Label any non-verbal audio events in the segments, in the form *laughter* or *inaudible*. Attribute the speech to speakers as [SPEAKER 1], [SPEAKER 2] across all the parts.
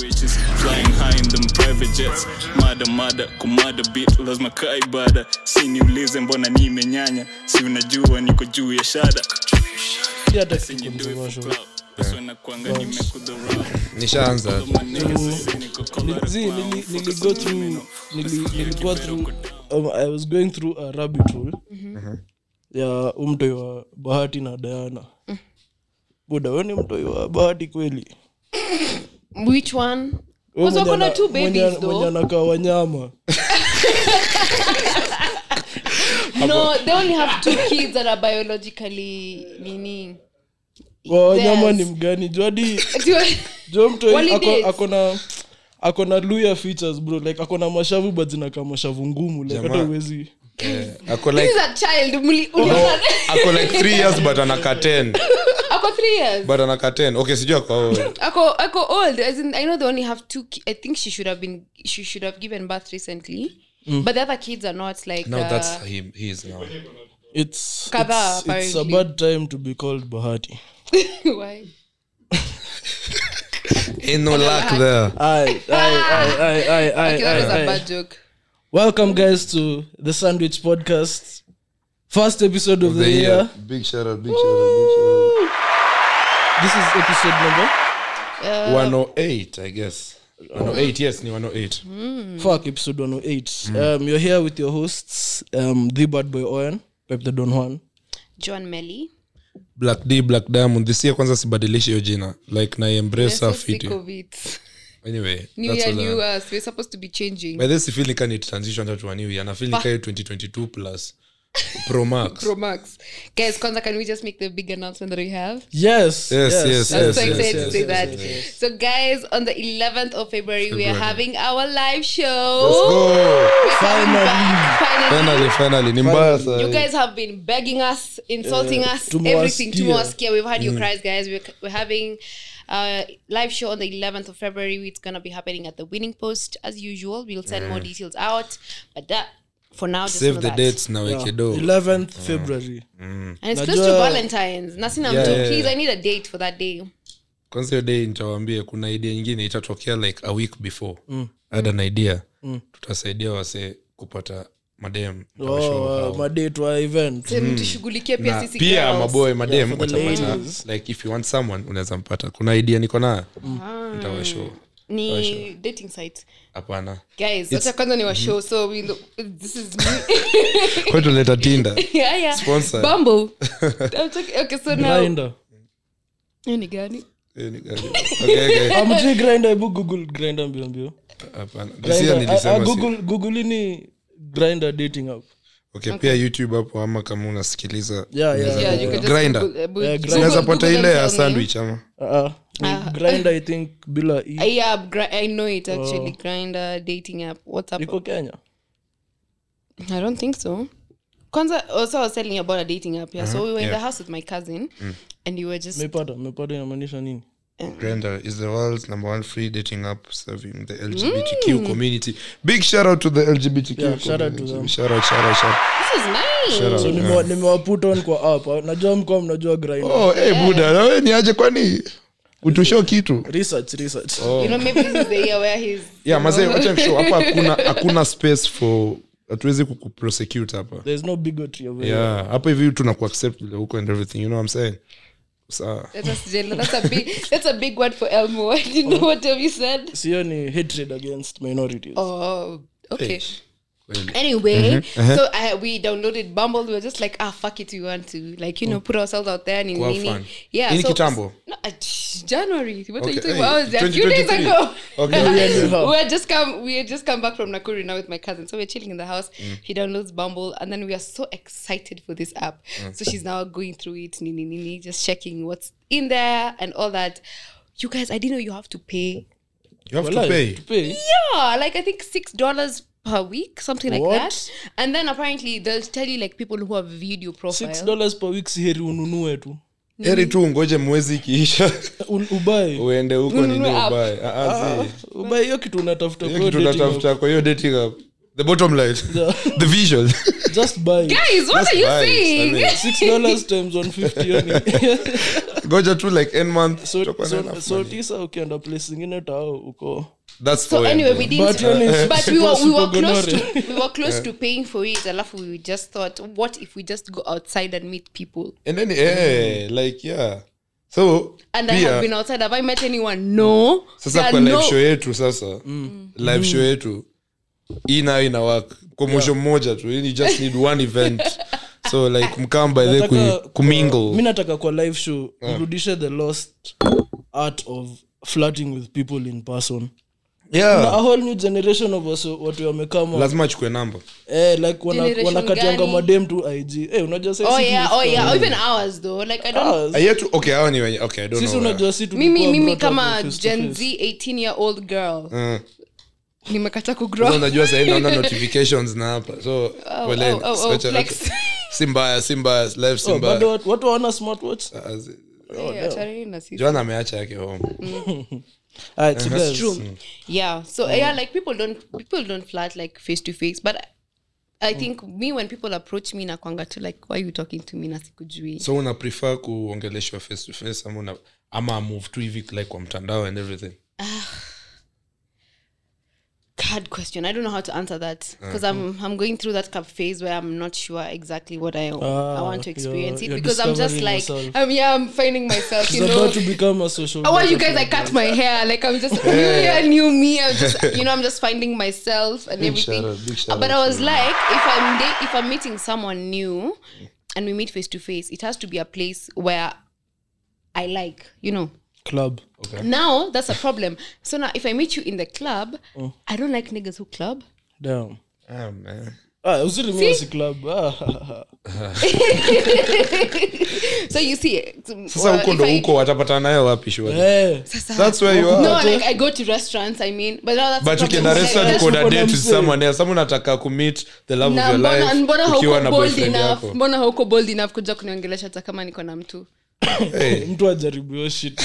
[SPEAKER 1] Riches flying high in them private jets mada mada kumada bit lazima kaa ibada si niulize mbona nimenyanya si unajua niko juu ya shada
[SPEAKER 2] Pia hata siku
[SPEAKER 1] Sinyi do it for
[SPEAKER 2] mzima
[SPEAKER 1] clout. Pesa nakuanga nimekudharau.
[SPEAKER 3] nishaanza
[SPEAKER 2] Zi, nili- niligo through nili- niligo through um, i was going through a rabbit hole ya umtoi wa bahati na dayana buda we ni mtoi wa bahati kweli
[SPEAKER 4] which one
[SPEAKER 2] We
[SPEAKER 4] Kwanza
[SPEAKER 2] mwenye
[SPEAKER 4] uko na
[SPEAKER 2] ana-
[SPEAKER 4] two babies,
[SPEAKER 2] mwenye-
[SPEAKER 4] though.
[SPEAKER 2] mwenye anakaa wanyama
[SPEAKER 4] no they only have two kids that are biologically nini
[SPEAKER 2] wa wanyama
[SPEAKER 4] Theirs.
[SPEAKER 2] ni mgani jadi
[SPEAKER 4] *laughs* Ati-
[SPEAKER 2] jo mtoi
[SPEAKER 4] Walidates.
[SPEAKER 2] ako- ako na ako na luya features bro like ako na mashavu but zinakaa mashavu ngumu like hata
[SPEAKER 3] Jamaa.
[SPEAKER 2] uwezi
[SPEAKER 3] Eh, ako
[SPEAKER 4] This
[SPEAKER 3] like
[SPEAKER 4] is a child mli-
[SPEAKER 2] Oh.
[SPEAKER 4] uliona-
[SPEAKER 3] ako like three years but anaka 10
[SPEAKER 4] ako three years
[SPEAKER 3] but anaka 10 okay sijui ako
[SPEAKER 4] *laughs*
[SPEAKER 3] old.
[SPEAKER 4] ako ako old as in, i know they only have two ki- i think she should have been she should have given birth recently
[SPEAKER 2] Mm.
[SPEAKER 4] but the other kids are not like
[SPEAKER 3] no
[SPEAKER 4] uh,
[SPEAKER 3] that's him he is now
[SPEAKER 2] it's,
[SPEAKER 4] Kadhaa,
[SPEAKER 2] it's, it's a
[SPEAKER 4] apparently.
[SPEAKER 2] bad time to be called bahati
[SPEAKER 4] *laughs* why
[SPEAKER 3] ain't no luck there
[SPEAKER 2] Aye, aye, aye, aye, aye, aye,
[SPEAKER 4] *laughs* okay, that was
[SPEAKER 2] aye,
[SPEAKER 4] a
[SPEAKER 2] aye.
[SPEAKER 4] bad joke
[SPEAKER 2] Welcome, guys, to the Sandwich Podcast. First episode of the,
[SPEAKER 3] the
[SPEAKER 2] year.
[SPEAKER 3] year
[SPEAKER 5] Big shout out, big shout out, big shout out.
[SPEAKER 2] This is episode number.
[SPEAKER 4] Uh,
[SPEAKER 3] 108 i guess 108 yes ni 108
[SPEAKER 2] Fuck, episode 108.
[SPEAKER 3] Mm.
[SPEAKER 2] Um, you're here with your hosts, um, The Bad Boy Owen, Pep the Don Juan.
[SPEAKER 4] john melly
[SPEAKER 3] black d black diamond this year kwanza sibadilishi hiyo jina like na
[SPEAKER 4] We're
[SPEAKER 3] embrace
[SPEAKER 4] so
[SPEAKER 3] her
[SPEAKER 4] sick
[SPEAKER 3] fitting.
[SPEAKER 4] of it
[SPEAKER 3] anyway
[SPEAKER 4] new
[SPEAKER 3] that's
[SPEAKER 4] year
[SPEAKER 3] all I-
[SPEAKER 4] new uh, us we're supposed to be changing
[SPEAKER 3] by this feel nika ni transition hata to a new year na feel nika hiyo 2022 plus pro max
[SPEAKER 4] pro max guys kwanza can we just make the big announcement that we have
[SPEAKER 2] Yes,
[SPEAKER 3] Yes, yes,
[SPEAKER 4] I'm
[SPEAKER 3] yes,
[SPEAKER 4] so
[SPEAKER 3] yes,
[SPEAKER 4] excited to
[SPEAKER 3] yes,
[SPEAKER 4] say that. So, guys, on the 11th of February, we are
[SPEAKER 3] February.
[SPEAKER 4] having our live show.
[SPEAKER 3] Let's go.
[SPEAKER 4] We're coming
[SPEAKER 2] Finally.
[SPEAKER 4] back. Finally.
[SPEAKER 3] finally finally ni mbaya saa
[SPEAKER 4] Oh! You
[SPEAKER 3] hii.
[SPEAKER 4] guys have been begging us, insulting us,
[SPEAKER 2] tumewasikia.
[SPEAKER 4] everything. Tumewasikia. We've had
[SPEAKER 3] Mm.
[SPEAKER 4] your cries, guys. We're, we're having a live show on the 11th of February. It's going to be happening at the Winning Post as usual. We'll send more details out. But that, for now, just know
[SPEAKER 3] save the
[SPEAKER 4] that.
[SPEAKER 3] dates na
[SPEAKER 2] Yeah.
[SPEAKER 3] weke do
[SPEAKER 2] 11th
[SPEAKER 3] Mm.
[SPEAKER 2] February.
[SPEAKER 4] And it's close to
[SPEAKER 2] Najua-
[SPEAKER 4] Valentine's. Nasina
[SPEAKER 3] Yeah,
[SPEAKER 4] mtu,
[SPEAKER 3] yeah, yeah.
[SPEAKER 4] please, I need a date for that day.
[SPEAKER 3] kwanza hiyo day nitawambia kuna idea nyingine itatokea like a week before mm. ada na idea mm. tutasaidia wasee kupata madem
[SPEAKER 2] Oh, uh, my date to our event.
[SPEAKER 4] tushughulikie pia sisi
[SPEAKER 3] Mm. pia
[SPEAKER 4] girls.
[SPEAKER 3] maboy madem
[SPEAKER 2] for the
[SPEAKER 3] watapata
[SPEAKER 2] ladies.
[SPEAKER 3] like if you want someone unaweza mpata kuna idea niko nayo
[SPEAKER 2] Ah.
[SPEAKER 3] ntawasho
[SPEAKER 4] Ah, ni dating site
[SPEAKER 3] hapana
[SPEAKER 4] guys wacha kwanza ni
[SPEAKER 3] Mhm.
[SPEAKER 4] washow so we know, this is
[SPEAKER 3] kwetuleta tinda
[SPEAKER 4] *laughs* yeah, yeah.
[SPEAKER 3] Sponsor. *laughs*
[SPEAKER 4] Bumble. I'm talking- okay so now
[SPEAKER 2] Grinder.
[SPEAKER 4] hiyo ni gani
[SPEAKER 3] eh,
[SPEAKER 2] I'm doing grinder. I book Google grinder. Mbio, mbio. Grinder. I, I Ah, Google, Google ini grinder dating app.
[SPEAKER 3] okay, pia youtube hapo ama kama unasikiliza
[SPEAKER 2] Yeah, yeah.
[SPEAKER 4] yeah you can just
[SPEAKER 3] Grindr.
[SPEAKER 4] Google- uh, Google-
[SPEAKER 2] Yeah, Grindr.
[SPEAKER 4] Google-
[SPEAKER 3] unaweza pata
[SPEAKER 4] Google
[SPEAKER 3] ile ya
[SPEAKER 4] and tell me.
[SPEAKER 3] sandwich ama
[SPEAKER 2] Uh, grinder, I think, bila E.
[SPEAKER 4] Ah, yeah gri- i know it actually
[SPEAKER 2] Oh.
[SPEAKER 4] grinder dating app what's up
[SPEAKER 2] iko kenya
[SPEAKER 4] I don't think so. Kwanza, also I was telling you about a dating app. Yeah, so we were in
[SPEAKER 3] Uh-huh. yeah. Mm.
[SPEAKER 4] the house with my cousin, and we were just
[SPEAKER 2] mepata mepata inamaanisha nini
[SPEAKER 3] Grindr is the world's number one free dating app serving
[SPEAKER 4] Mm.
[SPEAKER 3] the LGBTQ community. Big shout out to the LGBTQ
[SPEAKER 2] Yeah,
[SPEAKER 3] community.
[SPEAKER 2] shout out to them.
[SPEAKER 3] Shout out, shout out, shout out.
[SPEAKER 4] this is nice.
[SPEAKER 3] Shout out.
[SPEAKER 2] so nimewa- nimewaputa on kwa app Ah, najua mkoa mnajua grind
[SPEAKER 3] Oh, hey, Buddha, na wewe ni aje kwani utusho kitu?
[SPEAKER 2] research research
[SPEAKER 3] Oh.
[SPEAKER 4] You know, maybe this is the year where he's
[SPEAKER 3] Yeah, mazee, wacha nishow hapa hakuna hakuna space for hatuwezi kukuprosecute hapa.
[SPEAKER 2] there's no bigotry over here.
[SPEAKER 3] Yeah, hapa hivi tunakuaccept vile uko and everything, you know what I'm saying? Sawa.
[SPEAKER 4] Let us jail. That's a big that's a big word for Elmo. *laughs* I didn't know what you said.
[SPEAKER 2] siyo ni hatred against minorities
[SPEAKER 4] Oh okay.
[SPEAKER 3] Kweli.
[SPEAKER 4] Anyway, so
[SPEAKER 3] Uh-huh.
[SPEAKER 4] I, we downloaded Bumble. We were just like, ah, fuck it, we want to like you know put ourselves out there and in
[SPEAKER 3] Kwa
[SPEAKER 4] nini.
[SPEAKER 3] Mm. fun.
[SPEAKER 4] Yeah.
[SPEAKER 3] Ini
[SPEAKER 4] so,
[SPEAKER 3] kitambo?
[SPEAKER 4] No, uh, sh- January. What are you
[SPEAKER 3] Okay,
[SPEAKER 4] talking
[SPEAKER 3] hey,
[SPEAKER 4] about? I was there a few days
[SPEAKER 3] 2023.
[SPEAKER 4] ago. *laughs*
[SPEAKER 3] Okay.
[SPEAKER 2] Yeah, you have.
[SPEAKER 4] we had just come we had just come back from Nakuru now with my cousin. So we're chilling in the house.
[SPEAKER 3] Mm.
[SPEAKER 4] She downloads Bumble and then we are so excited for this app.
[SPEAKER 3] Mm.
[SPEAKER 4] So she's now going through it, nini nini, just checking what's in there and all that. You guys, I didn't know you have to pay.
[SPEAKER 3] You have to
[SPEAKER 2] Walai,
[SPEAKER 3] pay.
[SPEAKER 2] to
[SPEAKER 4] Mm-hmm.
[SPEAKER 2] pay.
[SPEAKER 4] Yeah, like I think six dollars per week, something like
[SPEAKER 2] What?
[SPEAKER 4] that. And then apparently they'll tell you like people who have video
[SPEAKER 2] Six
[SPEAKER 4] profile.
[SPEAKER 2] dollars per week si heri ununue tu
[SPEAKER 3] Heri tu ngoje mwezi ikiisha
[SPEAKER 4] *laughs*
[SPEAKER 2] Un- ubae
[SPEAKER 3] uende huko
[SPEAKER 4] Ununue
[SPEAKER 3] nini
[SPEAKER 4] app.
[SPEAKER 3] ubaye. Ah, ah, see.
[SPEAKER 2] ubae hiyo kitu unatafuta
[SPEAKER 3] Hiyo
[SPEAKER 2] kwa
[SPEAKER 3] kitu
[SPEAKER 2] dating
[SPEAKER 3] unatafuta kwa hiyo dating app. The bottom line.
[SPEAKER 2] Yeah.
[SPEAKER 3] *laughs* The visual.
[SPEAKER 2] app. just buy
[SPEAKER 4] Guys, what
[SPEAKER 3] That's
[SPEAKER 4] are you
[SPEAKER 3] nice. I
[SPEAKER 4] saying?
[SPEAKER 3] mean-
[SPEAKER 2] six dollars times 150 hiyo ni-
[SPEAKER 3] goja tu like end
[SPEAKER 2] *laughs*
[SPEAKER 3] month
[SPEAKER 2] so,
[SPEAKER 3] tutakuwa na
[SPEAKER 2] so,
[SPEAKER 3] enough
[SPEAKER 2] so
[SPEAKER 3] money.
[SPEAKER 2] tisa ukienda place zingine tao uko
[SPEAKER 3] that's
[SPEAKER 4] so
[SPEAKER 3] poem,
[SPEAKER 4] anyway
[SPEAKER 3] eh.
[SPEAKER 4] we
[SPEAKER 2] But
[SPEAKER 4] didn't
[SPEAKER 2] yani,
[SPEAKER 4] *laughs* but we were we were close
[SPEAKER 2] gonorrhea.
[SPEAKER 4] to we were close to paying for it alafu we just thought what if we just go outside and meet people
[SPEAKER 3] and then eh, like yeah so
[SPEAKER 4] and i have
[SPEAKER 3] pia
[SPEAKER 4] been outside have i met anyone no
[SPEAKER 3] sasa
[SPEAKER 4] There
[SPEAKER 3] kwa
[SPEAKER 4] are
[SPEAKER 3] live
[SPEAKER 4] no-
[SPEAKER 3] show yetu sasa live show yetu hii nayo ina work kwa mwosho mmoja tu you just need one event so like mkamba ile
[SPEAKER 2] Nataka
[SPEAKER 3] ku,
[SPEAKER 2] kwa- mi
[SPEAKER 3] kumingle
[SPEAKER 2] nataka kwa live show mrudishe the lost art of flirting with people in person na a
[SPEAKER 3] yeah
[SPEAKER 2] whole new generation of us watu wamekama
[SPEAKER 3] lazima achukue namba
[SPEAKER 2] eh, like wana-
[SPEAKER 4] Generation
[SPEAKER 2] wanakatianga
[SPEAKER 4] gani?
[SPEAKER 2] madem tu ig eh, unajua sisi
[SPEAKER 4] oh yeah oh
[SPEAKER 2] tulikuwa-
[SPEAKER 4] yeah or even ours though like i don't
[SPEAKER 2] Ah,
[SPEAKER 3] ayetu okay hawa ni wenye okay i don't
[SPEAKER 2] sisi
[SPEAKER 3] know where.
[SPEAKER 2] unajua si
[SPEAKER 4] mimi
[SPEAKER 2] tulikuwa
[SPEAKER 4] mimi
[SPEAKER 2] brought up
[SPEAKER 4] kama
[SPEAKER 2] face to
[SPEAKER 4] gen
[SPEAKER 2] face.
[SPEAKER 4] z 18 year old girl
[SPEAKER 3] Mm.
[SPEAKER 4] nimekata
[SPEAKER 3] Sasa
[SPEAKER 4] kugrow
[SPEAKER 3] unajua sahii naona
[SPEAKER 4] *laughs*
[SPEAKER 3] notifications na hapa so poleni.
[SPEAKER 4] oh, oh,
[SPEAKER 3] Siwacha-
[SPEAKER 4] flex.
[SPEAKER 2] *laughs*
[SPEAKER 3] *laughs* si mbaya si mbaya life si
[SPEAKER 2] Oh, bado
[SPEAKER 3] mbaya
[SPEAKER 2] watu- watu hawana smartwatch
[SPEAKER 4] Uh,
[SPEAKER 3] As-
[SPEAKER 2] Oh,
[SPEAKER 4] *laughs* Yeah, achaneni na sisi.
[SPEAKER 3] Joanna ameacha yake home
[SPEAKER 2] Alright, so guys,
[SPEAKER 4] uh-huh. true yeah so yeah
[SPEAKER 2] Mm.
[SPEAKER 4] like people don't people don't flirt like face to face but I-
[SPEAKER 2] Mm.
[SPEAKER 4] i think me when people approach me nakwanga to like why you talking to me na sikujui
[SPEAKER 3] so una prefer kuongeleshwa face to face ama una, ama move tu hivi like kwa mtandao and everything
[SPEAKER 4] hard question i don't know how to answer that because
[SPEAKER 2] Mm-hmm.
[SPEAKER 4] i'm i'm going through that kind of phase where i'm not sure exactly what i i
[SPEAKER 2] Ah,
[SPEAKER 4] want
[SPEAKER 2] you're-
[SPEAKER 4] to experience
[SPEAKER 2] you're
[SPEAKER 4] it because i'm just
[SPEAKER 2] discovering
[SPEAKER 4] like
[SPEAKER 2] yourself.
[SPEAKER 4] um, yeah i'm finding
[SPEAKER 2] *laughs*
[SPEAKER 4] myself
[SPEAKER 2] she's
[SPEAKER 4] you know
[SPEAKER 2] about to become a social
[SPEAKER 4] I want you
[SPEAKER 2] worker.
[SPEAKER 4] guys. I cut my hair. Like I'm
[SPEAKER 2] *laughs*
[SPEAKER 4] just new year, new me. I'm just, you know, I'm just finding myself and
[SPEAKER 5] Big
[SPEAKER 4] everything.
[SPEAKER 5] shout out, big
[SPEAKER 3] Uh,
[SPEAKER 5] shout
[SPEAKER 4] but
[SPEAKER 5] out
[SPEAKER 4] I
[SPEAKER 5] to
[SPEAKER 4] was like, if I'm da- if I'm meeting someone new, and we meet face to face, it has to be a place where I like, you know.
[SPEAKER 2] club
[SPEAKER 4] Now that's a problem. So now, if I meet you in the club,
[SPEAKER 3] Mm.
[SPEAKER 4] I don't like niggas who club. *laughs*
[SPEAKER 2] damn
[SPEAKER 3] Ah, man.
[SPEAKER 2] ah uzuri mimi si club ah
[SPEAKER 4] So you see,
[SPEAKER 3] sasa
[SPEAKER 4] well,
[SPEAKER 3] huko
[SPEAKER 4] if
[SPEAKER 3] ndo
[SPEAKER 4] I-
[SPEAKER 3] huko watapata nayo wapi sure
[SPEAKER 2] eh
[SPEAKER 3] that's where you
[SPEAKER 4] No,
[SPEAKER 3] are
[SPEAKER 4] like I go to restaurants. I mean, but now that's a
[SPEAKER 3] but
[SPEAKER 4] problem.
[SPEAKER 3] ukienda
[SPEAKER 4] Like,
[SPEAKER 3] restaurant
[SPEAKER 4] that's-
[SPEAKER 3] uko na
[SPEAKER 2] uko na
[SPEAKER 3] date with
[SPEAKER 2] msee.
[SPEAKER 3] someone else ama unataka kumeet the love of
[SPEAKER 4] na
[SPEAKER 3] your
[SPEAKER 4] mbona,
[SPEAKER 3] life
[SPEAKER 4] mbona
[SPEAKER 3] ukiwa
[SPEAKER 4] hauko
[SPEAKER 3] na
[SPEAKER 4] bold
[SPEAKER 3] boyfriend
[SPEAKER 4] enough
[SPEAKER 3] yako
[SPEAKER 4] mbona hauko bold enough kuja kuniongelesha hata kama niko na mtu
[SPEAKER 3] hey,
[SPEAKER 2] mtu ajaribu hiyo shit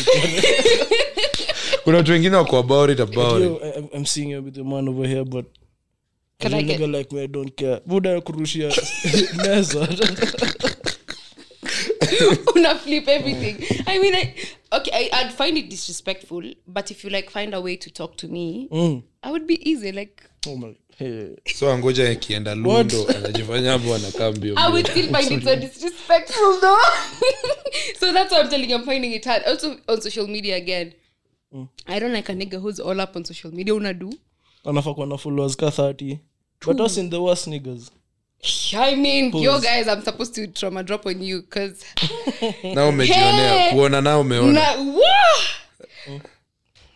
[SPEAKER 3] kuna watu wengine wako about it about it
[SPEAKER 2] Yo, I- I'm, I'm seeing you with the man over here, but
[SPEAKER 4] Can
[SPEAKER 2] as a
[SPEAKER 4] I get-
[SPEAKER 2] nigga like me, I don't care. Buda ya kurushia *laughs* meza.
[SPEAKER 4] *laughs* una flip everything i mean I, okay I, i'd find it disrespectful but if you like find a way to talk to me i would be easy like
[SPEAKER 2] Oh my- hey.
[SPEAKER 3] so angoja akienda lundo anajifanya hapo anakaa mbio
[SPEAKER 4] I would
[SPEAKER 3] mbio.
[SPEAKER 4] still find it so disrespectful though. *laughs* so that's why I'm telling you I'm finding it hard. Also on social media again. I don't like a nigga who's all up on social media. Una do?
[SPEAKER 2] Anafaa kuwa na followers ka 30. But us in the worst niggas.
[SPEAKER 4] I mean, yo
[SPEAKER 2] Pause.
[SPEAKER 4] guys, I'm supposed to trauma drop on you because
[SPEAKER 3] na umejionea
[SPEAKER 4] Hey!
[SPEAKER 3] kuona na umeona
[SPEAKER 4] Na- Wah!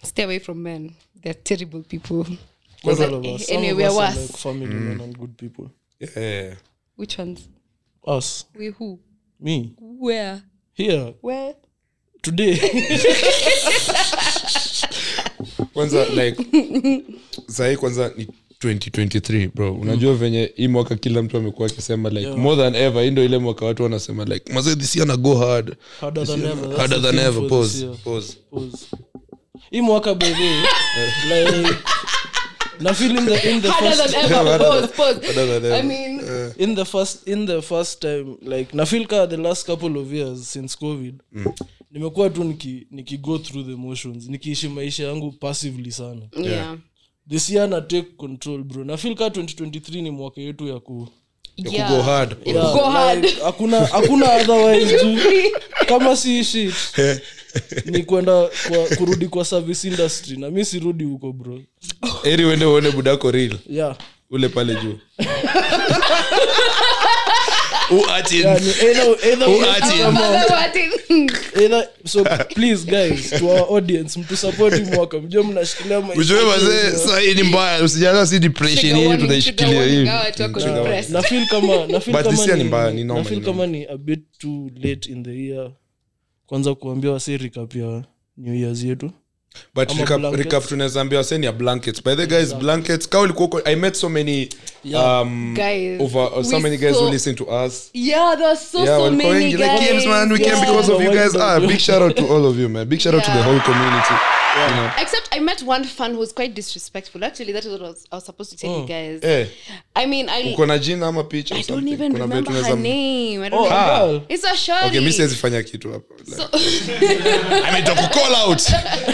[SPEAKER 4] Stay away from men. They're terrible people.
[SPEAKER 2] Not
[SPEAKER 4] Doesn't-
[SPEAKER 2] all of us. Some
[SPEAKER 4] anyway,
[SPEAKER 2] of
[SPEAKER 4] we're
[SPEAKER 2] us are
[SPEAKER 4] worse.
[SPEAKER 2] like family men and good people.
[SPEAKER 3] Yeah.
[SPEAKER 4] Which ones?
[SPEAKER 2] Us.
[SPEAKER 4] We who?
[SPEAKER 2] Me.
[SPEAKER 4] Where?
[SPEAKER 2] Here.
[SPEAKER 4] Where?
[SPEAKER 2] Today. *laughs*
[SPEAKER 3] kwanza
[SPEAKER 2] *laughs*
[SPEAKER 3] like sahii kwanza ni 2023 bro unajua
[SPEAKER 2] Mm.
[SPEAKER 3] venye hii mwaka kila mtu amekuwa akisema like more than ever hii ndo ile mwaka watu wanasema like mazee this year na go hard
[SPEAKER 2] Harder
[SPEAKER 3] This
[SPEAKER 2] than
[SPEAKER 3] year
[SPEAKER 2] ever.
[SPEAKER 3] na-
[SPEAKER 2] That's
[SPEAKER 3] harder
[SPEAKER 2] the
[SPEAKER 3] than
[SPEAKER 2] theme for this
[SPEAKER 3] ever pause
[SPEAKER 2] year.
[SPEAKER 3] pause
[SPEAKER 2] Pause. Hii mwaka by the way,
[SPEAKER 4] *laughs*
[SPEAKER 2] like, na feel in the, in the
[SPEAKER 4] Harder
[SPEAKER 2] first
[SPEAKER 3] *laughs*
[SPEAKER 4] than ever. Pause, pause.
[SPEAKER 3] Harder than ever. Eh,
[SPEAKER 4] I mean,
[SPEAKER 2] in the first in the first time like nafilka the last couple of years since covid nimekuwa tu niki, niki go through the motions nikiishi maisha yangu passively sana
[SPEAKER 4] yeah.
[SPEAKER 2] this year na take control bro nafilka 2023 ni mwaka yetu ya ku
[SPEAKER 3] Ya
[SPEAKER 4] Yeah.
[SPEAKER 3] ku go
[SPEAKER 4] *laughs*
[SPEAKER 3] hard
[SPEAKER 2] Yeah,
[SPEAKER 4] Go hard.
[SPEAKER 2] like, hakuna hakuna otherwise juu kama si shit ni kwenda kwa, kurudi kwa service industry na mi sirudi huko bro
[SPEAKER 3] eri uende uone budako real
[SPEAKER 2] yeah
[SPEAKER 3] ule pale
[SPEAKER 2] *laughs*
[SPEAKER 3] juu uachi
[SPEAKER 2] yani, either, either
[SPEAKER 3] Who
[SPEAKER 2] we-
[SPEAKER 3] are you?
[SPEAKER 2] either Eh, so please guys to our audience mtusapoti mwaka mjue mnashikilia maisha
[SPEAKER 3] ujue
[SPEAKER 2] yenu,
[SPEAKER 3] mazee
[SPEAKER 2] bro.
[SPEAKER 3] sahii ni mbaya usijaza si depression hii tunaishikilia hivi
[SPEAKER 4] hivi
[SPEAKER 2] na feel kama na feel
[SPEAKER 3] But this
[SPEAKER 2] kama
[SPEAKER 3] year
[SPEAKER 2] ni,
[SPEAKER 3] ni mbaya, ni
[SPEAKER 2] na
[SPEAKER 3] normal,
[SPEAKER 2] feel
[SPEAKER 3] ni
[SPEAKER 2] kama ni a bit too late in the year kwanza kuambia wasirika pia new years yetu
[SPEAKER 3] but
[SPEAKER 2] Ama
[SPEAKER 3] recap,
[SPEAKER 2] blankets.
[SPEAKER 3] recap tunawezaambia waseni ya blankets by the guys blankets ka ulikuwa uko- i met so many
[SPEAKER 2] Yeah.
[SPEAKER 3] um,
[SPEAKER 4] Guys,
[SPEAKER 3] over so
[SPEAKER 4] we
[SPEAKER 3] many guys
[SPEAKER 4] so-
[SPEAKER 3] who listen to us
[SPEAKER 4] Yeah, there are so
[SPEAKER 3] yeah
[SPEAKER 4] so
[SPEAKER 3] walikuwa
[SPEAKER 4] many
[SPEAKER 3] wengi like
[SPEAKER 4] guys.
[SPEAKER 3] "Kims, man we came
[SPEAKER 4] Yeah.
[SPEAKER 3] because of you
[SPEAKER 2] Yeah.
[SPEAKER 3] guys ah big shout out to all of you man big shout out to the
[SPEAKER 4] Yeah.
[SPEAKER 3] whole community you know
[SPEAKER 4] Except I met one fan who was quite disrespectful. Actually, that is what I was, I was supposed to tell you guys.
[SPEAKER 3] eh
[SPEAKER 4] I mean, I
[SPEAKER 3] uko na jina ama picha or
[SPEAKER 4] I don't
[SPEAKER 3] something?
[SPEAKER 4] even
[SPEAKER 3] Kuna vile
[SPEAKER 4] remember her
[SPEAKER 3] tunaweza-
[SPEAKER 4] name. I don't
[SPEAKER 2] Oh,
[SPEAKER 4] know.
[SPEAKER 3] Ah.
[SPEAKER 2] girl.
[SPEAKER 4] It's a shorty.
[SPEAKER 3] okay mi siwezi fanya kitu hapo like,
[SPEAKER 4] So- *laughs*
[SPEAKER 3] call out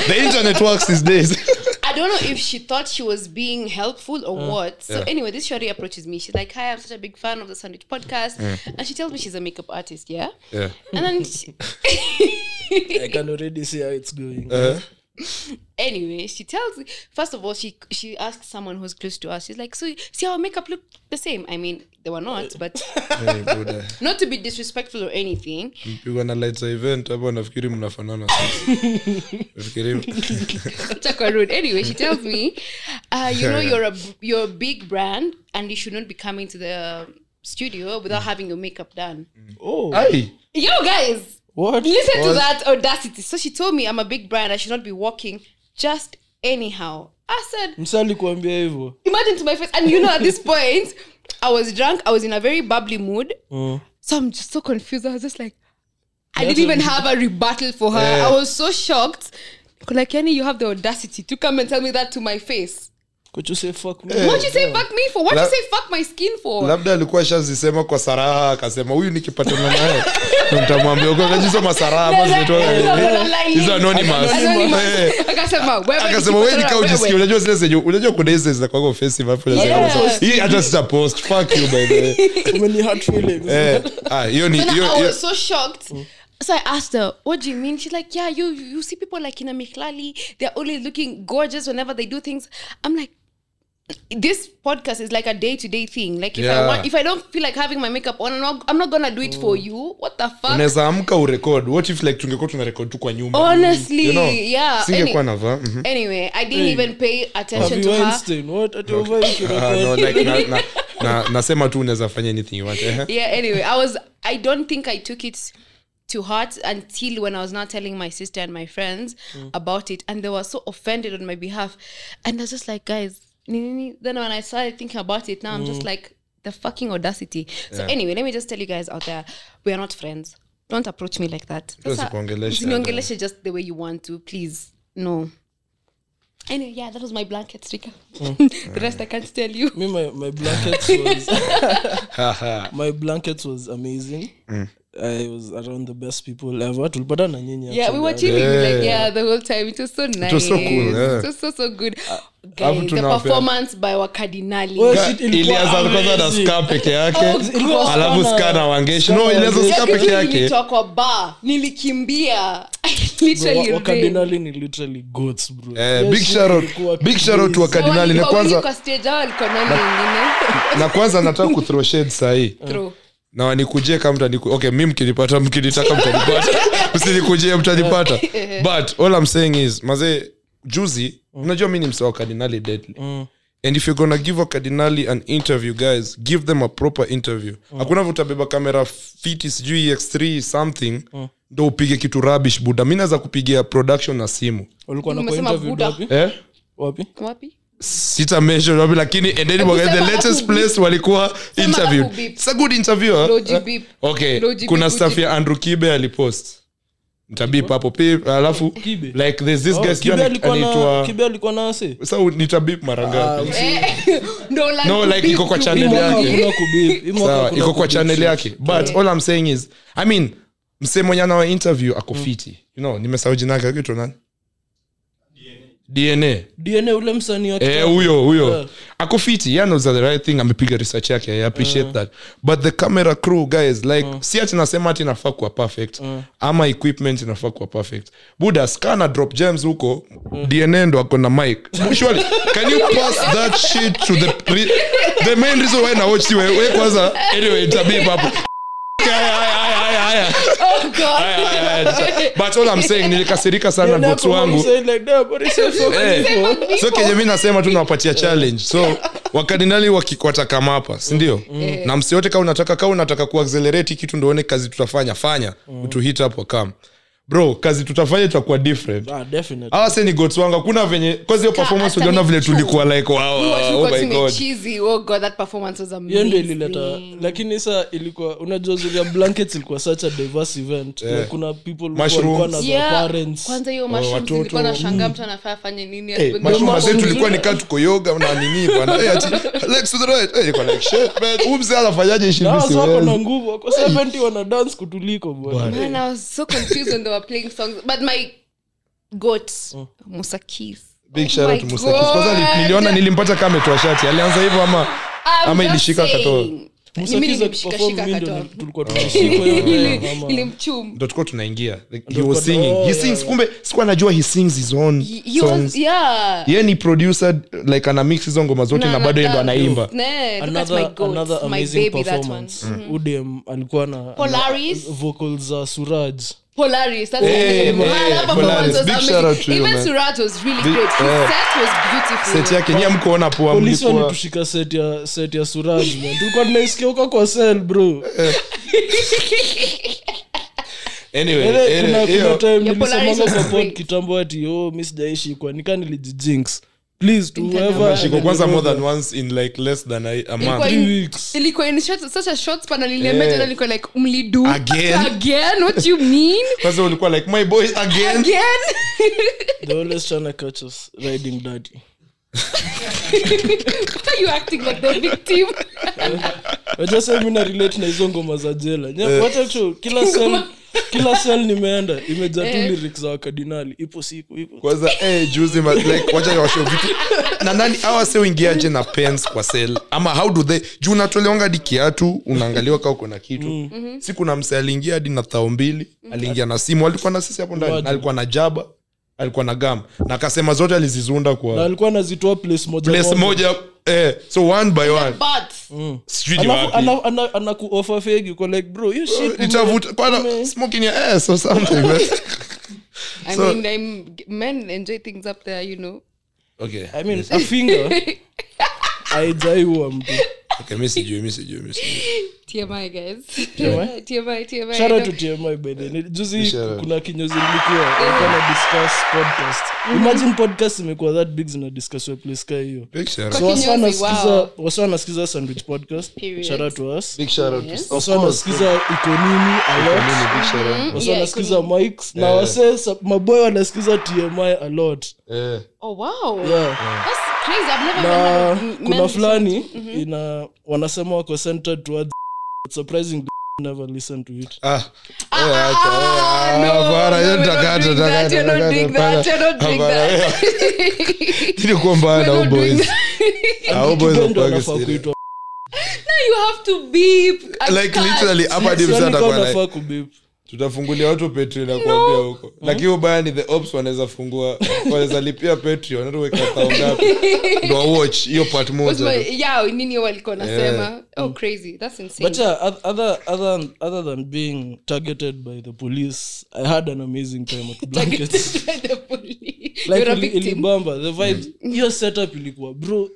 [SPEAKER 3] the internet works these days
[SPEAKER 4] I don't know if she thought she was being helpful or what. So
[SPEAKER 3] Uh, Yeah.
[SPEAKER 4] anyway, this shorty approaches me. She's like, "Hi, I'm such a big fan of the Sandwich Podcast,"
[SPEAKER 3] Mm.
[SPEAKER 4] and she tells me she's a makeup artist. Yeah,
[SPEAKER 3] yeah
[SPEAKER 4] and then she,
[SPEAKER 2] I can already see how it's going.
[SPEAKER 3] uh,
[SPEAKER 4] anyway, she tells me first of all, she she asks someone who's close to us. She's like, "So see our makeup look the same?" I mean, they were not, but
[SPEAKER 3] hey, brother.
[SPEAKER 4] not to be disrespectful or anything. *laughs*
[SPEAKER 3] mpigwa na lights za event hapa nafikiri mnafanana sasa.
[SPEAKER 4] *laughs*
[SPEAKER 3] Nafikiri-
[SPEAKER 4] Chakwa rude. Anyway, she tells me, uh, you know, you're a you're a big brand, and you should not be coming to the studio without having your makeup done.
[SPEAKER 2] Oh,
[SPEAKER 3] Ai,
[SPEAKER 4] Yo, guys,
[SPEAKER 2] what?
[SPEAKER 4] listen to
[SPEAKER 3] What?
[SPEAKER 4] that audacity. So she told me I'm a big brand. I should not be walking just anyhow. I said,
[SPEAKER 2] Msali kuambia hivyo.
[SPEAKER 4] imagine to my face. And you know, at this point, I was drunk. I was in a very bubbly mood.
[SPEAKER 3] Oh.
[SPEAKER 2] Mm.
[SPEAKER 4] So I'm just so confused. I was just like, I
[SPEAKER 2] That's
[SPEAKER 4] didn't even
[SPEAKER 2] what-
[SPEAKER 4] have a rebuttal for her.
[SPEAKER 3] Yeah.
[SPEAKER 4] I was so shocked. Like, Kenny, you have the audacity to come and tell me that to my face.
[SPEAKER 2] Could you say fuck me?
[SPEAKER 4] What you say fuck me for? What
[SPEAKER 3] La-
[SPEAKER 4] you say fuck my skin for?
[SPEAKER 3] labda alikuwa shazisema kwa saraha akasema huyu nikipatana naye ntamwambia ukakajisoma saraha ama zimetoka hizo anonymous
[SPEAKER 4] Anonymous.
[SPEAKER 3] Eh.
[SPEAKER 4] *laughs* Akasema, wewe
[SPEAKER 3] akasema we
[SPEAKER 4] nikipatana
[SPEAKER 3] nikaa
[SPEAKER 4] na
[SPEAKER 3] ujisikia
[SPEAKER 4] wewe."
[SPEAKER 3] unajua zile zenye unajua kuna hizi za kwago offensive hapo
[SPEAKER 4] Yeah.
[SPEAKER 3] hii hata sita post fuck you by the
[SPEAKER 4] *laughs*
[SPEAKER 3] way
[SPEAKER 2] Umeni hurt feelings.
[SPEAKER 3] eh ah hiyo ni
[SPEAKER 4] And
[SPEAKER 3] hiyo
[SPEAKER 4] I
[SPEAKER 3] hiyo-
[SPEAKER 4] was so shocked.
[SPEAKER 3] Mm.
[SPEAKER 4] So I asked her, "What do you mean?" She's like, "Yeah, you you see people like in a Miklali, they're always looking gorgeous whenever they do things." I'm like, "This podcast is like a day to day thing. Like if I
[SPEAKER 3] Yeah. Mm.
[SPEAKER 4] want, if I don't feel like having my makeup on, I'm not, I'm not gonna do it for you. What the fuck?"
[SPEAKER 3] unaweza amka urekod what if like tungekuwa tuna rekod tu kwa nyumba
[SPEAKER 4] Honestly,
[SPEAKER 3] You know,
[SPEAKER 4] yeah.
[SPEAKER 3] singekuwa
[SPEAKER 4] Any-
[SPEAKER 3] navaa mhm.
[SPEAKER 4] anyway, I didn't
[SPEAKER 2] Hey.
[SPEAKER 4] even pay attention
[SPEAKER 2] Harvey
[SPEAKER 4] to her.
[SPEAKER 2] Weinstein, what? Ati over you could
[SPEAKER 3] Ah,
[SPEAKER 2] record. *laughs*
[SPEAKER 3] no, like, na- na- na- nasema tu unaweza fanya anything you want eh.
[SPEAKER 4] yeah anyway i was i don't think i took it to heart until when i was now telling my sister and my friends about it and they were so offended on my behalf and i was just like guys ni- ni- ni." then when i started thinking about it now i'm just like the fucking audacity so anyway let me just tell you guys out there we are not friends don't approach me like that Sasa,
[SPEAKER 3] Usikuongeleshe.
[SPEAKER 4] usiniongeleshe just the way you want to please no anyway yeah that was my blanket sticker *laughs* the rest i can't tell you
[SPEAKER 2] me my, my blankets was
[SPEAKER 3] Haha.
[SPEAKER 2] my blankets was amazing
[SPEAKER 3] Mm.
[SPEAKER 2] i was around the best people ever tulipatana na nyinyi
[SPEAKER 4] Yeah, we
[SPEAKER 2] actually.
[SPEAKER 4] were chilling like
[SPEAKER 3] Yeah.
[SPEAKER 4] yeah the whole time. It was so nice.
[SPEAKER 3] was so cool, yeah.
[SPEAKER 4] It was so so good.
[SPEAKER 3] Uh, hapo
[SPEAKER 4] Guys, the
[SPEAKER 3] tunawapea-
[SPEAKER 4] performance by Wakadinali.
[SPEAKER 2] Well,
[SPEAKER 3] Ka-
[SPEAKER 2] Oh, Shit, ilikuwa
[SPEAKER 3] ilianza kwanza na
[SPEAKER 2] amazing.
[SPEAKER 3] ska peke yake
[SPEAKER 4] Oh, God.
[SPEAKER 3] alafu
[SPEAKER 2] Ska na-
[SPEAKER 3] ska na wangeshi
[SPEAKER 2] ska na
[SPEAKER 3] no ilianza
[SPEAKER 2] wangeshi.
[SPEAKER 3] ska peke yake
[SPEAKER 4] nilitoka bar nilikimbia *laughs* I
[SPEAKER 2] Bro, wa-
[SPEAKER 4] literally
[SPEAKER 2] wa
[SPEAKER 4] ran.
[SPEAKER 2] Cardinali ni literally goats, bro.
[SPEAKER 3] Eh,
[SPEAKER 2] Yes,
[SPEAKER 3] big shout out-
[SPEAKER 2] ilikuwa
[SPEAKER 3] big shout out to
[SPEAKER 2] crazy.
[SPEAKER 3] Wakadi- Cardinali, na
[SPEAKER 4] Wawili
[SPEAKER 3] kwanza-
[SPEAKER 4] kwa stage hao walikuwa nani wengine?
[SPEAKER 3] na kwanza nataka kuthrow shade sahii
[SPEAKER 4] Throw.
[SPEAKER 3] na wanikujie kama mtaniku okay mi mkinipata mkinitaka mtanipata msinikujie mtanipata but all I'm saying is mazee juzi unajua mi ni msawa kardinali deadly and if you're gonna give a kardinali an interview guys give them a proper interview hakuna vile utabeba kamera fiti sijui x3 something ndo upige kitu rubbish buda mi naweza kupigia production na simu
[SPEAKER 2] Walikuwa na
[SPEAKER 4] Umesema
[SPEAKER 2] kuinterview
[SPEAKER 4] Buddha.
[SPEAKER 2] wapi?
[SPEAKER 3] eh?
[SPEAKER 2] Wapi?
[SPEAKER 4] Wapi?
[SPEAKER 3] Mm. sita mention wapi, lakini and then wakaenda the
[SPEAKER 4] Sema
[SPEAKER 3] latest
[SPEAKER 4] hapo
[SPEAKER 3] place walikuwa interviewed
[SPEAKER 4] hapo beep.
[SPEAKER 3] it's a good interviewer
[SPEAKER 4] Loji beep.
[SPEAKER 3] okay
[SPEAKER 4] Loji
[SPEAKER 3] kuna
[SPEAKER 4] beep,
[SPEAKER 3] stuff
[SPEAKER 4] loji
[SPEAKER 3] ya Andrew Kibe alipost mtabip hapo pip alafu
[SPEAKER 2] Kibe.
[SPEAKER 3] like there's this
[SPEAKER 2] Oh,
[SPEAKER 3] guy
[SPEAKER 2] Kibe
[SPEAKER 3] sijui
[SPEAKER 2] alikuwa na-
[SPEAKER 3] anaitwa
[SPEAKER 2] Kibe Ah, alikuwa na ase?
[SPEAKER 3] sasa nitabip mara ngapi
[SPEAKER 4] Eh, *laughs* no like
[SPEAKER 3] No, like,
[SPEAKER 4] beep,
[SPEAKER 3] iko kwa
[SPEAKER 4] beep,
[SPEAKER 3] channel
[SPEAKER 4] beep.
[SPEAKER 3] yake.
[SPEAKER 2] Mwaka hakuna kubip. Hii mwaka
[SPEAKER 3] sawa
[SPEAKER 2] hakuna
[SPEAKER 3] iko kwa
[SPEAKER 2] kubip
[SPEAKER 3] channel
[SPEAKER 2] shit.
[SPEAKER 3] yake but all i'm saying is i mean msee mwenye anawa interview ako
[SPEAKER 2] Mm.
[SPEAKER 3] fiti you know nimesahau jina yake kitwa nani dna
[SPEAKER 2] DNA ule msanii wa
[SPEAKER 3] Eh,
[SPEAKER 2] kitambo.
[SPEAKER 3] huyo
[SPEAKER 2] Yeah.
[SPEAKER 3] huyo ako fiti ye knows the right thing amepiga research yake i appreciate that but the camera crew guys like
[SPEAKER 2] Mm.
[SPEAKER 3] si ati nasema ati inafaa kuwa perfect ama equipment inafaa kuwa perfect buda scana drop gems huko
[SPEAKER 2] Mm.
[SPEAKER 3] dna ndo ako na
[SPEAKER 2] *laughs*
[SPEAKER 3] mic usually can you pass that shit to the re- the main reason why na watch we, we kwanza anyway tabii *laughs* hapo Haya, haya, haya, haya.
[SPEAKER 4] *laughs* Oh god.
[SPEAKER 3] Haya, haya, haya. but all i'm saying nilikasirika sana
[SPEAKER 2] DNA
[SPEAKER 3] bots
[SPEAKER 2] kwa
[SPEAKER 3] wangu
[SPEAKER 2] msanii like that, but he said fuck
[SPEAKER 3] Eh.
[SPEAKER 2] people.
[SPEAKER 3] so kenye mi nasema tu nawapatia challenge so wakardinali wakikwatakama hapa sindio Mm. na msi
[SPEAKER 4] Mm.
[SPEAKER 3] yote kaa unataka kaa unataka kuaccelerate kitu ndoone kazi tutafanya fanya mm. utuhit hapo kam bro kazi tutafanya itakuwa different
[SPEAKER 2] Ah, definitely.
[SPEAKER 3] awase ni gotswanga kuna venye kwazi hiyo
[SPEAKER 4] Ka-
[SPEAKER 3] performance
[SPEAKER 4] hata
[SPEAKER 3] uliona
[SPEAKER 4] mi-
[SPEAKER 3] vile tulikuwa like wow,
[SPEAKER 4] We were- we
[SPEAKER 3] oh
[SPEAKER 4] got
[SPEAKER 3] my
[SPEAKER 4] to make
[SPEAKER 3] god
[SPEAKER 4] cheesy. Oh God, that performance was
[SPEAKER 2] hiyo ndio
[SPEAKER 4] amazing.
[SPEAKER 2] ilileta lakini sa ilikuwa unajua zuri ya blankets ilikuwa such a diverse event yeah. kuna people walikuwa
[SPEAKER 3] Mushrooms.
[SPEAKER 2] walikuwa na their
[SPEAKER 4] Yeah,
[SPEAKER 2] parents
[SPEAKER 4] kwanza hiyo mushrooms
[SPEAKER 3] Oh, watoto, Mm. Eh,
[SPEAKER 4] ilikuwa nashangaa mtu anafaa afanye nini
[SPEAKER 3] Hey,
[SPEAKER 4] abebe
[SPEAKER 3] mushroom
[SPEAKER 4] mkongo.
[SPEAKER 3] mazee tulikuwa nikaa tuko yoga na nini bwana hey, ati legs to the right hey, nilikuwa like shit man huyu mzee anafanyaje shit
[SPEAKER 2] Na
[SPEAKER 3] mimi
[SPEAKER 2] hawa wako na
[SPEAKER 3] siwezi
[SPEAKER 2] nguvu wako 70 wana dance kutuliko bwana
[SPEAKER 4] Man, I was so confused when they were playing songs. But my goat,
[SPEAKER 3] Oh.
[SPEAKER 4] Musakis.
[SPEAKER 3] big shout out
[SPEAKER 4] Oh my
[SPEAKER 3] to Musa Kis. Kwanza
[SPEAKER 4] God.
[SPEAKER 3] nili- niliona nilimpata kama ametoa shati alianza hivyo ama
[SPEAKER 4] I'm
[SPEAKER 3] Ama
[SPEAKER 4] just
[SPEAKER 3] ilishika
[SPEAKER 4] saying.
[SPEAKER 3] katoa.
[SPEAKER 4] Mimi
[SPEAKER 2] Musakiza
[SPEAKER 4] nilimshikashika
[SPEAKER 2] akiperform, mi ndio
[SPEAKER 4] katoa.
[SPEAKER 2] tulikuwa
[SPEAKER 4] *laughs*
[SPEAKER 2] tunashikwa hiyo time, ama-
[SPEAKER 4] Ilimchum.
[SPEAKER 3] ndo tukuwa tunaingia Like, he
[SPEAKER 2] Ndo
[SPEAKER 3] was
[SPEAKER 2] tuko-
[SPEAKER 3] singing
[SPEAKER 2] oh,
[SPEAKER 3] he
[SPEAKER 2] yeah,
[SPEAKER 3] sings
[SPEAKER 2] yeah.
[SPEAKER 3] kumbe sikuwa najua he sings his own
[SPEAKER 4] He- he was-
[SPEAKER 3] songs
[SPEAKER 4] yeah.
[SPEAKER 3] ye ni producer like ana mix hizo ngoma zote na,
[SPEAKER 4] Na-
[SPEAKER 3] bado ye
[SPEAKER 4] na-
[SPEAKER 3] ndo anaimba
[SPEAKER 4] Ne, look at my
[SPEAKER 2] another,
[SPEAKER 4] goat,
[SPEAKER 2] another
[SPEAKER 4] my
[SPEAKER 2] amazing
[SPEAKER 4] baby, that one. Mm-hmm.
[SPEAKER 2] performance
[SPEAKER 3] Mm.
[SPEAKER 2] udm alikuwa na
[SPEAKER 4] Polaris.
[SPEAKER 2] na vocals za suraj
[SPEAKER 4] Polaris, that's
[SPEAKER 3] Hey,
[SPEAKER 4] the name.
[SPEAKER 3] man,
[SPEAKER 4] Man, that
[SPEAKER 3] Polaris.
[SPEAKER 4] performance was
[SPEAKER 3] Big
[SPEAKER 4] amazing.
[SPEAKER 3] shout out to you,
[SPEAKER 4] Even
[SPEAKER 3] man.
[SPEAKER 4] Suraj was really
[SPEAKER 3] Big-
[SPEAKER 4] great. His
[SPEAKER 3] yeah.
[SPEAKER 4] set was beautiful.
[SPEAKER 3] set yake nyie amkuona poa
[SPEAKER 2] polisi
[SPEAKER 3] mlikuwa
[SPEAKER 2] walitushika set ya set ya suraj man. tulikuwa tunaisikia huko kwa sel bro
[SPEAKER 3] anyway eh,
[SPEAKER 2] Ele, kuna- kuna
[SPEAKER 3] anyway, hiyo-
[SPEAKER 2] time
[SPEAKER 4] Ya Polaris
[SPEAKER 2] nilisemanga kwa
[SPEAKER 4] was
[SPEAKER 2] pod
[SPEAKER 4] great.
[SPEAKER 2] kitambo ati oh, mi sijaishi kwa nika nilijijinx please to
[SPEAKER 4] Internal.
[SPEAKER 2] whoever
[SPEAKER 3] shiko eh, kwanza more than once in like less than a, a month
[SPEAKER 4] Ilikuwa
[SPEAKER 2] Three
[SPEAKER 4] in-
[SPEAKER 2] weeks.
[SPEAKER 4] ilikuwa in short, such a short span and niliambiwa jana nilikuwa like mlidu
[SPEAKER 3] Again?
[SPEAKER 4] again what you mean
[SPEAKER 3] kwanza ulikuwa like my boys again
[SPEAKER 4] again *laughs*
[SPEAKER 2] they always trying to catch us riding daddy
[SPEAKER 4] *laughs* Why are you acting like the victim
[SPEAKER 2] Unajua sasa mimi na relate na hizo ngoma za jela Nya-
[SPEAKER 3] Eh.
[SPEAKER 2] wacha tu kila sel kila sel nimeenda imejaa tu lyrics za wakardinali ipo siku ipo
[SPEAKER 3] kwanza eh, juzi ma- like, wacha niwashow vitu na nani hawa si uingiaje na pens kwa sel ama how do they juu unatoleonga hadi kiatu unaangaliwa kaa uko na kitu
[SPEAKER 2] Mm.
[SPEAKER 3] si kuna mse aliingia hadi na thao mbili aliingia na simu alikuwa na sisi hapo ndani
[SPEAKER 2] Imagine.
[SPEAKER 3] na alikuwa na jaba alikuwa na gam na akasema zote alizizunda
[SPEAKER 2] na
[SPEAKER 3] kwa
[SPEAKER 2] alikuwa anazitoa place moja
[SPEAKER 3] place moja eh, so one by one
[SPEAKER 4] but
[SPEAKER 3] sijui ni
[SPEAKER 2] alafu
[SPEAKER 3] wapi
[SPEAKER 2] ana- ana- anakuofa fegi uko like bro hiyo shit
[SPEAKER 3] itavuta kwana smoke in your ass or something right?
[SPEAKER 4] I
[SPEAKER 3] So-
[SPEAKER 4] mean I'm, men enjoy things up there you know
[SPEAKER 3] *laughs* okay
[SPEAKER 2] I mean, a finger haijai huwa mtu
[SPEAKER 3] okay mimi sijui mimi sijui mimi sijui
[SPEAKER 4] TMI guys *laughs*
[SPEAKER 2] TMI?
[SPEAKER 4] TMI TMI
[SPEAKER 2] Shout out to
[SPEAKER 4] I know.
[SPEAKER 2] TMI by the way. juzi
[SPEAKER 3] Shout out.
[SPEAKER 2] kuna kinyozi nilikuwa walikuwa na discuss podcast
[SPEAKER 4] Mm-hmm.
[SPEAKER 2] imagine podcast imekuwa that big zina discuss wa place kaa hiyo
[SPEAKER 3] big shout
[SPEAKER 2] so
[SPEAKER 3] out
[SPEAKER 2] wasa
[SPEAKER 4] Kinyozi,
[SPEAKER 2] wanasikiza
[SPEAKER 4] wow.
[SPEAKER 2] wasa wanasikiza sandwich podcast
[SPEAKER 4] Period.
[SPEAKER 2] shout out to us
[SPEAKER 5] Big shout out
[SPEAKER 4] Yes.
[SPEAKER 5] to of
[SPEAKER 2] wasa
[SPEAKER 5] course. Big
[SPEAKER 2] wanasikiza ikonini alot
[SPEAKER 5] shout out.
[SPEAKER 2] wasa
[SPEAKER 4] Yeah,
[SPEAKER 2] wanasikiza
[SPEAKER 4] Ikonini.
[SPEAKER 2] mics na wase sa- maboy wanasikiza tmi a lot
[SPEAKER 5] Eh,
[SPEAKER 4] oh wow
[SPEAKER 2] yeah
[SPEAKER 4] that's crazy I've never
[SPEAKER 2] na
[SPEAKER 4] even heard of
[SPEAKER 2] kuna
[SPEAKER 4] men-
[SPEAKER 2] fulani
[SPEAKER 4] Mm-hmm.
[SPEAKER 2] ina wanasema wako centered towards *laughs* but surprisingly *laughs* never listen to it
[SPEAKER 3] ah
[SPEAKER 4] Ah,
[SPEAKER 3] Eh,
[SPEAKER 4] ah,
[SPEAKER 3] acha, eh,
[SPEAKER 4] ah,
[SPEAKER 3] ah,
[SPEAKER 4] no,
[SPEAKER 3] bana,
[SPEAKER 4] no,
[SPEAKER 3] hiyo
[SPEAKER 4] we're not
[SPEAKER 3] takata,
[SPEAKER 4] doing that,
[SPEAKER 3] takata,
[SPEAKER 4] we're not doing
[SPEAKER 3] takata,
[SPEAKER 4] that, we're not doing
[SPEAKER 3] bana.
[SPEAKER 2] Ah,
[SPEAKER 4] that. *laughs*
[SPEAKER 3] ilikuwa mbaya na
[SPEAKER 4] We're not doing
[SPEAKER 3] uboys Ah, hao boys
[SPEAKER 2] Kipendo
[SPEAKER 3] wakuage
[SPEAKER 2] anafaa
[SPEAKER 3] serious.
[SPEAKER 2] kuitwa
[SPEAKER 4] Now you have to beep. I
[SPEAKER 3] like
[SPEAKER 4] can't.
[SPEAKER 3] literally hapa
[SPEAKER 2] Swali
[SPEAKER 3] hadi msee
[SPEAKER 2] kama
[SPEAKER 3] atakuwa like,
[SPEAKER 2] unafaa kubip.
[SPEAKER 3] tutafungulia watu patreon na kuambia huko lakini ubaya ni the ops wanaweza fungua wanaweza lipia patreon wanatuweka thao ngapi
[SPEAKER 4] *laughs*
[SPEAKER 3] ndo watch hiyo part
[SPEAKER 4] Was my-
[SPEAKER 3] moja
[SPEAKER 4] yeah, nini walikuwa nasema oh crazy that's insane
[SPEAKER 2] But yeah, oth- other, other, other than being targeted by the police, I had an amazing time
[SPEAKER 4] *laughs*
[SPEAKER 2] at Blankets.
[SPEAKER 4] The
[SPEAKER 2] like
[SPEAKER 4] police. You're a
[SPEAKER 2] ili-
[SPEAKER 4] victim.
[SPEAKER 2] ilibamba the vibes.
[SPEAKER 3] Mm.
[SPEAKER 2] Hiyo setup ilikuwa bro,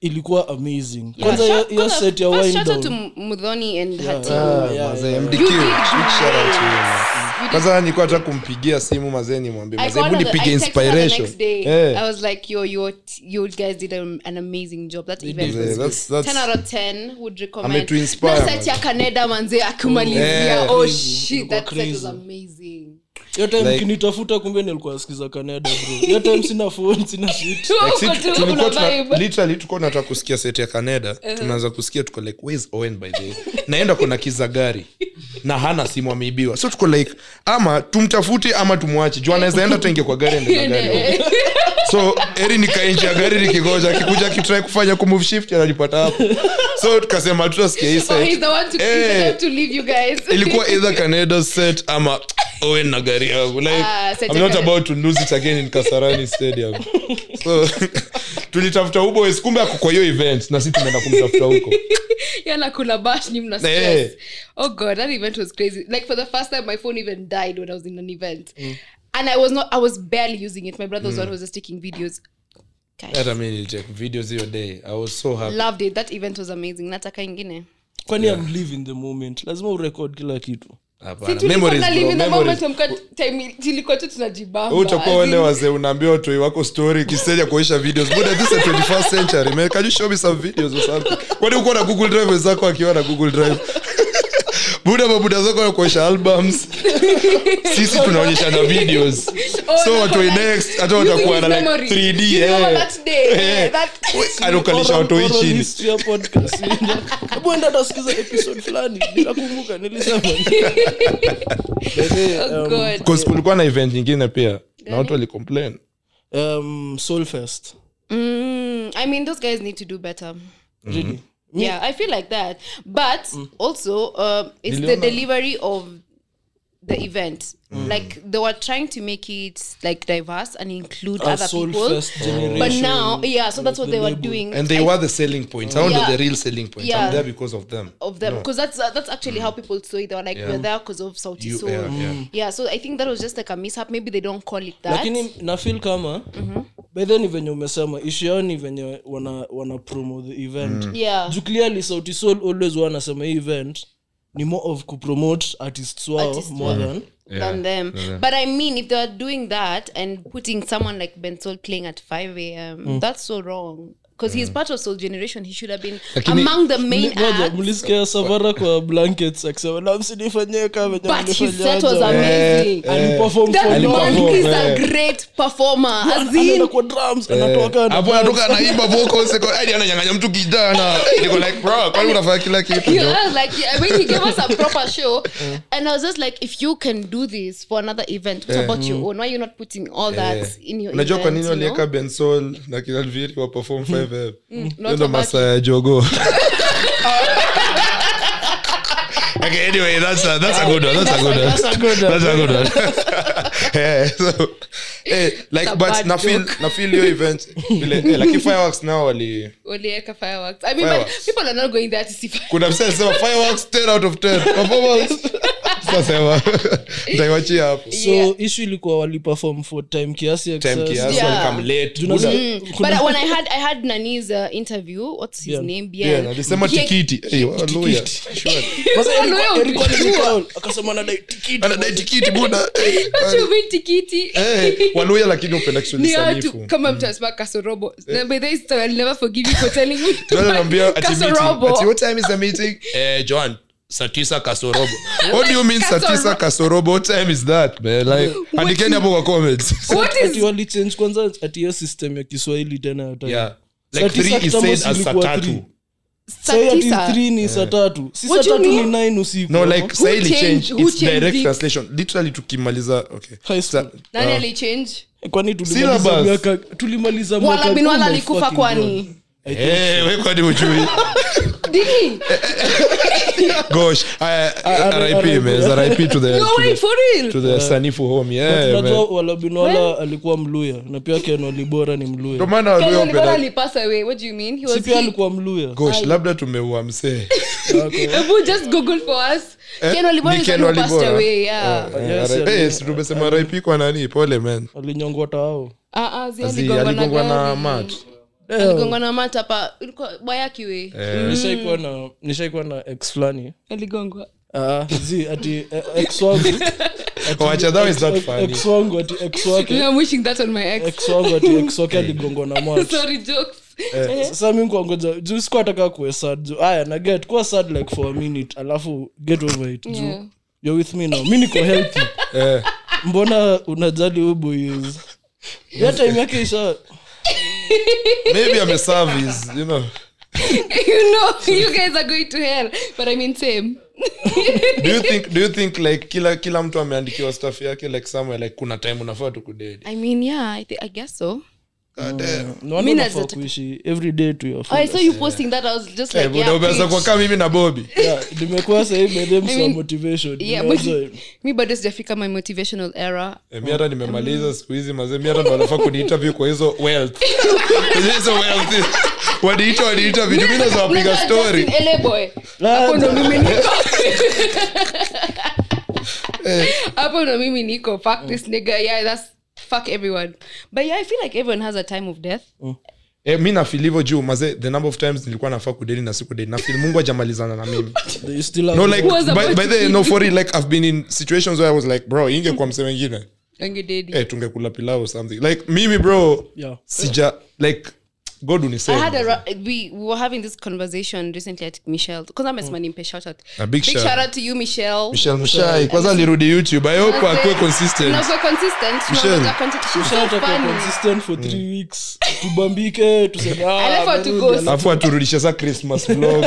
[SPEAKER 2] ilikuwa amazing.
[SPEAKER 4] Yeah,
[SPEAKER 2] Kwanza hiyo-
[SPEAKER 4] shout-
[SPEAKER 2] hiyo
[SPEAKER 4] kwanza
[SPEAKER 2] set ya
[SPEAKER 4] first
[SPEAKER 2] wind
[SPEAKER 4] shout out to
[SPEAKER 2] down.
[SPEAKER 4] M- Mudhoni and her team.
[SPEAKER 2] Yeah,
[SPEAKER 3] Ah,
[SPEAKER 2] yeah,
[SPEAKER 3] mazee,
[SPEAKER 2] yeah.
[SPEAKER 3] MDQ,
[SPEAKER 4] You did
[SPEAKER 3] big shout out to you, man.
[SPEAKER 4] You did-
[SPEAKER 3] kwanza nilikuwa hata kumpigia simu mazee nimwambie
[SPEAKER 4] I
[SPEAKER 3] mazee
[SPEAKER 4] called
[SPEAKER 3] hebu
[SPEAKER 4] her the- I
[SPEAKER 3] nipige
[SPEAKER 4] texted her the
[SPEAKER 3] inspiration
[SPEAKER 4] next day.
[SPEAKER 3] Eh.
[SPEAKER 4] I was like, yo, yo, t- you guys did an, an amazing job. That event
[SPEAKER 3] Mazee,
[SPEAKER 4] was
[SPEAKER 3] that's-
[SPEAKER 4] 10
[SPEAKER 3] that's-
[SPEAKER 4] out of 10 would recommend.
[SPEAKER 3] Ametuinspire,
[SPEAKER 4] Na set
[SPEAKER 3] man.
[SPEAKER 4] ya Kaneda manze akimalizia.
[SPEAKER 3] Eh.
[SPEAKER 4] Oh
[SPEAKER 2] Crazy.
[SPEAKER 4] shit,
[SPEAKER 2] Ilikuwa
[SPEAKER 4] that set was
[SPEAKER 2] crazy. *laughs*
[SPEAKER 4] amazing.
[SPEAKER 2] Hiyo time
[SPEAKER 3] Like-
[SPEAKER 2] kinitafuta kumbe nilikuwa nasikiza Canada bro. Hiyo time sina phone, sina shit.
[SPEAKER 4] *laughs*
[SPEAKER 3] Like, si-
[SPEAKER 4] Huko tu,
[SPEAKER 3] tulikuwa
[SPEAKER 4] kuna
[SPEAKER 3] tuna-
[SPEAKER 4] vibe. Eh.
[SPEAKER 3] literally tulikuwa tunataka kusikia set ya kanada tunaanza kusikia tuko like where's owen by the way naenda kona kiza gari na hana simu ameibiwa so tuko like ama tumtafute ama tumwache juu anaweza enda tuingie kwa gari aende na
[SPEAKER 4] *laughs*
[SPEAKER 3] gari so eri nikaenchi ya gari nikigoja akikuja akitrai kufanya kumove shift anajipata hapo so tukasema tutasikia hii
[SPEAKER 4] So he's
[SPEAKER 3] set
[SPEAKER 4] the one to, he's the
[SPEAKER 3] Eh.
[SPEAKER 4] one to leave you guys. *laughs*
[SPEAKER 3] ilikuwa either canada set ama owen na gari yangu like
[SPEAKER 4] Ah, set
[SPEAKER 3] i'm
[SPEAKER 4] ya
[SPEAKER 3] not
[SPEAKER 4] Canada.
[SPEAKER 3] about to lose it again in kasarani
[SPEAKER 4] *laughs*
[SPEAKER 3] stadium so *laughs* tulitafuta uboys kumbe ako kwa hiyo event na sisi tumeenda kumtafuta huko
[SPEAKER 4] yana kuna bash ni mna
[SPEAKER 3] Eh.
[SPEAKER 4] stress oh god that event was crazy like for the first time my phone even died when i was in an event
[SPEAKER 3] Mm.
[SPEAKER 4] and i was not i was barely using it my brother was the one who was just taking videos Guys,
[SPEAKER 3] hata mi nilicheck videos hiyo day i was so happy
[SPEAKER 4] loved it that event was amazing nataka ingine
[SPEAKER 2] Kwani I'm living the moment. Lazima urecord kila kitu.
[SPEAKER 3] Hapana.
[SPEAKER 4] Si tulikuwa
[SPEAKER 3] Memories,
[SPEAKER 4] na live
[SPEAKER 3] bro,
[SPEAKER 4] in the
[SPEAKER 3] memories.
[SPEAKER 4] moment, hamkuwa time- tulikuwa tu tunajibamba.
[SPEAKER 3] Wewe utakuwa
[SPEAKER 4] As in,
[SPEAKER 3] wale wazee unaambia watoi wako story kiseja kuonyesha videos buda this is 21st century man can you show me some videos or something kwani uko na google drive wenzako akiwa na google drive *laughs* buda mabuda zako wanakuonyesha
[SPEAKER 4] *laughs*
[SPEAKER 3] albums sisi tunaonyesha na videos
[SPEAKER 4] oh,
[SPEAKER 3] so
[SPEAKER 4] na
[SPEAKER 3] watoi
[SPEAKER 4] kwa-
[SPEAKER 3] next hata
[SPEAKER 4] using
[SPEAKER 3] watakuwa
[SPEAKER 4] his
[SPEAKER 3] na like
[SPEAKER 4] memory.
[SPEAKER 3] 3d
[SPEAKER 4] You know
[SPEAKER 3] eh.
[SPEAKER 4] that day, eh,
[SPEAKER 3] Eh.
[SPEAKER 4] that-
[SPEAKER 3] anakalisha
[SPEAKER 2] Oral-
[SPEAKER 3] watoi
[SPEAKER 2] oral
[SPEAKER 3] chini
[SPEAKER 2] history ya podcast. Hebu enda tasikiza episode fulani ninakumbuka
[SPEAKER 4] *laughs*
[SPEAKER 2] nilisema Bebe,
[SPEAKER 4] *laughs* Oh,
[SPEAKER 2] um,
[SPEAKER 4] God.
[SPEAKER 3] Because kulikuwa na event nyingine pia na watu walicomplain
[SPEAKER 2] um, Soulfest.
[SPEAKER 4] Mm, I mean, those guys need to do better.
[SPEAKER 2] Really? Me-
[SPEAKER 4] Yeah, I feel like that. But
[SPEAKER 3] Mm.
[SPEAKER 4] also, um, it's the
[SPEAKER 3] Niliona-
[SPEAKER 4] delivery of the event.
[SPEAKER 3] Mm.
[SPEAKER 4] Like they were trying to make it like diverse and include
[SPEAKER 2] A
[SPEAKER 4] other people.
[SPEAKER 2] Soulfest generation.
[SPEAKER 4] But now, yeah, so that's what
[SPEAKER 2] the
[SPEAKER 4] they were
[SPEAKER 2] label.
[SPEAKER 4] doing.
[SPEAKER 3] and they
[SPEAKER 4] I-
[SPEAKER 3] were the selling points i wanted
[SPEAKER 4] Yeah.
[SPEAKER 3] the real selling points
[SPEAKER 4] Yeah.
[SPEAKER 3] i'm there because of them
[SPEAKER 4] of them because that's uh, that's actually how people saw it. They were like,
[SPEAKER 3] Mm. Yeah.
[SPEAKER 4] we're there because of Saudi
[SPEAKER 3] You-
[SPEAKER 4] Soul.
[SPEAKER 3] yeah,
[SPEAKER 4] Yeah,
[SPEAKER 3] yeah.
[SPEAKER 4] so I think that was just like a mishap. Maybe they don't call it that.
[SPEAKER 2] lakini nafil kama
[SPEAKER 4] Mhm.
[SPEAKER 2] by then ni venye umesema ishu yao ni venye wana, wana promo the event
[SPEAKER 4] yeah,
[SPEAKER 2] juu clearly sauti sol always huwa anasema hii event ni more of kupromote artists wao
[SPEAKER 4] Artists
[SPEAKER 2] more than
[SPEAKER 4] than them. But I mean, if they are doing that and putting someone like Ben Sol playing at 5 a.m., that's so wrong. Because
[SPEAKER 3] Mm.
[SPEAKER 4] he's part of Soul Generation, he should have been
[SPEAKER 3] Lakini-
[SPEAKER 4] among the main
[SPEAKER 2] Ngoja,
[SPEAKER 4] acts.
[SPEAKER 2] mlisikia savara kwa blankets akisema "Na msinifanyie kama venye
[SPEAKER 4] But his set was
[SPEAKER 2] mlifanyaje."
[SPEAKER 4] amazing.
[SPEAKER 2] Aliperform for
[SPEAKER 4] That
[SPEAKER 2] me.
[SPEAKER 4] man
[SPEAKER 3] Aliperform,
[SPEAKER 4] is
[SPEAKER 3] eh.
[SPEAKER 4] a great performer. As in,
[SPEAKER 2] Anaenda kwa drums, anatoka,
[SPEAKER 3] hapo anatoka anaimba vocals iko hadi ananyang'anya mtu kijana Eh, niko like bro kwani unafanya kila *laughs* kitu
[SPEAKER 4] you
[SPEAKER 3] jo
[SPEAKER 4] know, like I mean, he gave us a proper show, and I was just like, if you can do this for another event, what about your own? Why are you not putting all that in your
[SPEAKER 3] unajua kwa
[SPEAKER 4] event?
[SPEAKER 3] nini
[SPEAKER 4] you
[SPEAKER 3] waliweka
[SPEAKER 4] know? Hmm.
[SPEAKER 3] bensol na kinalviri wa perform 5
[SPEAKER 4] not
[SPEAKER 3] ndo
[SPEAKER 4] Kabaki.
[SPEAKER 3] masaa ya jogo *laughs* Okay, anyway, that's a, that's a good one. That's a good one.
[SPEAKER 2] That's a good one.
[SPEAKER 3] That's a good one. *laughs* Eh, so, eh, like,
[SPEAKER 4] a
[SPEAKER 3] but
[SPEAKER 4] bad
[SPEAKER 3] na feel
[SPEAKER 4] joke.
[SPEAKER 3] na feel hiyo event vile eh, like fireworks now wali
[SPEAKER 4] Walieka fireworks. I mean,
[SPEAKER 3] Fireworks.
[SPEAKER 4] but people are not going there to see fireworks.
[SPEAKER 3] kuna msee alisema fireworks 10 out of 10 performance sasema nitaiwachia hapo
[SPEAKER 2] so
[SPEAKER 4] Yeah.
[SPEAKER 2] issue ilikuwa waliperform for time kiasi
[SPEAKER 3] time
[SPEAKER 2] excess.
[SPEAKER 3] kiasi
[SPEAKER 4] Yeah.
[SPEAKER 3] walikam late
[SPEAKER 2] Juu nasi-
[SPEAKER 3] Buda-
[SPEAKER 2] kuna-
[SPEAKER 4] Mm. But
[SPEAKER 3] *laughs*
[SPEAKER 4] when I had I had Nani's uh, interview, what's his
[SPEAKER 2] Bien.
[SPEAKER 4] name? Bien.
[SPEAKER 3] Yeah, alisema
[SPEAKER 4] He-
[SPEAKER 3] tikiti Eh, hallelujah. Sure.
[SPEAKER 2] Kwanza
[SPEAKER 4] Hello,
[SPEAKER 2] ilikuwa-
[SPEAKER 4] yo,
[SPEAKER 2] ilikuwa
[SPEAKER 4] mjua.
[SPEAKER 2] nilikuwa- akasema nadai tikiti
[SPEAKER 3] anadai tikiti buda Eh,
[SPEAKER 4] What you mean tikiti?
[SPEAKER 3] eh, waluya lakini upenda Kiswahili
[SPEAKER 4] Ni watu
[SPEAKER 3] sanifu.
[SPEAKER 4] kama mtu anasema kasorobo.
[SPEAKER 3] Eh.
[SPEAKER 4] By the way, so I'll never forgive you for telling me. to *laughs*
[SPEAKER 3] Ndio anaambia
[SPEAKER 4] buy
[SPEAKER 3] ati meeting.
[SPEAKER 4] kasorobo.
[SPEAKER 3] Ati what time is the meeting? Eh, Joan, saa tisa kasorobo. *laughs* What do you mean saa
[SPEAKER 4] Kasoro-
[SPEAKER 3] tisa kasorobo? What time is that, man? Like, andikeni hapo kwa comments.
[SPEAKER 4] What is
[SPEAKER 2] ati walichange kwanza ati hiyo system ya kiswahili tena ya time.
[SPEAKER 3] Yeah.
[SPEAKER 2] Saa
[SPEAKER 3] Like
[SPEAKER 2] tisa
[SPEAKER 3] three is
[SPEAKER 2] kitambo
[SPEAKER 3] said as saa
[SPEAKER 2] ilikuwa
[SPEAKER 3] tatu.
[SPEAKER 2] three.
[SPEAKER 4] saa
[SPEAKER 2] Sahi ati
[SPEAKER 4] tisa?
[SPEAKER 2] three ni saa tatu si saa
[SPEAKER 4] What you
[SPEAKER 2] tatu ni
[SPEAKER 4] mean?
[SPEAKER 2] 9 usiku
[SPEAKER 3] No,
[SPEAKER 2] hapo.
[SPEAKER 3] like, saa hili
[SPEAKER 4] changed-
[SPEAKER 3] change,
[SPEAKER 4] who
[SPEAKER 3] it's direct
[SPEAKER 4] changed it?
[SPEAKER 3] translation. Literally tukimaliza, okay.
[SPEAKER 2] High school.
[SPEAKER 3] Sa-
[SPEAKER 4] Nani
[SPEAKER 3] uh,
[SPEAKER 4] alichange?
[SPEAKER 2] Eh, kwani tulimaliza
[SPEAKER 3] Syllabus.
[SPEAKER 2] miaka- tulimaliza
[SPEAKER 4] Wala
[SPEAKER 2] mwaka
[SPEAKER 4] bin wala
[SPEAKER 2] kumi,
[SPEAKER 4] alikufa
[SPEAKER 2] fucking
[SPEAKER 4] kwani?
[SPEAKER 2] God.
[SPEAKER 3] Eh, we kwani hujui?
[SPEAKER 4] *laughs* Did
[SPEAKER 3] Eh,
[SPEAKER 4] he?
[SPEAKER 3] Gosh, Ah, eh, I- RIP, man. RIP to the-
[SPEAKER 4] You
[SPEAKER 3] to
[SPEAKER 4] were
[SPEAKER 3] the-
[SPEAKER 4] waiting for real?
[SPEAKER 3] to the sanifu home. Yeah, Eh, man.
[SPEAKER 2] tunajua walabinwala alikuwa mluya na pia ken walibora ni
[SPEAKER 3] Ndio
[SPEAKER 2] mluya
[SPEAKER 3] maana waluya
[SPEAKER 4] Ken
[SPEAKER 3] hupenda-
[SPEAKER 4] Walibora passed away. What do you mean? He
[SPEAKER 2] si
[SPEAKER 4] was
[SPEAKER 2] pia
[SPEAKER 4] he.
[SPEAKER 2] alikuwa mluya
[SPEAKER 3] Gosh, labda tumeua
[SPEAKER 4] *laughs*
[SPEAKER 3] msee
[SPEAKER 4] Abu, just Google for us.
[SPEAKER 3] Eh,
[SPEAKER 4] Ken Walibora
[SPEAKER 3] ni
[SPEAKER 4] is
[SPEAKER 3] Ken
[SPEAKER 4] the one who passed
[SPEAKER 3] Walibora.
[SPEAKER 4] away. Yeah.
[SPEAKER 2] Yes,
[SPEAKER 3] Eh,
[SPEAKER 2] yeah,
[SPEAKER 3] eh,
[SPEAKER 2] yeah.
[SPEAKER 3] si tumesema rip kwa nani pole man
[SPEAKER 2] alinyongwa taao
[SPEAKER 4] Ah, ah, zi
[SPEAKER 3] Azi,
[SPEAKER 4] aligongwa na
[SPEAKER 3] aligongwa na
[SPEAKER 4] gari.
[SPEAKER 3] mat. Oh.
[SPEAKER 2] Eh.
[SPEAKER 4] Aligongwa Yaani na mat hapa. Ilikuwa Bayaki we.
[SPEAKER 3] Eh.
[SPEAKER 2] nishaikuwa na nishaikuwa na ex flani
[SPEAKER 4] Aligongwa.
[SPEAKER 2] Ah, zi ati eh, ex
[SPEAKER 3] *laughs*
[SPEAKER 2] wangu ati-
[SPEAKER 3] Wacha, that is not
[SPEAKER 2] ex-
[SPEAKER 3] funny.
[SPEAKER 2] ex wangu ati ex
[SPEAKER 4] *laughs*
[SPEAKER 2] wake
[SPEAKER 4] I'm wishing that on my ex.
[SPEAKER 2] ex wangu ati ex wake aligongwa na mwatu
[SPEAKER 4] *laughs* Sorry, jokes.
[SPEAKER 3] Eh.
[SPEAKER 2] sasa mi kuangoja juu sikuwa taka kuwe sad juu aya na get kuwa sad like for a minute alafu get over it juu
[SPEAKER 4] Yeah.
[SPEAKER 2] you're with me now mi niko healthy
[SPEAKER 3] Eh.
[SPEAKER 2] mbona unajali hubu
[SPEAKER 3] *laughs*
[SPEAKER 2] is ya time yake isha
[SPEAKER 3] maybe ameserve his, you know
[SPEAKER 4] You know, you guys are going to hell. But I mean, same.
[SPEAKER 3] do you think do you think like kila kila mtu ameandikiwa stuff yake like somewhere like kuna time unafaa tu kudedi
[SPEAKER 4] I mean, yeah, I, thi- I guess so.
[SPEAKER 2] no wonder
[SPEAKER 4] Mi
[SPEAKER 2] unafaa
[SPEAKER 4] naweza tu-
[SPEAKER 2] kuishi every day to your
[SPEAKER 4] I
[SPEAKER 2] fullest.
[SPEAKER 4] saw you posting that. I was just like,
[SPEAKER 3] Eh, buda,
[SPEAKER 4] yeah,
[SPEAKER 3] umeanza
[SPEAKER 4] preach.
[SPEAKER 3] kuwa kama mimi na
[SPEAKER 4] *laughs*
[SPEAKER 3] bobi
[SPEAKER 2] Yeah, nimekuwa sahii bedemsa
[SPEAKER 4] mean,
[SPEAKER 2] motivation
[SPEAKER 4] Yeah, *laughs* but
[SPEAKER 2] Nimeanza-
[SPEAKER 4] mi bado sijafika my motivational era
[SPEAKER 3] Eh, mi hata nimemaliza siku hizi mazee mi hata ndo wanafaa kuniinterview kwa hizo wealth *laughs* Kwa hizo wealth waniita waniita vitu mi naweza wapiga story
[SPEAKER 2] Ah,
[SPEAKER 4] hapo ndo
[SPEAKER 3] *laughs*
[SPEAKER 4] mimi niko
[SPEAKER 3] Eh.
[SPEAKER 4] hapo ndo mimi niko fuck this nigga yeah that's fuck everyone but yeah i feel like everyone has a time of death
[SPEAKER 3] Eh, mi nafil hivyo juu maze the number of times nilikuwa nafaa kudeli na siku deli nafil mungu ajamalizana na mimi
[SPEAKER 2] Do you still have
[SPEAKER 3] no like
[SPEAKER 4] Who was about
[SPEAKER 3] by, by
[SPEAKER 4] to
[SPEAKER 3] the
[SPEAKER 4] eat?
[SPEAKER 3] no for real, like i've been in situations where i was like bro ingekuwa mse wengine
[SPEAKER 4] And you did it.
[SPEAKER 3] eh, tungekula pilau or something like mimi bro
[SPEAKER 2] Yeah.
[SPEAKER 3] sija like god
[SPEAKER 4] I had a
[SPEAKER 3] unisave
[SPEAKER 4] ra- we, we were having this conversation recently at Michelle because I'm a mm. shout out.
[SPEAKER 3] A big shout.
[SPEAKER 4] shout out to you, Michelle.
[SPEAKER 3] michel mshai kwanza alirudi youtube i hope
[SPEAKER 4] That's
[SPEAKER 3] akuwe
[SPEAKER 4] it.
[SPEAKER 3] consistent
[SPEAKER 4] No, so consistent. She
[SPEAKER 3] Michelle.
[SPEAKER 4] was content- she's so
[SPEAKER 2] Shout out kwa
[SPEAKER 4] funny.
[SPEAKER 2] consistent
[SPEAKER 3] Mm.
[SPEAKER 2] for three weeks tubambike tuseme ah,
[SPEAKER 4] I love her to
[SPEAKER 2] amerudi,
[SPEAKER 4] ghost.
[SPEAKER 2] alafu-
[SPEAKER 3] afu aturudisha sa christmas
[SPEAKER 4] *laughs*
[SPEAKER 3] vlog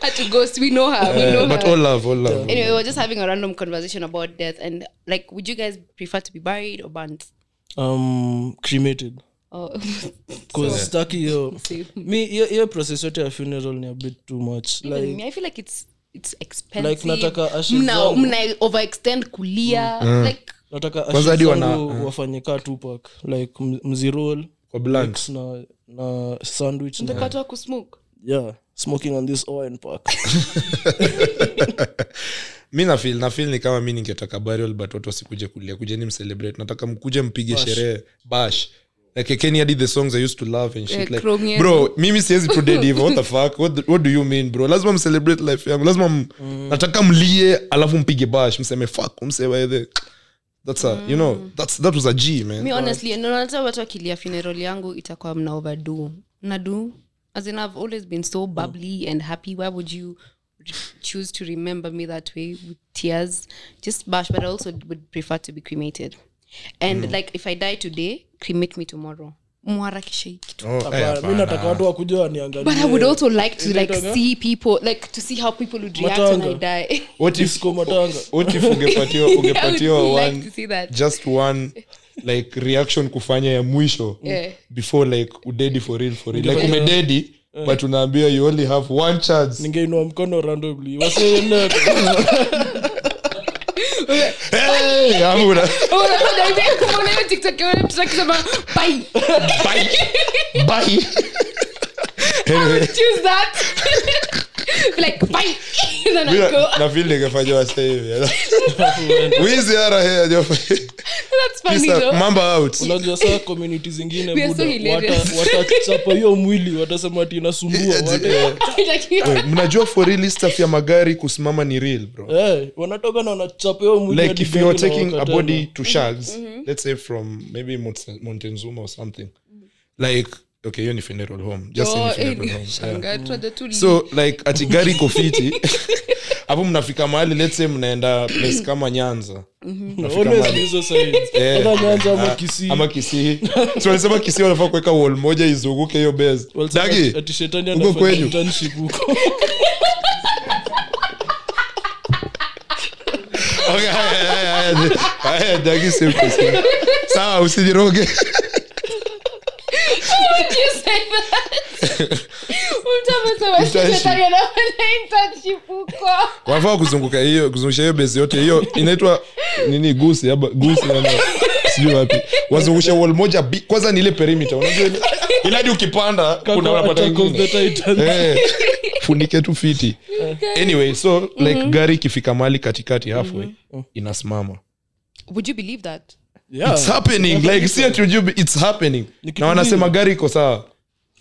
[SPEAKER 4] Had to ghost. We know her. We know
[SPEAKER 3] but
[SPEAKER 4] her.
[SPEAKER 3] all love all love
[SPEAKER 4] anyway, we were just having a random conversation about death and like, would you guys prefer to be buried or burnt?
[SPEAKER 2] Um, cremated
[SPEAKER 4] *laughs* Oh,
[SPEAKER 2] cause staki hiyo
[SPEAKER 4] same.
[SPEAKER 2] mi hiyo- hiyo process yote ya funeral ni a bit too much
[SPEAKER 4] Even
[SPEAKER 2] like
[SPEAKER 4] me, I feel like it's it's expensive.
[SPEAKER 2] Like, nataka ashes
[SPEAKER 4] mna,
[SPEAKER 2] zangu.
[SPEAKER 4] mna overextend kulia.
[SPEAKER 3] Mm.
[SPEAKER 4] Like
[SPEAKER 2] nataka
[SPEAKER 3] Kwanza hadi wana- uh-huh.
[SPEAKER 2] ashizangu wafanye kaa tupak like m- mzirol
[SPEAKER 3] kwa blunt
[SPEAKER 2] mix na na sandwich na,
[SPEAKER 4] mtaka watu wa kusmoke.
[SPEAKER 2] yeah smoking on this oil park
[SPEAKER 3] mi nafil nafil ni kama mi ningetaka burial but watu wasikuje kulia kujeni mcelebrate nataka mkuje mpige sherehe bash like Kenny hadi the songs i used to love and shit
[SPEAKER 4] Eh,
[SPEAKER 3] like
[SPEAKER 4] Chromium.
[SPEAKER 3] bro mimi siwezi tu dead hivyo what the fuck what, the- what do you mean bro lazima mcelebrate life yangu lazima m,
[SPEAKER 4] Mm.
[SPEAKER 3] nataka mlie alafu mpige bash mseme fuck msewaethe that's a you know that's that was a g
[SPEAKER 4] Mm. mi
[SPEAKER 3] man
[SPEAKER 4] honestly no, hata watu akilia funeral yangu itakuwa mna overdo mnadu as in i've always been so bubbly and happy why would you re- choose to remember me that way with tears just bash but i also would prefer to be cremated and like if i die today cremate me tomorrow mwarakishe hii kitu
[SPEAKER 3] oh, eh,
[SPEAKER 2] mi nataka watu wakuja
[SPEAKER 4] but i would also like to like
[SPEAKER 2] Unataka?
[SPEAKER 4] see people like to see how people would react when i
[SPEAKER 2] Matanga.
[SPEAKER 4] die *laughs*
[SPEAKER 3] what if
[SPEAKER 2] disco matanga
[SPEAKER 3] what if ungepatiwa
[SPEAKER 4] I would
[SPEAKER 3] ungepatiwa
[SPEAKER 4] like
[SPEAKER 3] one
[SPEAKER 4] to see that.
[SPEAKER 3] just one like reaction kufanya ya mwisho
[SPEAKER 4] Yeah.
[SPEAKER 3] before like udedi for real for real like umededi but unaambiwa you only have one chance
[SPEAKER 2] ningeinua mkono randomly wasiene
[SPEAKER 3] hey, amu una-
[SPEAKER 4] Unaona hivi, unaona hiyo Oh, TikTok ya mtu akisema, bye
[SPEAKER 3] bye.
[SPEAKER 4] *laughs*
[SPEAKER 3] Bye.
[SPEAKER 2] *laughs*
[SPEAKER 3] Anyway,
[SPEAKER 4] choose that. *laughs* like, bye. *laughs* And then I
[SPEAKER 3] mimi
[SPEAKER 4] go.
[SPEAKER 3] na-
[SPEAKER 4] *laughs*
[SPEAKER 3] na feel ningefanya wasa hivi. *laughs* Wizi ara here, jofa.
[SPEAKER 4] That's funny
[SPEAKER 3] Peace out.
[SPEAKER 4] though.
[SPEAKER 3] Mamba out.
[SPEAKER 2] unajua saa community zingine
[SPEAKER 4] We are
[SPEAKER 2] buda
[SPEAKER 4] so hilarious.
[SPEAKER 2] wata- watachapa hiyo mwili watasema ati inasumbua wata-
[SPEAKER 4] *laughs* like,
[SPEAKER 2] Oh,
[SPEAKER 4] you
[SPEAKER 3] Eh, mnajua for real stuff ya magari kusimama ni real bro
[SPEAKER 2] Eh, wanatoka na wanachapa hiyo mwili
[SPEAKER 3] like
[SPEAKER 2] hadi
[SPEAKER 3] if you're
[SPEAKER 2] gari na
[SPEAKER 3] taking a
[SPEAKER 2] wakatana.
[SPEAKER 3] body to shards let's say from maybe Monte- montezuma or something like okay hiyo ni funeral home just
[SPEAKER 4] go
[SPEAKER 3] any
[SPEAKER 4] in.
[SPEAKER 3] funeral home yeah.
[SPEAKER 4] Shangaa tu ada tu li-
[SPEAKER 3] so like ati gari kofiti hapo mnafika mahali let's say mnaenda place kama nyanza Mnafika
[SPEAKER 2] Always
[SPEAKER 3] mahali-
[SPEAKER 2] hizo signs.
[SPEAKER 3] Eh,
[SPEAKER 2] Either Nyanza ama
[SPEAKER 3] ah,
[SPEAKER 2] Kisii.
[SPEAKER 3] ama kisii so walisema kisii wanafaa kuweka wall moja izunguke hiyo base
[SPEAKER 2] Walisema
[SPEAKER 3] dagi
[SPEAKER 2] ati shetani
[SPEAKER 3] uko
[SPEAKER 2] anafanya
[SPEAKER 3] kwenyu?
[SPEAKER 2] internship huko.
[SPEAKER 3] Okay, haya, haya, haya, haya, dagi simple, simple. sawa usijiroge
[SPEAKER 4] Would *laughs* you say
[SPEAKER 2] *laughs*
[SPEAKER 4] that? Mtu amesema
[SPEAKER 3] Internship.
[SPEAKER 4] shetani *laughs* anafanya internship huko.
[SPEAKER 3] wanafaa kuzunguka hiyo kuzungusha hiyo bezi yote hiyo inaitwa nini gusi ama gusi ama sijui wapi wazungushe wall moja bi, kwanza ni ile perimeter unajua ile ile hadi ukipanda kuna
[SPEAKER 2] Kaka
[SPEAKER 3] unapata
[SPEAKER 2] Attack of the
[SPEAKER 3] ingine
[SPEAKER 2] Titan.
[SPEAKER 3] eh funike tu fiti anyway so like gari ikifika mahali katikati halfway inasimama
[SPEAKER 4] Would you believe that?
[SPEAKER 2] Yeah.
[SPEAKER 3] it's happening like si ati ujue it's happening
[SPEAKER 2] kitu
[SPEAKER 3] na wanasema gari iko sawa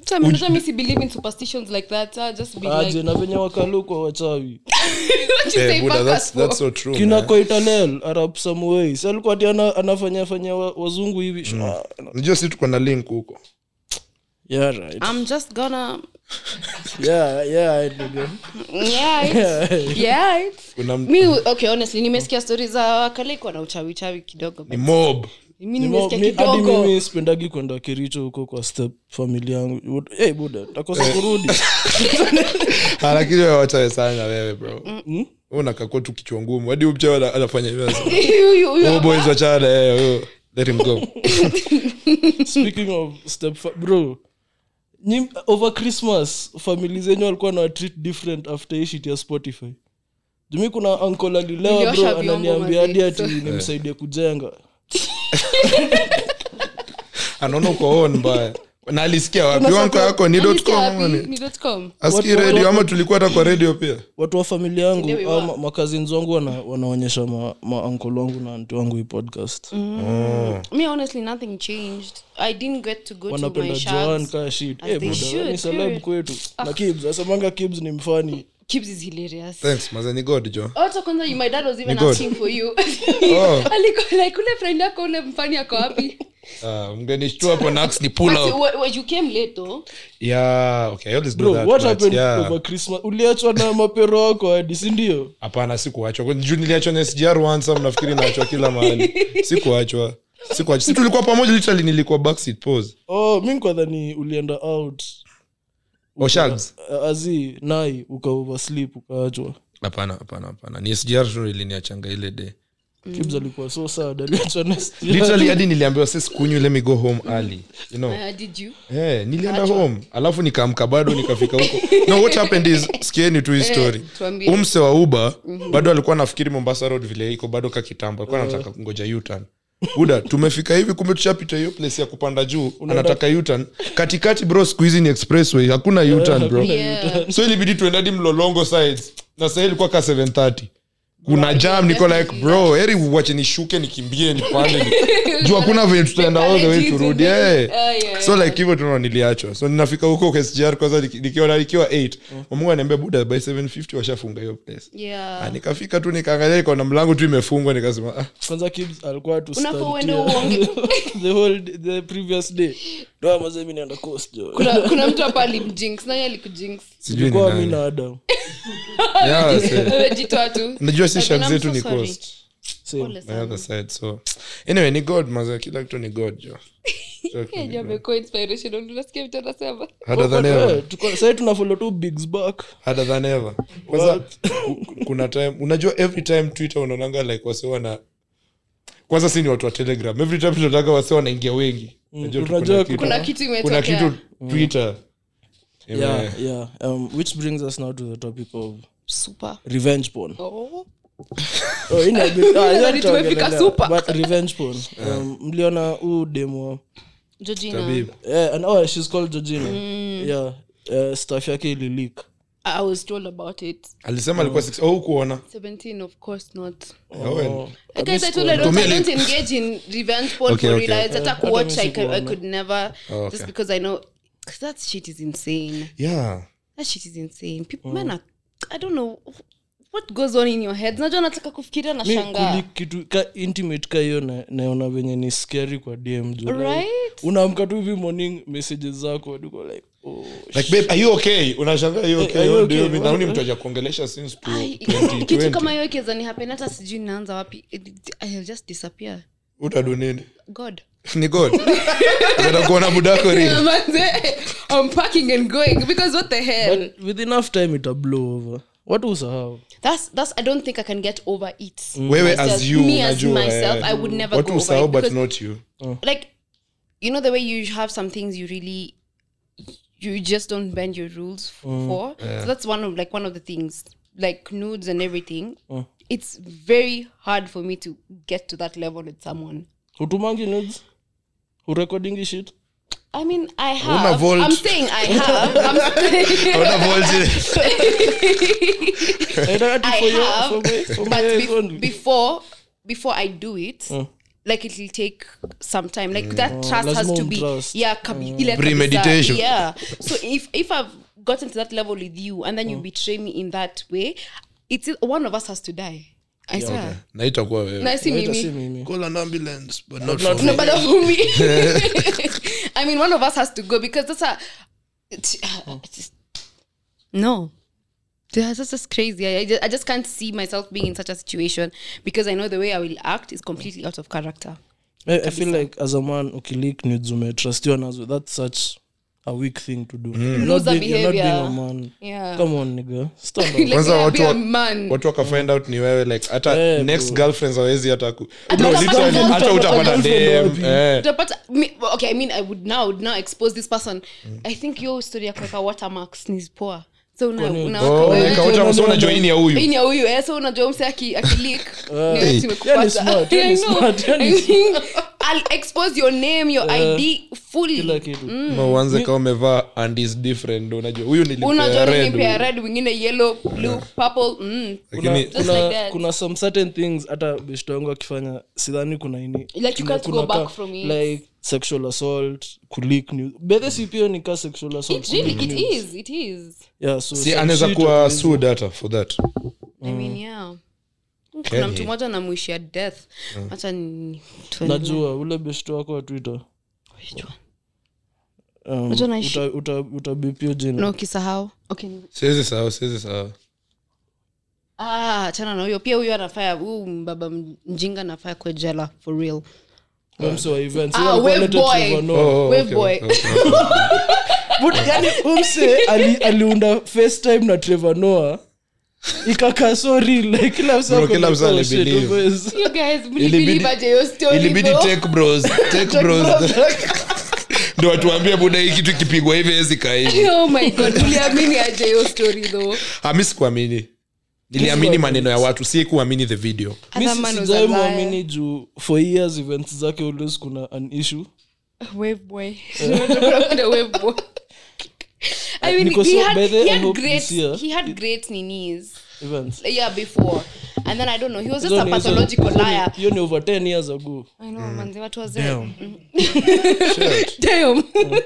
[SPEAKER 4] Mtu ameniambia mimi si believe in superstitions like that. ah, just be
[SPEAKER 2] aje
[SPEAKER 4] like,
[SPEAKER 2] na venye wakalukwa wachawi
[SPEAKER 4] what you say
[SPEAKER 3] eh buda
[SPEAKER 4] fuck
[SPEAKER 3] that's
[SPEAKER 4] us for?
[SPEAKER 3] that's so true
[SPEAKER 2] kina
[SPEAKER 3] man.
[SPEAKER 2] koitanel arab samuei salikuwa ti anafanya fanya wa- wazungu hivi Ah. Shwa.
[SPEAKER 3] unajua si tuko na link huko
[SPEAKER 2] Yeah, right.
[SPEAKER 4] I'm just gonna
[SPEAKER 2] Ah. Yeah, yeah, I nigga.
[SPEAKER 4] yeah it's- *laughs* yeah it's-
[SPEAKER 3] kuna
[SPEAKER 2] Mm.
[SPEAKER 3] m-
[SPEAKER 4] mi okay honestly nimesikia stori za wakalekwa na uchawi uchawi kidogo
[SPEAKER 3] ni mob
[SPEAKER 2] Ni
[SPEAKER 4] mi
[SPEAKER 2] mo-
[SPEAKER 4] nimesikia
[SPEAKER 2] mi- hadi
[SPEAKER 4] kidogo
[SPEAKER 2] mimi sipendagi kwenda kericho huko kwa step famili yangu Would- Eh, buda takosa kurudi
[SPEAKER 3] Ah, lakini wewe wachawe sana wewe bro
[SPEAKER 2] Mm.
[SPEAKER 3] unakakua tu kichwa ngumu hadi umchawe ana- anafanya hivyo anasema,
[SPEAKER 4] Huyu- huyu
[SPEAKER 3] "Oh,
[SPEAKER 2] *laughs*
[SPEAKER 3] boys wachana eh, oh, let him go
[SPEAKER 2] speaking of step fa- bro nyim, over christmas famili zenyu walikuwa na treat different after hii shit ya spotify jumi kuna ankol alilewa
[SPEAKER 4] Niliosha
[SPEAKER 2] bro
[SPEAKER 4] vyombo
[SPEAKER 2] ananiambia hadi
[SPEAKER 4] mazee,
[SPEAKER 2] ati nimsaidie kujenga
[SPEAKER 3] anaona uko on mbaya na alisikia wapi
[SPEAKER 2] Unasema
[SPEAKER 3] wanko yako ni dot
[SPEAKER 4] Nilisikia
[SPEAKER 3] com
[SPEAKER 4] wapi?
[SPEAKER 3] yani.
[SPEAKER 4] Ni dot com.
[SPEAKER 3] aski
[SPEAKER 2] Watu-
[SPEAKER 3] redio
[SPEAKER 2] watu-
[SPEAKER 3] ama tulikuwa hata kwa redio pia
[SPEAKER 2] watu wa familia
[SPEAKER 4] Ndio,
[SPEAKER 2] yangu
[SPEAKER 4] we
[SPEAKER 2] au makazinzi wangu wana, wanaonyesha maankol ma uncle wangu na anti wangu hii podcast
[SPEAKER 4] Mm,
[SPEAKER 3] Oh.
[SPEAKER 4] me honestly nothing changed i didn't get to go to my
[SPEAKER 2] wanapenda joan
[SPEAKER 4] shots
[SPEAKER 2] kaa shit
[SPEAKER 4] As
[SPEAKER 2] Eh,
[SPEAKER 4] they
[SPEAKER 2] buda,
[SPEAKER 4] should, Ah.
[SPEAKER 2] yani celeb
[SPEAKER 4] period.
[SPEAKER 2] kwetu na kibs asemanga kibs ni mfani
[SPEAKER 4] Kibz is hilarious
[SPEAKER 3] thanks mazeni god jo
[SPEAKER 4] also kwanza you- my dad was even
[SPEAKER 3] Eh. Ni good.
[SPEAKER 4] asking for you
[SPEAKER 3] *laughs* Oh.
[SPEAKER 4] *laughs* Alikuwa like ule friend yako ule mfani ako
[SPEAKER 3] *laughs*
[SPEAKER 4] wapi
[SPEAKER 3] Ah, mngenishtua hapo nax ni pull
[SPEAKER 4] But
[SPEAKER 3] out
[SPEAKER 4] wa- wa- you came late though
[SPEAKER 3] yeah okay i always do
[SPEAKER 2] bro
[SPEAKER 3] that
[SPEAKER 2] what
[SPEAKER 3] but,
[SPEAKER 2] happened
[SPEAKER 3] yeah.
[SPEAKER 2] over christmas uliachwa na mapero wako hadi sindio
[SPEAKER 3] hapana sikuachwa juu niliachwa na sgr once am nafikiri naachwa kila mahali
[SPEAKER 2] *laughs*
[SPEAKER 3] sikuachwa sikuachwa si tulikuwa pamoja literally nilikuwa backseat pose
[SPEAKER 2] oh, mi nkwadhani ulienda out
[SPEAKER 3] oh shags
[SPEAKER 2] uh, azi nai ukaoversleep ukaachwa
[SPEAKER 3] hapana hapana hapana ni sgr tu iliniachanga ile day
[SPEAKER 4] Mm.
[SPEAKER 2] kibs alikuwa so sad aliachwa na sister.
[SPEAKER 3] *laughs* literally hadi niliambiwa sisi kunywe let me go home early you know
[SPEAKER 4] uh, did you
[SPEAKER 3] Eh, nilienda home alafu nikaamka bado nikafika huko no what happened is sikieni tu hii story
[SPEAKER 4] tuambie.
[SPEAKER 3] umse wa uber bado alikuwa nafikiri mombasa road vile iko bado kakitambo alikuwa anataka kungoja utan buda tumefika hivi kumbe tushapita hiyo place ya kupanda juu anataka utan katikati bro siku hizi ni expressway hakuna utan
[SPEAKER 2] Eh,
[SPEAKER 3] bro
[SPEAKER 4] yeah
[SPEAKER 3] so ilibidi tuende hadi mlolongo sides na sahii ilikuwa ka 730 kuna jam niko like bro heri wache nishuke nikimbie nipande
[SPEAKER 4] *laughs*
[SPEAKER 3] ni- juu hakuna venye tutaenda all the way turudi Eh.
[SPEAKER 4] Ah, yeah,
[SPEAKER 3] so like hivyo tunaona niliachwa so ninafika huko kwa SGR kwanza niki- nikiwa na- nikiwa 8
[SPEAKER 4] Mm.
[SPEAKER 3] mamungu aniambia buda by 750 washafunga hiyo place Ah,
[SPEAKER 4] yeah
[SPEAKER 3] nikafika tu nikaangalia ikaona mlango tu imefungwa nikasema ah,
[SPEAKER 2] kwanza kibs alikuwa tu
[SPEAKER 4] Unafaa
[SPEAKER 2] stand
[SPEAKER 4] uende
[SPEAKER 2] here.
[SPEAKER 4] uonge.
[SPEAKER 2] *laughs* the whole the previous day ndo mazemi naenda coast jo
[SPEAKER 4] kuna, kuna mtu hapa alimjinx nani alikujinx
[SPEAKER 3] sijui ni
[SPEAKER 2] Kwa mi
[SPEAKER 3] nani
[SPEAKER 2] na adam
[SPEAKER 3] Yeah, Ah,
[SPEAKER 4] *laughs*
[SPEAKER 3] see. Mm. *laughs*
[SPEAKER 4] wejitoa tu
[SPEAKER 3] najua si
[SPEAKER 4] Lakini
[SPEAKER 3] shag
[SPEAKER 4] I'm
[SPEAKER 3] zetu
[SPEAKER 4] so
[SPEAKER 3] ni
[SPEAKER 4] sorry.
[SPEAKER 3] coast
[SPEAKER 2] Same.
[SPEAKER 4] Pole
[SPEAKER 3] my
[SPEAKER 4] sana.
[SPEAKER 3] other side so anyway ni god maza kila kitu ni god
[SPEAKER 4] *laughs*
[SPEAKER 3] jo Kila kitu ni
[SPEAKER 4] Kenya
[SPEAKER 3] God.
[SPEAKER 4] amekuwa inspirational unasikia mtu anasema
[SPEAKER 3] harder than
[SPEAKER 2] But,
[SPEAKER 3] ever
[SPEAKER 2] eh, tuko- sahi tunafolo tu bigs back
[SPEAKER 3] harder than ever kwanza ku- ku- kuna time unajua every time twitter unaonanga like wase wana kwanza si ni watu wa telegram every time tunataka wase wanaingia wengi Unajua tu
[SPEAKER 2] Mm, unajua Mm.
[SPEAKER 4] kuna kitu
[SPEAKER 3] kuna
[SPEAKER 4] imetokea
[SPEAKER 3] kitu twitter Ime-
[SPEAKER 2] yeah yeah um, which brings us now to the topic of
[SPEAKER 4] super
[SPEAKER 2] revenge porn
[SPEAKER 4] *laughs* oh.
[SPEAKER 2] Oh, hii ni abit- ah, hiyo
[SPEAKER 4] Yaani tumefika
[SPEAKER 2] tutaongelelea.
[SPEAKER 4] super.
[SPEAKER 2] But revenge porn. Um, mliona huu demo
[SPEAKER 4] Georgina,
[SPEAKER 3] Tabibu.
[SPEAKER 2] Eh, and, oh, she's called Georgina.
[SPEAKER 4] Mm.
[SPEAKER 2] Yeah, eh, staff yake ilileak.
[SPEAKER 4] I was told about it.
[SPEAKER 3] alisema alikuwa six- oh kuona
[SPEAKER 4] 17, of course not.
[SPEAKER 2] Mm. Oh,
[SPEAKER 4] I
[SPEAKER 2] I
[SPEAKER 4] guess I
[SPEAKER 2] missed
[SPEAKER 4] told I
[SPEAKER 3] To
[SPEAKER 4] don't,
[SPEAKER 3] me,
[SPEAKER 4] I don't
[SPEAKER 3] like-
[SPEAKER 4] engage in revenge porn
[SPEAKER 3] Okay,
[SPEAKER 4] for
[SPEAKER 3] okay.
[SPEAKER 4] real. I just like watch. I, could, I
[SPEAKER 2] Missy
[SPEAKER 4] could never,
[SPEAKER 3] Oh, okay.
[SPEAKER 4] just because I know 'cause that shit is insane.
[SPEAKER 3] yeah
[SPEAKER 4] That shit is insane. People, men are, I don't know what goes on in your head. Najua nataka kufikiria na
[SPEAKER 2] Mi
[SPEAKER 4] shanga.
[SPEAKER 2] kulik- kitu ka intimate ka hiyo na- naona venye ni scary kwa dm juu like,
[SPEAKER 4] Right?
[SPEAKER 2] unaamka tu hivi morning messages zako and uko like oh,
[SPEAKER 3] like babe are you okay unashangaa are you
[SPEAKER 2] Eh,
[SPEAKER 3] okay
[SPEAKER 2] are you
[SPEAKER 3] Ndio,
[SPEAKER 2] okay?
[SPEAKER 3] mimi naona ni mtu hajakuongelesha since tu-
[SPEAKER 4] Ai,
[SPEAKER 3] 2020.
[SPEAKER 4] *laughs* kitu kama hiyo ikiweza nihappen hata sijui naanza wapi It- I'll just disappear
[SPEAKER 3] utadu nini
[SPEAKER 4] god
[SPEAKER 3] ni *laughs* god Nataka kuona budako real.
[SPEAKER 4] *laughs* Manze, I'm packing and going because what the hell
[SPEAKER 2] shit. with enough time ita blow over watu usahau
[SPEAKER 4] that's that's i don't think i can get over it
[SPEAKER 3] wewe
[SPEAKER 4] Myself-
[SPEAKER 3] as you
[SPEAKER 4] me as
[SPEAKER 3] unajua,
[SPEAKER 4] myself
[SPEAKER 3] eh.
[SPEAKER 4] i would never
[SPEAKER 3] watu
[SPEAKER 4] go over
[SPEAKER 3] usahau
[SPEAKER 4] it
[SPEAKER 3] but
[SPEAKER 4] because,
[SPEAKER 3] not you
[SPEAKER 4] like you know the way you have some things you really you just don't bend your rules f-
[SPEAKER 3] Mm,
[SPEAKER 4] for so that's one of like one of the things like nudes and everything
[SPEAKER 3] Mm.
[SPEAKER 4] it's very hard for me to get to that level with someone
[SPEAKER 2] hutumangi nudes hurecordingi *laughs* shit
[SPEAKER 4] i mean i
[SPEAKER 3] Hauna
[SPEAKER 4] have
[SPEAKER 3] vault.
[SPEAKER 4] i'm saying
[SPEAKER 3] *laughs*
[SPEAKER 4] i have i'm saying *laughs*
[SPEAKER 2] I don't-
[SPEAKER 4] I
[SPEAKER 2] for your-
[SPEAKER 4] have,
[SPEAKER 2] for my- for my
[SPEAKER 4] but
[SPEAKER 2] eyes
[SPEAKER 4] bef-
[SPEAKER 2] only.
[SPEAKER 4] before before I do it, like it'll take some time. Like that trust has
[SPEAKER 2] lazima
[SPEAKER 4] to be
[SPEAKER 2] umtrust.
[SPEAKER 4] yeah, kabi- ile kabisa,
[SPEAKER 3] Premeditation.
[SPEAKER 4] Yeah. So if if I've gotten to that level with you and then you betray me in that way, it's one of us has to die. I swear.
[SPEAKER 3] na itakuwa wewe
[SPEAKER 4] Nice
[SPEAKER 2] Hata si
[SPEAKER 4] mimi.
[SPEAKER 2] mimi.
[SPEAKER 4] No, but for me. I mean, one of us has to go because that's a. it's- it's- No. Yeah, That's just crazy. I, I, just, I just can't see myself being in such a situation because I know the way I will act is completely out of character.
[SPEAKER 2] I, I feel like as a man ukilik nudes umetrustiwa nazo that's such a weak thing to
[SPEAKER 3] Mm.
[SPEAKER 2] do you're, not
[SPEAKER 4] Loser
[SPEAKER 2] being, you're not being a
[SPEAKER 4] behavior.
[SPEAKER 2] man
[SPEAKER 4] Yeah.
[SPEAKER 2] come on nigga *laughs* stand up
[SPEAKER 4] Like,
[SPEAKER 3] Kwanza
[SPEAKER 4] yeah,
[SPEAKER 3] watu
[SPEAKER 4] be a
[SPEAKER 3] wa-
[SPEAKER 4] man.
[SPEAKER 3] watu wakafind out ni wewe like hata
[SPEAKER 2] Eh,
[SPEAKER 3] next
[SPEAKER 2] bro.
[SPEAKER 3] girlfriends hawezi hata ku
[SPEAKER 4] Hata
[SPEAKER 3] Bro,
[SPEAKER 4] utapata
[SPEAKER 3] literally,
[SPEAKER 4] mtu-
[SPEAKER 3] hata utapata
[SPEAKER 2] utapata
[SPEAKER 3] dem
[SPEAKER 2] mtu
[SPEAKER 3] eh.
[SPEAKER 4] Utapata- me- well, okay, I mean, I would now would now expose this person. I think your story ya kuweka watermarks ni poa. So una, unaweka
[SPEAKER 3] Oh,
[SPEAKER 4] wewe-
[SPEAKER 3] weka uta- so unajua hii ni ya
[SPEAKER 4] Hii
[SPEAKER 3] huyu
[SPEAKER 4] ni ya huyu eh, so unajua mse aki- akileak, ni wewe
[SPEAKER 3] Eh.
[SPEAKER 4] tumekupata.
[SPEAKER 2] Yani smart, yani
[SPEAKER 4] I know. *laughs*
[SPEAKER 2] smart, yani
[SPEAKER 4] I mean, er I'll expose your name, your ID fully.
[SPEAKER 2] kila
[SPEAKER 4] Mm.
[SPEAKER 2] kitu
[SPEAKER 3] Ma uanze kaa umevaa and is different ndo unajua huyu nilipea
[SPEAKER 4] unajua
[SPEAKER 3] red,
[SPEAKER 4] nilipea red wengine yellow blue purple mm.
[SPEAKER 3] lakini
[SPEAKER 2] kuna,
[SPEAKER 4] like that.
[SPEAKER 2] kuna some certain things hata beshto yangu akifanya sidhani kuna ini
[SPEAKER 4] Like you
[SPEAKER 2] kuna-
[SPEAKER 4] can't go
[SPEAKER 2] kuna
[SPEAKER 4] back
[SPEAKER 2] ka-
[SPEAKER 4] from it.
[SPEAKER 2] like sexual assault kuleak news bethe si pia ni ka sexual assault
[SPEAKER 4] It really,
[SPEAKER 2] kuleak
[SPEAKER 4] it
[SPEAKER 2] news.
[SPEAKER 4] is, it is.
[SPEAKER 2] Yeah, so
[SPEAKER 3] si
[SPEAKER 2] some
[SPEAKER 3] anaweza
[SPEAKER 2] shit
[SPEAKER 3] kuwa
[SPEAKER 2] hatuwezi-
[SPEAKER 3] sued hata for that
[SPEAKER 4] I mean, yeah.
[SPEAKER 3] Okay.
[SPEAKER 4] kuna mtu mmoja namwishia death
[SPEAKER 3] Mm.
[SPEAKER 4] hacha ni-
[SPEAKER 2] najua ule beshto wako wa twitter um,
[SPEAKER 4] Unajua naishi-
[SPEAKER 2] uta- uta- utabipio jina
[SPEAKER 4] na ukisahau okay. ni-
[SPEAKER 3] siwezi sahau siwezi sahau
[SPEAKER 4] ah, achana na huyo pia huyo anafaa huyu baba mjinga anafaa kwa jela for real
[SPEAKER 2] Mse wa events.
[SPEAKER 4] Ah,
[SPEAKER 2] Yeye alikuwa anaitwa
[SPEAKER 4] wave boy.
[SPEAKER 2] Trevor Noah.
[SPEAKER 3] Oh,
[SPEAKER 4] Wave
[SPEAKER 3] okay,
[SPEAKER 4] boy.
[SPEAKER 3] okay, okay.
[SPEAKER 2] But, yani, huyu mse ali- aliunda facetime na Trevor Noah. ikakaa so real, like, kila mse
[SPEAKER 3] Bro,
[SPEAKER 2] ako
[SPEAKER 3] kila
[SPEAKER 2] like,
[SPEAKER 3] mse
[SPEAKER 2] oh,
[SPEAKER 3] alibelieve.
[SPEAKER 2] shit, oh, boys.
[SPEAKER 4] you guys
[SPEAKER 3] Ilibidi-
[SPEAKER 4] mlibelieve aje hiyo story
[SPEAKER 3] ilibidi
[SPEAKER 4] though?
[SPEAKER 3] take bros take bros
[SPEAKER 2] *laughs*
[SPEAKER 3] ndo watuambie buda hii kitu ikipigwa hivi hezi kaa hivi
[SPEAKER 4] oh my god uliamini aje hiyo story though
[SPEAKER 3] ami sikuamini niliamini maneno ya watu si kuamini the video
[SPEAKER 4] Other
[SPEAKER 2] Mi
[SPEAKER 4] man was
[SPEAKER 2] sijai
[SPEAKER 4] a liar.
[SPEAKER 2] mwamini juu for years events zake always kuna an issue
[SPEAKER 4] wave boy the wave boy I mean,
[SPEAKER 2] Niko
[SPEAKER 4] he
[SPEAKER 2] so-
[SPEAKER 4] had,
[SPEAKER 2] by the way,
[SPEAKER 4] he
[SPEAKER 2] I
[SPEAKER 4] had
[SPEAKER 2] hope
[SPEAKER 4] great,
[SPEAKER 2] this year-
[SPEAKER 4] he had great ninis
[SPEAKER 2] events
[SPEAKER 4] a year before, and then I don't know, he was just
[SPEAKER 2] Hizo
[SPEAKER 4] a
[SPEAKER 2] ni- hizo-
[SPEAKER 4] pathological
[SPEAKER 2] hizo ni-
[SPEAKER 4] liar.
[SPEAKER 2] hiyo ni over 10 years ago
[SPEAKER 4] I know, manzi, watu wazee. Mm. *laughs* Damn.
[SPEAKER 2] Mm.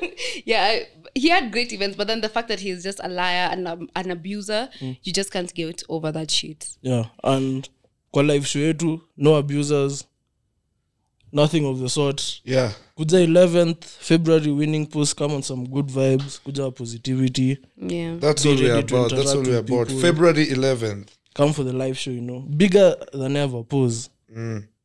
[SPEAKER 4] yeah, I- he had great events, but then the fact that he's just a liar and um, an abuser,
[SPEAKER 2] Mm.
[SPEAKER 4] you just can't get over that shit.
[SPEAKER 2] yeah and kwa live show yetu no abusers nothing of the sort
[SPEAKER 3] yeah.
[SPEAKER 2] kuja 11th february winning post come on some good vibes kuja positivity
[SPEAKER 4] Yeah.
[SPEAKER 3] That's
[SPEAKER 2] Be all we are ready to about, that's interact all we are with about. people.
[SPEAKER 3] February 11th.
[SPEAKER 2] come for the live show you know bigger than ever pose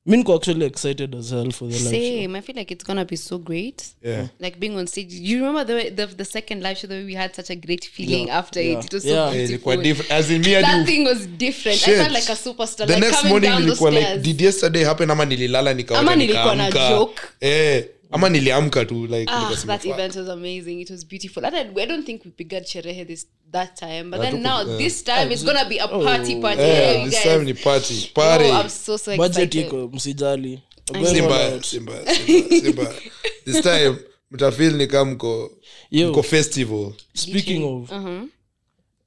[SPEAKER 2] mi niko actually excited as hell for the live show
[SPEAKER 4] Same. I feel like it's gonna be so great.
[SPEAKER 3] Yeah.
[SPEAKER 4] Like being on stage. You remember the way, the, the second live show the way we had such a great feeling
[SPEAKER 2] Yeah.
[SPEAKER 4] after
[SPEAKER 2] Yeah.
[SPEAKER 4] it. It was
[SPEAKER 2] Yeah.
[SPEAKER 4] so
[SPEAKER 2] Yeah,
[SPEAKER 4] beautiful.
[SPEAKER 3] Ilikuwa different. As in me and
[SPEAKER 4] that
[SPEAKER 3] you.
[SPEAKER 4] thing was different. I
[SPEAKER 3] Shit.
[SPEAKER 4] felt like a superstar.
[SPEAKER 3] The
[SPEAKER 4] like
[SPEAKER 3] next
[SPEAKER 4] coming
[SPEAKER 3] morning
[SPEAKER 4] down
[SPEAKER 3] nilikuwa
[SPEAKER 4] the
[SPEAKER 3] like
[SPEAKER 4] stairs.
[SPEAKER 3] did yesterday happen ama nililala
[SPEAKER 4] Ama
[SPEAKER 3] nikaona
[SPEAKER 4] nilikuwa na
[SPEAKER 3] nikaamka.
[SPEAKER 4] joke.
[SPEAKER 3] Eh, ama niliamka tu like
[SPEAKER 4] Ah,
[SPEAKER 3] nikasema,
[SPEAKER 4] that
[SPEAKER 3] "Fuck."
[SPEAKER 4] event was amazing. It was beautiful. I don't, I don't think we began sherehe this that time, but
[SPEAKER 3] Yeah,
[SPEAKER 4] then
[SPEAKER 3] tuko-
[SPEAKER 4] now
[SPEAKER 3] yeah.
[SPEAKER 4] this time it's gonna be a party party.
[SPEAKER 3] Eh,
[SPEAKER 4] Yeah, you
[SPEAKER 3] uh, this
[SPEAKER 4] guys.
[SPEAKER 3] time ni party. Party.
[SPEAKER 4] Oh, I'm so so
[SPEAKER 2] budget
[SPEAKER 4] excited.
[SPEAKER 2] iko msijali
[SPEAKER 3] Simba, Simba, Simba, Simba. This time mtafeel ni kama mko
[SPEAKER 2] Yo.
[SPEAKER 3] mko festival.
[SPEAKER 2] speaking of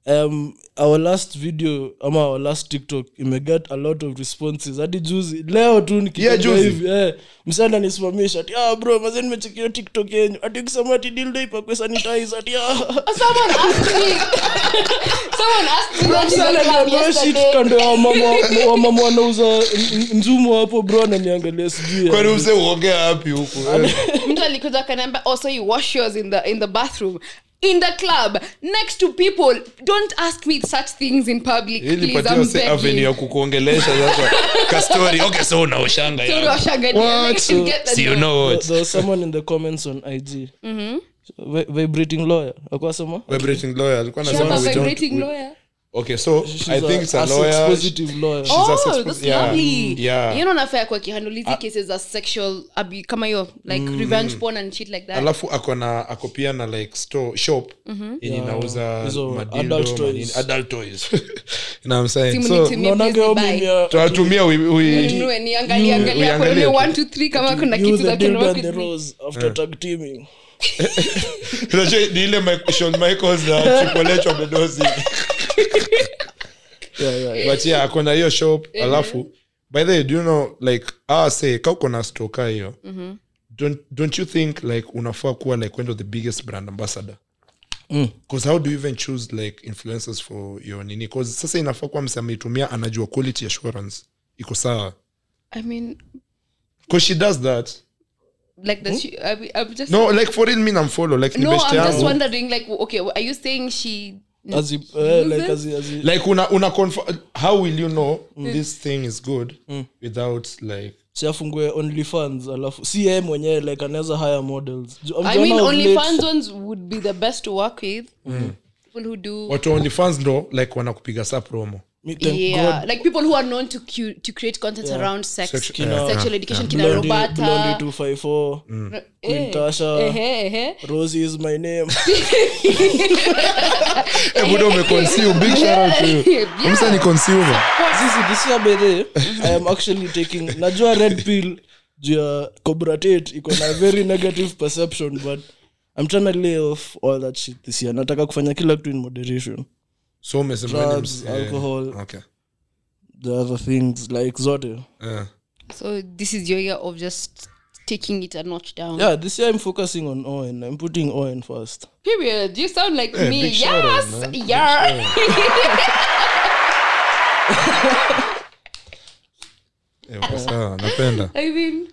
[SPEAKER 2] um, our last video ama our last tiktok imeget a lot of responses hadi juzi leo tu nikikaa
[SPEAKER 3] Yeah, juzi.
[SPEAKER 2] hivi eh, msana nisimamisha ati ah, bro mazeni nimechekia tiktok yenyu ati kusema ati dildo ipakwe sanitize ati ah.
[SPEAKER 4] Oh, someone asked me.
[SPEAKER 3] *laughs*
[SPEAKER 4] someone asked me what is
[SPEAKER 2] Msana
[SPEAKER 4] the club
[SPEAKER 2] ndio shit
[SPEAKER 4] yesterday.
[SPEAKER 2] kando ya wamama- wamama wanauza n- n- nzumu hapo bro ananiangalia sijui ya.
[SPEAKER 3] Kwani mse uongea wapi huku? Eh.
[SPEAKER 4] Mtu alikuja akaniambia, "Oh, so you wash yours in the in the bathroom." In the club, next to people, don't ask me such things in public.
[SPEAKER 3] Ili
[SPEAKER 4] Please,
[SPEAKER 3] patia
[SPEAKER 4] I'm
[SPEAKER 3] wase avenue ya
[SPEAKER 4] begging.
[SPEAKER 3] kukuongelesha sasa kastori okay so unaoshanga
[SPEAKER 4] Don't
[SPEAKER 3] ya
[SPEAKER 4] wash again. I
[SPEAKER 3] What?
[SPEAKER 4] should get the
[SPEAKER 3] see you
[SPEAKER 4] joke.
[SPEAKER 3] know
[SPEAKER 2] There-
[SPEAKER 3] what
[SPEAKER 2] there was someone in the comments on ig Vi- vibrating lawyer akuwa sema
[SPEAKER 3] vibrating lawyer alikuwa
[SPEAKER 4] She was
[SPEAKER 3] anasema
[SPEAKER 4] a
[SPEAKER 3] we don't
[SPEAKER 4] vibrating
[SPEAKER 3] we-
[SPEAKER 4] lawyer.
[SPEAKER 3] okay so
[SPEAKER 2] She's
[SPEAKER 3] i think
[SPEAKER 2] a-
[SPEAKER 3] it's a
[SPEAKER 2] a
[SPEAKER 3] lawyer
[SPEAKER 2] sex-positive lawyer.
[SPEAKER 3] She's a
[SPEAKER 4] Oh,
[SPEAKER 3] successful-
[SPEAKER 4] that's
[SPEAKER 3] yeah.
[SPEAKER 4] lovely.
[SPEAKER 3] Mm, yeah. Ah.
[SPEAKER 4] you know nafaa kwa kihandle cases za sexual abu kama hiyo like revenge porn and shit like that
[SPEAKER 3] Mm. alafu ako na ako pia na like store shop yenye
[SPEAKER 2] Mm-hmm. Yeah.
[SPEAKER 3] inauza
[SPEAKER 2] Hizo
[SPEAKER 3] madildo,
[SPEAKER 2] adult toys.
[SPEAKER 3] manini- adult toys *laughs* you know what i'm saying
[SPEAKER 4] Simu
[SPEAKER 3] so
[SPEAKER 4] nitumie,
[SPEAKER 2] Unaonanga
[SPEAKER 4] please
[SPEAKER 2] hiyo
[SPEAKER 4] buy.
[SPEAKER 2] meme ya-
[SPEAKER 3] tunatumia we, we
[SPEAKER 4] Ninunue, niangalie, angalia
[SPEAKER 3] uiangalie
[SPEAKER 4] kwenye
[SPEAKER 3] tu.
[SPEAKER 4] 1 to 3 kama kuna
[SPEAKER 2] You
[SPEAKER 4] kitu
[SPEAKER 2] the
[SPEAKER 4] za
[SPEAKER 2] dildo
[SPEAKER 4] kinoma
[SPEAKER 2] and the rose after tag teaming.
[SPEAKER 3] unajua ni ile Mi- Shawn Michaels na Triple H wamedozi
[SPEAKER 2] Yeah, yeah, yeah.
[SPEAKER 3] but yeah ako na hiyo shop
[SPEAKER 4] Eh,
[SPEAKER 3] alafu by the way do you know like ah say ka uko na store ka hiyo
[SPEAKER 4] Mhm.
[SPEAKER 3] don't don't you think like unafaa kuwa like one of the biggest brand ambassador because how do you even choose like influencers for your nini cause sasa inafaa kuwa msameitumia anajua quality assurance iko sawa
[SPEAKER 4] i mean
[SPEAKER 3] because she does that
[SPEAKER 4] like that she, I, i'm just
[SPEAKER 3] Hmm? no like for real mi namfollow like ni
[SPEAKER 4] no
[SPEAKER 3] best
[SPEAKER 4] i'm just
[SPEAKER 3] yangu
[SPEAKER 4] wondering like okay are you saying she
[SPEAKER 2] As if, eh, like, as if- as if-
[SPEAKER 3] like una, una confirm how will you know
[SPEAKER 4] Mm.
[SPEAKER 3] this thing is good without like
[SPEAKER 2] si afungue onlyfans alafu si yeye mwenyewe like anaweza hire models Ju-
[SPEAKER 4] i
[SPEAKER 2] mjaona
[SPEAKER 4] mean
[SPEAKER 2] of
[SPEAKER 4] only
[SPEAKER 2] late-
[SPEAKER 4] fans ones would be the best to work with
[SPEAKER 3] Mm.
[SPEAKER 4] people who do
[SPEAKER 3] watu only fans ndo like wanakupiga sa promo
[SPEAKER 2] Mi- thank
[SPEAKER 4] yeah
[SPEAKER 2] God,
[SPEAKER 4] like people who are known to cu- to create content around sex
[SPEAKER 3] Sexu-
[SPEAKER 4] kina,
[SPEAKER 3] yeah.
[SPEAKER 4] sexual education kina
[SPEAKER 2] Blondie-
[SPEAKER 4] robata
[SPEAKER 2] Blondie 254, Queen Tasha,
[SPEAKER 4] Ehe, ehe.
[SPEAKER 2] Rosie is my name.
[SPEAKER 3] buda umeconsume big shout out to you
[SPEAKER 4] Yeah.
[SPEAKER 3] msa ni consumer
[SPEAKER 2] Sisi, this year by the way, I am actually taking- najua red pill juu ya cobratate iko na very negative perception but i'm trying to lay off all that shit this year nataka kufanya kila kitu in moderation
[SPEAKER 3] so umesema ni
[SPEAKER 2] Drugs,
[SPEAKER 3] ms- eh,
[SPEAKER 2] alcohol.
[SPEAKER 3] okay.
[SPEAKER 2] the other things like zote
[SPEAKER 3] Eh.
[SPEAKER 4] So this is your year of just taking it a notch down.
[SPEAKER 2] yeah this year i'm focusing on on i'm putting on first
[SPEAKER 4] Period. You sound like me.
[SPEAKER 3] big shout out,
[SPEAKER 4] yes.
[SPEAKER 3] man.
[SPEAKER 4] yeah.
[SPEAKER 3] Eh, uko sawa, napenda
[SPEAKER 4] I mean,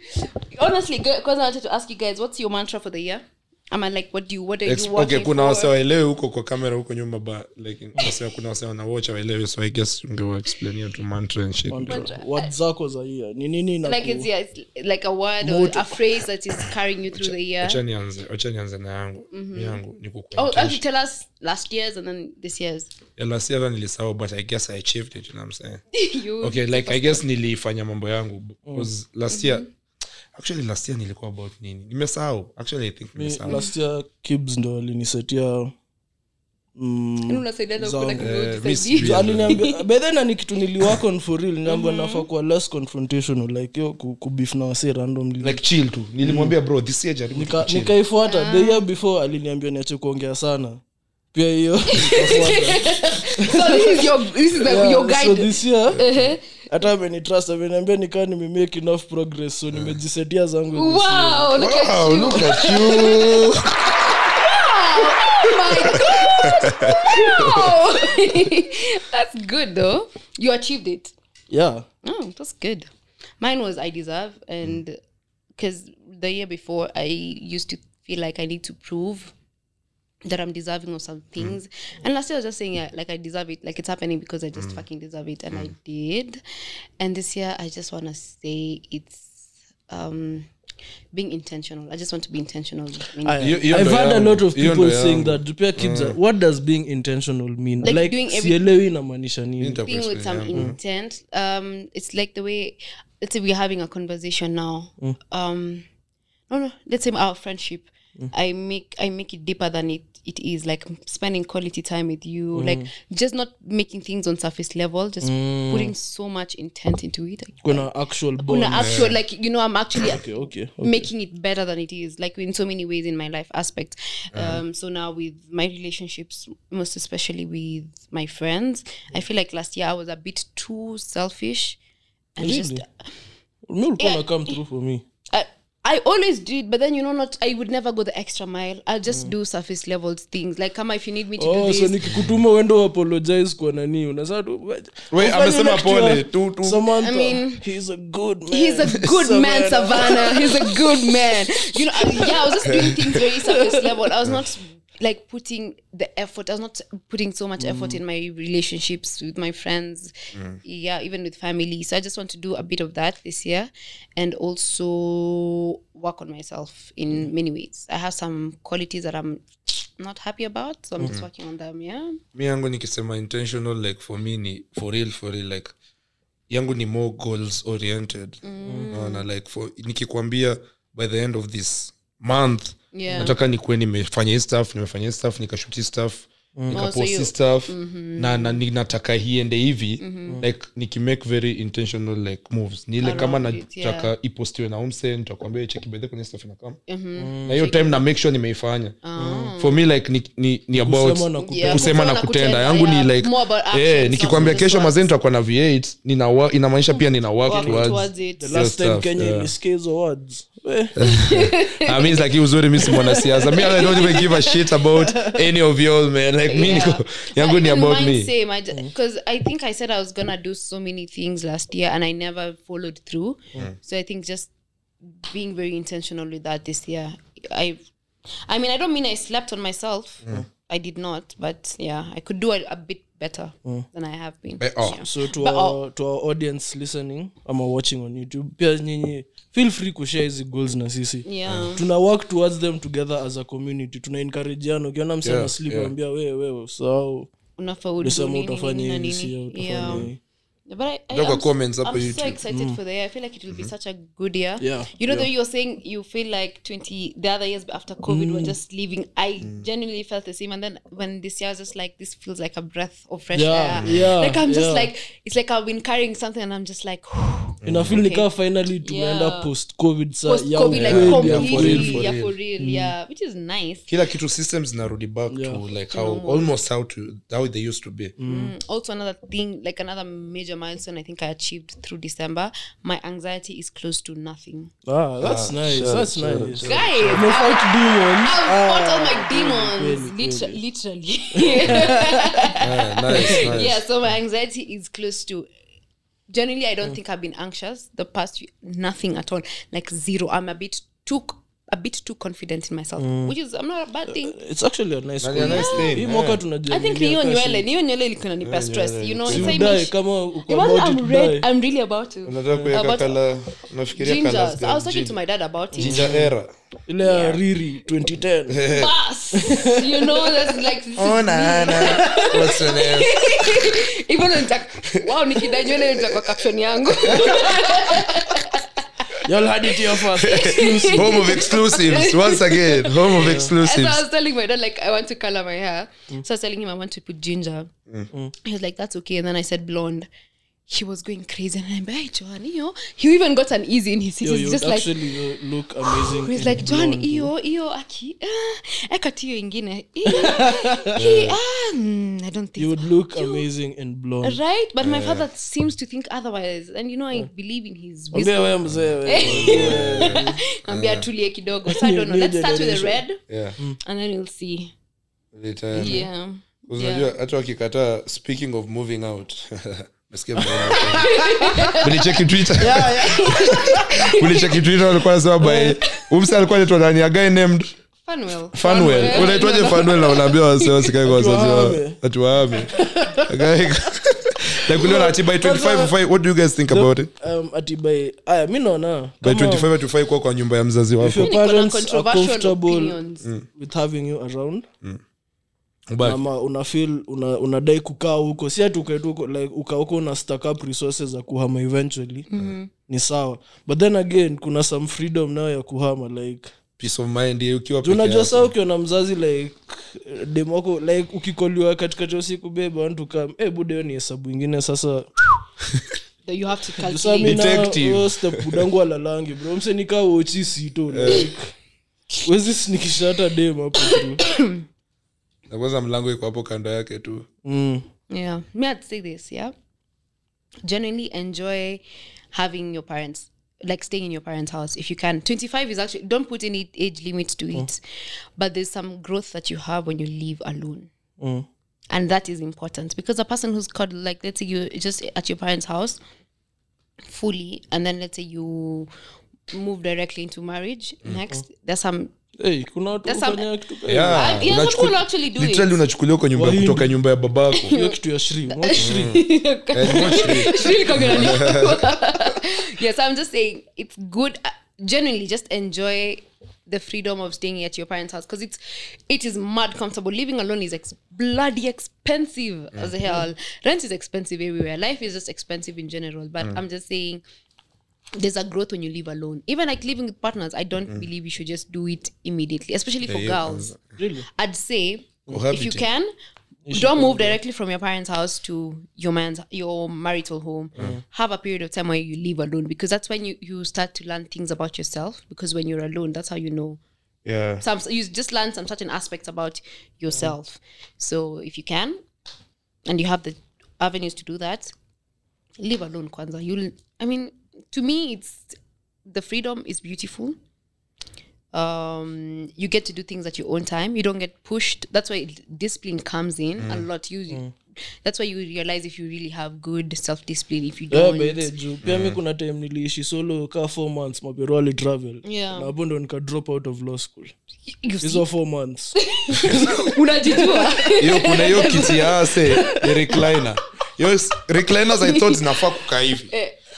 [SPEAKER 4] honestly, because I wanted to ask you guys, what's your mantra for the year? I'm like, what do you, what are
[SPEAKER 3] Ex-
[SPEAKER 4] you
[SPEAKER 3] okay
[SPEAKER 4] working
[SPEAKER 3] kuna
[SPEAKER 4] for?
[SPEAKER 3] wase waelewe huko kwa kamera huko nyuma ba like wase- kuna wase wanawocha waelewe so i guess ungewa explain hiyo tu mantra and shit
[SPEAKER 2] what zako za year ni nini na
[SPEAKER 4] Like
[SPEAKER 2] ku-
[SPEAKER 4] it's yeah, it's like a word or a phrase that is carrying you through the year.
[SPEAKER 3] wacha nianze wacha nianze na yangu yangu ni
[SPEAKER 4] Oh, actually,
[SPEAKER 3] kukuakilisha
[SPEAKER 4] tell us last year's and then this year's. *laughs*
[SPEAKER 3] last year nilisahau but i guess i achieved it you know what i'm saying
[SPEAKER 4] you
[SPEAKER 3] okay like i guess nilifanya mambo yangu
[SPEAKER 2] Mm.
[SPEAKER 3] because last year
[SPEAKER 4] Mm-hmm.
[SPEAKER 3] actually last year nilikuwa about nini nimesahau actually i think
[SPEAKER 2] mi-
[SPEAKER 3] nimesahau
[SPEAKER 2] last year kibs ndo alinisetia mm,
[SPEAKER 4] Yaani unasaidiana
[SPEAKER 2] Zangu.
[SPEAKER 4] kuna kibao
[SPEAKER 2] uh,
[SPEAKER 3] Eh,
[SPEAKER 4] ujisaidie.
[SPEAKER 3] mi sijui.
[SPEAKER 2] So
[SPEAKER 3] *laughs*
[SPEAKER 2] aliniambia- Yaani by then na ni kitu niliwakon for real niambia
[SPEAKER 3] Mm-hmm.
[SPEAKER 2] nafaa kuwa less confrontational like yo ku- kubif na wase randomly
[SPEAKER 3] like chill tu nilimwambia
[SPEAKER 4] Mm.
[SPEAKER 3] bro this year jaribu tu
[SPEAKER 2] Nika-
[SPEAKER 3] kuchill.
[SPEAKER 2] nikaifuata the
[SPEAKER 4] Ah.
[SPEAKER 2] year before aliniambia niache kuongea sana pia
[SPEAKER 4] *laughs*
[SPEAKER 2] hiyo nikafuata.
[SPEAKER 4] so this is your this is the, your
[SPEAKER 2] Yeah, so
[SPEAKER 4] guide. Uh-huh.
[SPEAKER 2] this year hata amenitrust ameniambia nikaa nimemake enough progress so nimejisetia zangu this year.
[SPEAKER 4] wow, look at
[SPEAKER 3] Wow, look
[SPEAKER 4] *laughs*
[SPEAKER 3] at you.
[SPEAKER 4] wow. *laughs* that's good though. You achieved it.
[SPEAKER 2] yeah
[SPEAKER 4] Oh, that's good. Mine was I deserve, and because the year before I used to feel like I need to prove that I'm deserving of some things, and last year I was just saying yeah, like I deserve it, like it's happening because I just fucking deserve it, and I did. And this year I just want to say it's um being intentional. I just want to be intentional. with me.
[SPEAKER 2] I,
[SPEAKER 3] Hiyo- hiyo
[SPEAKER 2] i've
[SPEAKER 3] ndo
[SPEAKER 2] had a
[SPEAKER 3] yangu.
[SPEAKER 2] lot of
[SPEAKER 3] Hiyo
[SPEAKER 2] people
[SPEAKER 3] ndo
[SPEAKER 2] saying
[SPEAKER 3] yangu. Mm.
[SPEAKER 2] that pia kids are- what does being intentional mean
[SPEAKER 4] Like
[SPEAKER 2] like,
[SPEAKER 4] doing every-
[SPEAKER 2] sielewi inamaanisha nini
[SPEAKER 4] thing with some intent. Um, it's like the way let's say we're having a conversation now. Um, no, no. Let's say our friendship. I make I make it deeper than it it is. Like spending quality time with you. Like just not making things on surface level. Just putting so much intent into it.
[SPEAKER 2] kuna actual bond.
[SPEAKER 4] Kuna actual like you know I'm actually
[SPEAKER 2] okay, okay, okay.
[SPEAKER 4] making it better than it is like in so many ways in my life aspect
[SPEAKER 2] Uh-huh.
[SPEAKER 4] um so now with my relationships most especially with my friends i feel like last year i was a bit too selfish and just
[SPEAKER 2] Really? Mi ulikuwa
[SPEAKER 4] Yeah.
[SPEAKER 2] na come through for me
[SPEAKER 4] I, I always did but then you know not i would never go the extra mile i'll just do surface level things like come if you need me to do
[SPEAKER 2] Mm. oh,
[SPEAKER 4] this
[SPEAKER 2] so nikikutuma uende uapologize kwa nani unasaa
[SPEAKER 3] Wait, amesema pole tu tu
[SPEAKER 4] I mean,
[SPEAKER 2] he's a good man.
[SPEAKER 4] He's a
[SPEAKER 2] *laughs*
[SPEAKER 4] good man,
[SPEAKER 2] Savannah.
[SPEAKER 4] Savannah. He's a good man. You know, I, yeah, I was just doing things very surface level. I was not like putting the effort. I was not putting so much effort in my relationships with my friends. Yeah, even with family. So I just want to do a bit of that this year, and also work on myself in many ways. I have some qualities that I'm not happy about, so I'm just working on them. Yeah.
[SPEAKER 3] mi yangu nikisema intentional like for me ni for real for real like yangu ni more goals oriented
[SPEAKER 4] Mm.
[SPEAKER 3] naona like for nikikwambia by the end of this month
[SPEAKER 4] Yeah.
[SPEAKER 3] nataka nikuwe nimefanya hii stuff nimefanya hii stuff nikashuti stuff
[SPEAKER 4] Oh, so
[SPEAKER 3] nikaposti
[SPEAKER 4] you- Mm-hmm.
[SPEAKER 3] stuff na, na ni- nataka hiende hivi like nikimake very intentional like moves ni ile kama
[SPEAKER 4] Around it, yeah.
[SPEAKER 3] nataka ipostiwe na umse nitakwambia "Hey, cheki by the way kuna hii stuff inakam
[SPEAKER 4] Mm-hmm.
[SPEAKER 2] Mm.
[SPEAKER 3] na hiyo time na make sure nimeifanya
[SPEAKER 4] Ah.
[SPEAKER 3] for me like ni, ni, ni about
[SPEAKER 2] Kusema na kutenda.
[SPEAKER 4] Uh-huh. Yeah,
[SPEAKER 3] kusema na kutenda yangu ni
[SPEAKER 4] yeah.
[SPEAKER 3] like
[SPEAKER 4] More about actions,
[SPEAKER 3] eh,
[SPEAKER 4] not
[SPEAKER 3] nikikwambia
[SPEAKER 4] just
[SPEAKER 3] kesho
[SPEAKER 4] words.
[SPEAKER 3] mazee nitakuwa na v8 nina wa- inamaanisha pia nina work
[SPEAKER 4] Working
[SPEAKER 3] towards
[SPEAKER 4] towards it.
[SPEAKER 2] The last time
[SPEAKER 3] stuff,
[SPEAKER 2] kenya
[SPEAKER 3] yeah.
[SPEAKER 2] ilisikia hizo words Eh,
[SPEAKER 3] I mean, it's like, hii uzuri mi si mwanasiasa mi i don't even give a shit about
[SPEAKER 4] *laughs*
[SPEAKER 3] any of y'all man like mi niko *laughs* yangu ni
[SPEAKER 4] Even
[SPEAKER 3] about
[SPEAKER 4] mine
[SPEAKER 3] me
[SPEAKER 4] Same, because I, think I said I was gonna do so many things last year, and I never followed through. So I think just being very intentional with that this year. I, I mean, I don't mean I slept on myself. I did not, but yeah, I could do a, a bit better than I have been.
[SPEAKER 3] Eh, oh.
[SPEAKER 4] Yeah.
[SPEAKER 2] Mm. so to
[SPEAKER 4] But,
[SPEAKER 2] our, to our audience listening ama watching on youtube pia nyinyi feel free kushare hizi goals na sisi
[SPEAKER 4] Yeah.
[SPEAKER 2] tuna work towards them together as a community tuna encourageana ukiona msana
[SPEAKER 3] Yeah,
[SPEAKER 2] yeah, slip
[SPEAKER 3] yeah.
[SPEAKER 2] ambia wewe wewe sahau
[SPEAKER 4] Unafaulu
[SPEAKER 2] ulisema
[SPEAKER 4] nini, nini,
[SPEAKER 2] utafanya
[SPEAKER 4] nini,
[SPEAKER 2] hii
[SPEAKER 4] nini.
[SPEAKER 2] sio
[SPEAKER 4] Yeah.
[SPEAKER 2] utafanya hii
[SPEAKER 4] But I, I
[SPEAKER 3] Look at
[SPEAKER 4] I'm, s-
[SPEAKER 3] comments up
[SPEAKER 4] I'm
[SPEAKER 3] on
[SPEAKER 4] so
[SPEAKER 3] YouTube. Mm-hmm.
[SPEAKER 4] excited for the year. I feel like it will be such a good year.
[SPEAKER 2] Mm. Yeah,
[SPEAKER 4] You know, though you were saying you feel like 20, the other years after COVID
[SPEAKER 2] Mm.
[SPEAKER 4] were just leaving. I
[SPEAKER 3] Mm.
[SPEAKER 4] genuinely felt the same. And then when this year, I was just like, this feels like a breath of fresh
[SPEAKER 2] Yeah,
[SPEAKER 4] air.
[SPEAKER 2] yeah,
[SPEAKER 4] like, I'm just
[SPEAKER 2] yeah.
[SPEAKER 4] like, *sighs* it's like I've been carrying something and I'm just like,
[SPEAKER 2] inafil nikaa finally tumeenda
[SPEAKER 4] Yeah.
[SPEAKER 2] post covid sa
[SPEAKER 4] Post
[SPEAKER 2] ya
[SPEAKER 4] COVID, like,
[SPEAKER 2] ukweli ya
[SPEAKER 4] completely,
[SPEAKER 2] kweli.
[SPEAKER 4] yeah, for real,
[SPEAKER 2] Mm.
[SPEAKER 4] yeah, which is nice.
[SPEAKER 3] kila kitu systems narudi back to like how almost how to how they used to be
[SPEAKER 4] Mm, also another thing like another major milestone i think i achieved through december my anxiety is close to nothing
[SPEAKER 2] Ah, that's nice, that's nice.
[SPEAKER 4] guys
[SPEAKER 2] Umefought demons.
[SPEAKER 4] I've fought all my
[SPEAKER 2] kweli,
[SPEAKER 4] demons,
[SPEAKER 2] kweli.
[SPEAKER 4] liter- literally.
[SPEAKER 3] yeah, Ah, nice,
[SPEAKER 4] *laughs*
[SPEAKER 3] nice.
[SPEAKER 4] yeah, so my anxiety is close to. Generally, I don't think I've been anxious the past few, nothing at all, like zero. I'm a bit too a bit too confident in myself, which is I'm not a bad thing.
[SPEAKER 2] It's actually a nice
[SPEAKER 3] Ni a
[SPEAKER 2] quality.
[SPEAKER 3] nice thing,
[SPEAKER 2] Hii
[SPEAKER 3] yeah.
[SPEAKER 2] mwaka
[SPEAKER 4] I think niyo
[SPEAKER 2] tunajiangaliakaa
[SPEAKER 4] nywele, niyo nywele ilikuwa inanipa stress, you know.
[SPEAKER 2] si-
[SPEAKER 4] It's like
[SPEAKER 2] Udae
[SPEAKER 4] me-
[SPEAKER 2] kama uko
[SPEAKER 4] It was-
[SPEAKER 2] about it,
[SPEAKER 4] I'm
[SPEAKER 2] udae.
[SPEAKER 4] red. I'm really about to.
[SPEAKER 3] Unataka kuweka
[SPEAKER 4] About-
[SPEAKER 3] colour- nafikiria
[SPEAKER 4] Ginger.
[SPEAKER 3] colours
[SPEAKER 4] So I was
[SPEAKER 3] gani?
[SPEAKER 4] talking to my dad about it.
[SPEAKER 3] Ginger era
[SPEAKER 2] ile ya riri *laughs* 2010
[SPEAKER 4] Bus, you know, that's like this is *laughs*
[SPEAKER 3] What's your name?
[SPEAKER 4] hivyo ndo nita- wow nikidai nywele nita kwa caption yangu
[SPEAKER 2] Y'all had it here *laughs* first.
[SPEAKER 3] home of exclusives once again home of
[SPEAKER 4] so i
[SPEAKER 3] exclusives
[SPEAKER 4] was telling my dad like i want to color my hair
[SPEAKER 2] Mm.
[SPEAKER 4] so i was telling him i want to put ginger he was like that's okay and then i said blonde he was going crazy and i'm like johan iyo he even got an easy in his
[SPEAKER 2] Yo,
[SPEAKER 4] cities
[SPEAKER 2] you
[SPEAKER 4] just
[SPEAKER 2] would
[SPEAKER 4] like
[SPEAKER 2] actually uh, look amazing
[SPEAKER 4] He's
[SPEAKER 2] and
[SPEAKER 4] like john
[SPEAKER 2] blonde.
[SPEAKER 4] iyo iyo aki ah, ekati hiyo
[SPEAKER 2] *laughs*
[SPEAKER 4] ingine Eh, he, ah, mm, i don't think
[SPEAKER 2] you
[SPEAKER 4] so."
[SPEAKER 2] would look amazing and blonde
[SPEAKER 4] right but my father seems to think otherwise and you know i believe in his wisdom
[SPEAKER 2] Ambia wewe mzee
[SPEAKER 4] *laughs*
[SPEAKER 2] wewe.
[SPEAKER 4] ambia atulie kidogo
[SPEAKER 2] *laughs*
[SPEAKER 4] so i don't know
[SPEAKER 2] New
[SPEAKER 4] let's start with the
[SPEAKER 2] generation.
[SPEAKER 4] red
[SPEAKER 3] Yeah.
[SPEAKER 4] and then we'll see
[SPEAKER 3] Later.
[SPEAKER 4] yeah
[SPEAKER 3] unajua hata wakikataa speaking of moving out *laughs* Nasikia
[SPEAKER 4] *laughs*
[SPEAKER 3] vibaya. Ulicheki Twitter? Ulicheki Twitter walikuwa wanasema by- huyu msee alikuwa anaitwa nani a guy named
[SPEAKER 4] Funwell.
[SPEAKER 3] Fanuel. unaitwaje Fanuel na unaambia wasee wasikae kwa wazazi wao
[SPEAKER 2] Atuwahame.
[SPEAKER 3] Atuwahame. A guy- *laughs* Like uliona ati by 25 hufai- what do you guys think about it
[SPEAKER 2] Um, ati by aya mi naona
[SPEAKER 3] by
[SPEAKER 2] kama
[SPEAKER 3] 25 hatufai kuwa kwa nyumba ya mzazi
[SPEAKER 2] if
[SPEAKER 3] wako
[SPEAKER 2] your
[SPEAKER 4] Niko na
[SPEAKER 2] parents are
[SPEAKER 4] controversial
[SPEAKER 2] comfortable Mm.
[SPEAKER 4] opinions.
[SPEAKER 2] with having you around
[SPEAKER 3] But-
[SPEAKER 2] ama una feel una, unadai kukaa huko si ati ukae tu huko, like ukaa huko una stack up resources za kuhama eventually ni sawa but then again kuna some freedom nayo ya kuhama like
[SPEAKER 3] peace of mind eh, ukiwa
[SPEAKER 2] Juu
[SPEAKER 3] peke
[SPEAKER 2] unajua
[SPEAKER 3] yako.
[SPEAKER 2] saa ukiona mzazi like demoko like ukikoliwa katikati ya usiku beba wantukam e budeo ni hesabu ingine sasa
[SPEAKER 4] Though you have to
[SPEAKER 2] Juu saa mi
[SPEAKER 4] calculate
[SPEAKER 2] na-
[SPEAKER 3] Detective.
[SPEAKER 2] oh, step budangu alalangi bro msenikaa wochi sito
[SPEAKER 3] Eh.
[SPEAKER 2] like wezi sinikisha hata dem hapo tu
[SPEAKER 3] na kwanza mlango iko hapo kando yake tu
[SPEAKER 2] Mm.
[SPEAKER 4] yeah me i'd say this yeah generally enjoy having your parents like staying in your parents house if you can 25 is actually don't put any age limit to
[SPEAKER 2] Mm.
[SPEAKER 4] it but there's some growth that you have when you live alone
[SPEAKER 2] Mm.
[SPEAKER 4] and that is important because a person who's called like let's say you just at your parents house fully and then let's say you move directly into marriage
[SPEAKER 2] Mm.
[SPEAKER 4] next there's some
[SPEAKER 2] Hey, kuna watu
[SPEAKER 4] That's some-
[SPEAKER 2] hufanya kitu
[SPEAKER 3] *laughs*
[SPEAKER 2] kama
[SPEAKER 3] Yeah,
[SPEAKER 4] I- yeah, some
[SPEAKER 3] unachuku-
[SPEAKER 4] people actually do it.
[SPEAKER 3] literally unachukuliwa kwa nyumba
[SPEAKER 2] Wahindi.
[SPEAKER 3] kutoka nyumba ya
[SPEAKER 4] *laughs*
[SPEAKER 3] babako Eh,
[SPEAKER 2] hiyo kitu ya shri What shri?
[SPEAKER 4] Really coconut. *laughs* yes, I'm just saying it's good. uh, Generally, just enjoy the freedom of staying at your parents' house because it's it is mad comfortable. Living alone is ex- bloody expensive
[SPEAKER 3] Mm.
[SPEAKER 4] as hell. Rent is expensive everywhere. Life is just expensive in general. But
[SPEAKER 3] Mm.
[SPEAKER 4] I'm just saying there's a growth when you live alone. Even like living with partners, I don't believe you should just do it immediately, especially for
[SPEAKER 3] yeah,
[SPEAKER 4] girls.
[SPEAKER 2] Really?
[SPEAKER 4] I'd say if you
[SPEAKER 3] Cohabiting.
[SPEAKER 4] can, don't move directly from your parents' house to your man's your marital home. Have a period of time where you live alone because that's when you, you start to learn things about yourself. Because when you're alone, that's how you know
[SPEAKER 3] yeah.
[SPEAKER 4] some you just learn some certain aspects about yourself. So if you can, and you have the avenues to do that, live alone, Kwanzaa. You'll I mean, to me it's the freedom is beautiful. Um, you get to do things at your own time. You don't get pushed. That's why discipline comes in a lot. You, that's why you realize if you really have good self discipline. If you
[SPEAKER 2] Yeah,
[SPEAKER 4] don't,
[SPEAKER 2] by the juu pia mi kuna time niliishi solo ka four months mabero alitravel
[SPEAKER 4] Yeah.
[SPEAKER 2] na hapo ndo nika drop out of law school
[SPEAKER 4] you see,
[SPEAKER 2] hizo four months
[SPEAKER 4] unajijua.
[SPEAKER 3] hiyo *laughs* kuna hiyo kiti yase ni recliner Hiyo s- recliners i thought zinafaa kukaa hivi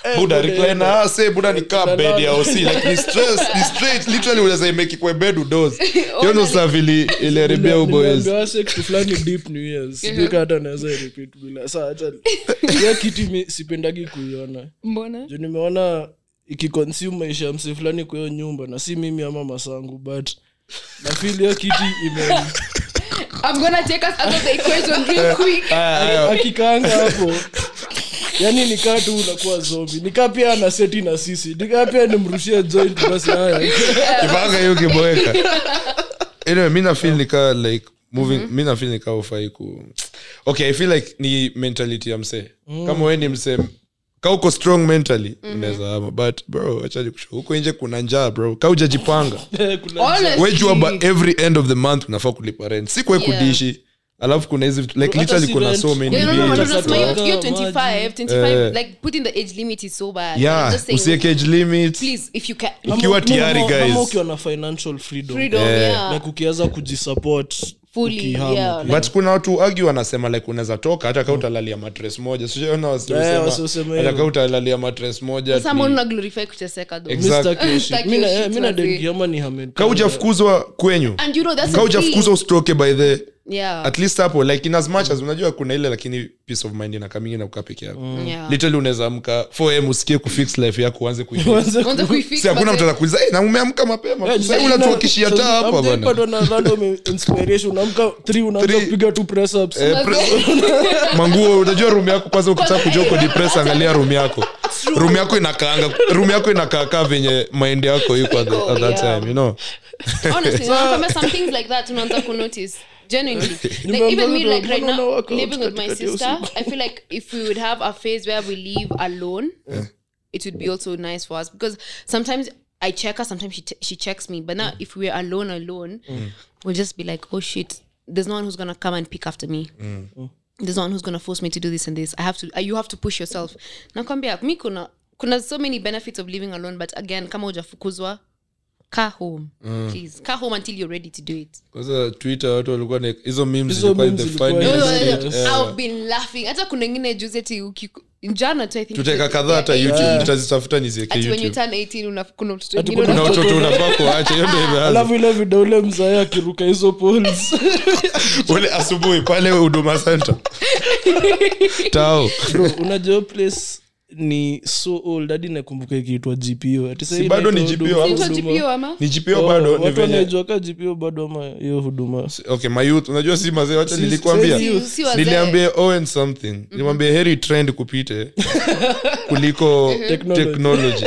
[SPEAKER 3] Eh, buda recliner ase buda ni kaa bed ya osi like ni stress ni straight literally unaweza imeki kwa bed *laughs* udoze hiyo ndo stuff ili iliharibia uboezi
[SPEAKER 2] Niliambiwa se kitu fulani deep new years sijika hata naweza repeat bila saa acha hiyo kitu mi sipendagi kuiona
[SPEAKER 4] Mbona?
[SPEAKER 2] juu nimeona ikiconsume maisha ya msi fulani kwa hiyo nyumba na si mimi ama masangu but nafil hiyo kiti ime
[SPEAKER 3] Ah,
[SPEAKER 4] I'm gonna take us out of the equation real quick.
[SPEAKER 3] Haya, haya.
[SPEAKER 2] akikaanga hapo yani yaani nikaa tu unakuwa zombi nikaa pia ana seti na sisi nikaa pia nimrushie joint basi haya
[SPEAKER 3] kipanga hiyo kiboeka anyway mi nafil nikaa like moving mi nafil nikaa ufai ku okay i feel like ni mentality ya msee kama we ni msee ka uko strong mentally unaweza ama but bro acha nikushauri. huko nje kuna njaa bro ka ujajipanga
[SPEAKER 2] Kuna-
[SPEAKER 4] Honestly.
[SPEAKER 3] wejua ba every end of the month unafaa kulipa rent si kwe
[SPEAKER 4] Yeah.
[SPEAKER 3] kudishi alafu kuna hizi vitu like
[SPEAKER 2] Hata
[SPEAKER 3] literally
[SPEAKER 2] si
[SPEAKER 3] kuna
[SPEAKER 2] rent.
[SPEAKER 3] so many
[SPEAKER 4] No, no, no,
[SPEAKER 2] Maybe
[SPEAKER 4] no,
[SPEAKER 2] it's
[SPEAKER 3] bills.
[SPEAKER 4] no,
[SPEAKER 2] just
[SPEAKER 4] no, no,
[SPEAKER 2] like,
[SPEAKER 4] you're- you're
[SPEAKER 2] uh,
[SPEAKER 4] 25, 25,
[SPEAKER 3] Eh.
[SPEAKER 4] like putting the age limit is so bad. I'm
[SPEAKER 3] yeah
[SPEAKER 4] just saying,
[SPEAKER 3] usiweke age limit
[SPEAKER 4] please, if you can,
[SPEAKER 3] ukiwa
[SPEAKER 2] Ama-
[SPEAKER 3] tayari
[SPEAKER 2] ama- ama
[SPEAKER 3] guys
[SPEAKER 2] ukiwa na financial freedom,
[SPEAKER 4] freedom, yeah.
[SPEAKER 2] like ukiweza kujisupport
[SPEAKER 4] Fully,
[SPEAKER 2] ukihama,
[SPEAKER 4] yeah,
[SPEAKER 2] pia.
[SPEAKER 3] but kuna watu agi wanasema like unaweza toka hata kaa utalalia matres moja sijaona
[SPEAKER 2] Eh,
[SPEAKER 3] wasiosema
[SPEAKER 2] wasiosema
[SPEAKER 3] hata kaa
[SPEAKER 2] hivyo.
[SPEAKER 3] utalalia matres moja
[SPEAKER 4] Someone
[SPEAKER 3] ati-
[SPEAKER 4] una glorify kuteseka though.
[SPEAKER 3] Exactly.
[SPEAKER 2] Mr. Keshi.
[SPEAKER 4] Mr.
[SPEAKER 2] Mina-
[SPEAKER 4] Keshi,
[SPEAKER 2] eh, mina
[SPEAKER 4] tunazi.
[SPEAKER 2] dengi ama ni hame-
[SPEAKER 3] kaa ujafukuzwa kwenyu
[SPEAKER 4] And you know that's
[SPEAKER 3] kaa
[SPEAKER 4] the thing.
[SPEAKER 3] ujafukuzwa usitoke by the
[SPEAKER 4] Yeah.
[SPEAKER 3] at least hapo like in as much as unajua kuna ile lakini peace of mind inakamini na ukaa peke yako
[SPEAKER 2] Mm.
[SPEAKER 4] Yeah.
[SPEAKER 3] literally unaweza amka 4am usikie kufix life yako uanze
[SPEAKER 4] *laughs*
[SPEAKER 3] kui
[SPEAKER 2] Uanze
[SPEAKER 4] Unza kuifix,
[SPEAKER 3] si hakuna
[SPEAKER 4] but
[SPEAKER 3] mtu anakuuliza "Eh, na umeamka mapema
[SPEAKER 2] Eh,
[SPEAKER 3] sasa
[SPEAKER 2] jina-
[SPEAKER 3] unatuakishia taa hapa
[SPEAKER 2] Hamjai
[SPEAKER 3] bana
[SPEAKER 2] patwa na random inspiration. Unaamka three, unaanza
[SPEAKER 3] Three.
[SPEAKER 2] kupiga tu press ups.
[SPEAKER 3] Eh,
[SPEAKER 4] *laughs*
[SPEAKER 3] pre- manguo unajua room yako kwanza ukitaka kujua uko depressed angalia room yako room yako inakaanga room yako inakaakaa venye mind yako iko at, the- at that
[SPEAKER 4] Oh, Yeah.
[SPEAKER 3] time you know
[SPEAKER 4] *laughs* honestly nakwambia some things like that unaanza kunotice genuinely like even me like right now living with my sister i feel like if we would have a phase where we live alone it would be also nice for us because sometimes i check her sometimes she, t- she checks me but now if we're alone alone we'll just be like oh shit there's no one who's gonna come and pick after me there's no one who's gonna force me to do this and this i have to uh, you have to push yourself nakwambia mi kuna kuna so many benefits of living alone but again kama ujafukuzwa car home
[SPEAKER 3] Mm.
[SPEAKER 4] please car home until you're ready to do it
[SPEAKER 3] kwanza twitter watu walikuwa na hizo memes
[SPEAKER 2] Hizo
[SPEAKER 3] zilikuwa
[SPEAKER 2] memes
[SPEAKER 3] the
[SPEAKER 2] zilikuwa
[SPEAKER 3] funniest
[SPEAKER 2] hizo.
[SPEAKER 3] shit.
[SPEAKER 2] Yes.
[SPEAKER 4] i've been laughing hata kuna ingine juzi ati uki- jana tu i think
[SPEAKER 3] tutaweka kadhaa hata
[SPEAKER 4] Yeah,
[SPEAKER 3] youtube
[SPEAKER 2] Yeah.
[SPEAKER 3] nitazitafuta nizieke
[SPEAKER 4] ati when you
[SPEAKER 3] youtube
[SPEAKER 4] turn 18 una- kuna mtoto
[SPEAKER 2] Ati
[SPEAKER 4] mwingine
[SPEAKER 3] kuna
[SPEAKER 4] una-
[SPEAKER 3] watoto unafaa kuacha hiyo ndio imeanza
[SPEAKER 2] alafu ile video ule mzae akiruka hizo poles
[SPEAKER 3] ule asubuhi pale huduma
[SPEAKER 4] *laughs*
[SPEAKER 3] center tao
[SPEAKER 2] Bro, unajua hiyo place ni so old hadi nakumbuka ikiitwa gpo ati sahii
[SPEAKER 3] Si bado ni
[SPEAKER 2] inaitwa
[SPEAKER 3] GPO,
[SPEAKER 2] huduma-
[SPEAKER 4] Inaitwa GPO ama?
[SPEAKER 3] ni
[SPEAKER 2] Oh,
[SPEAKER 3] gpo bado ni
[SPEAKER 2] watu
[SPEAKER 3] venye
[SPEAKER 2] wanaijua ka gpo bado ama hiyo huduma
[SPEAKER 3] okay my youth unajua si mazee wacha
[SPEAKER 2] Si-
[SPEAKER 3] nilikwambia
[SPEAKER 4] si- si wazee.
[SPEAKER 3] niliambia owen something nilimwambia heri trend kupite kuliko
[SPEAKER 4] Mhm.
[SPEAKER 2] Technology.
[SPEAKER 4] *laughs*
[SPEAKER 3] technology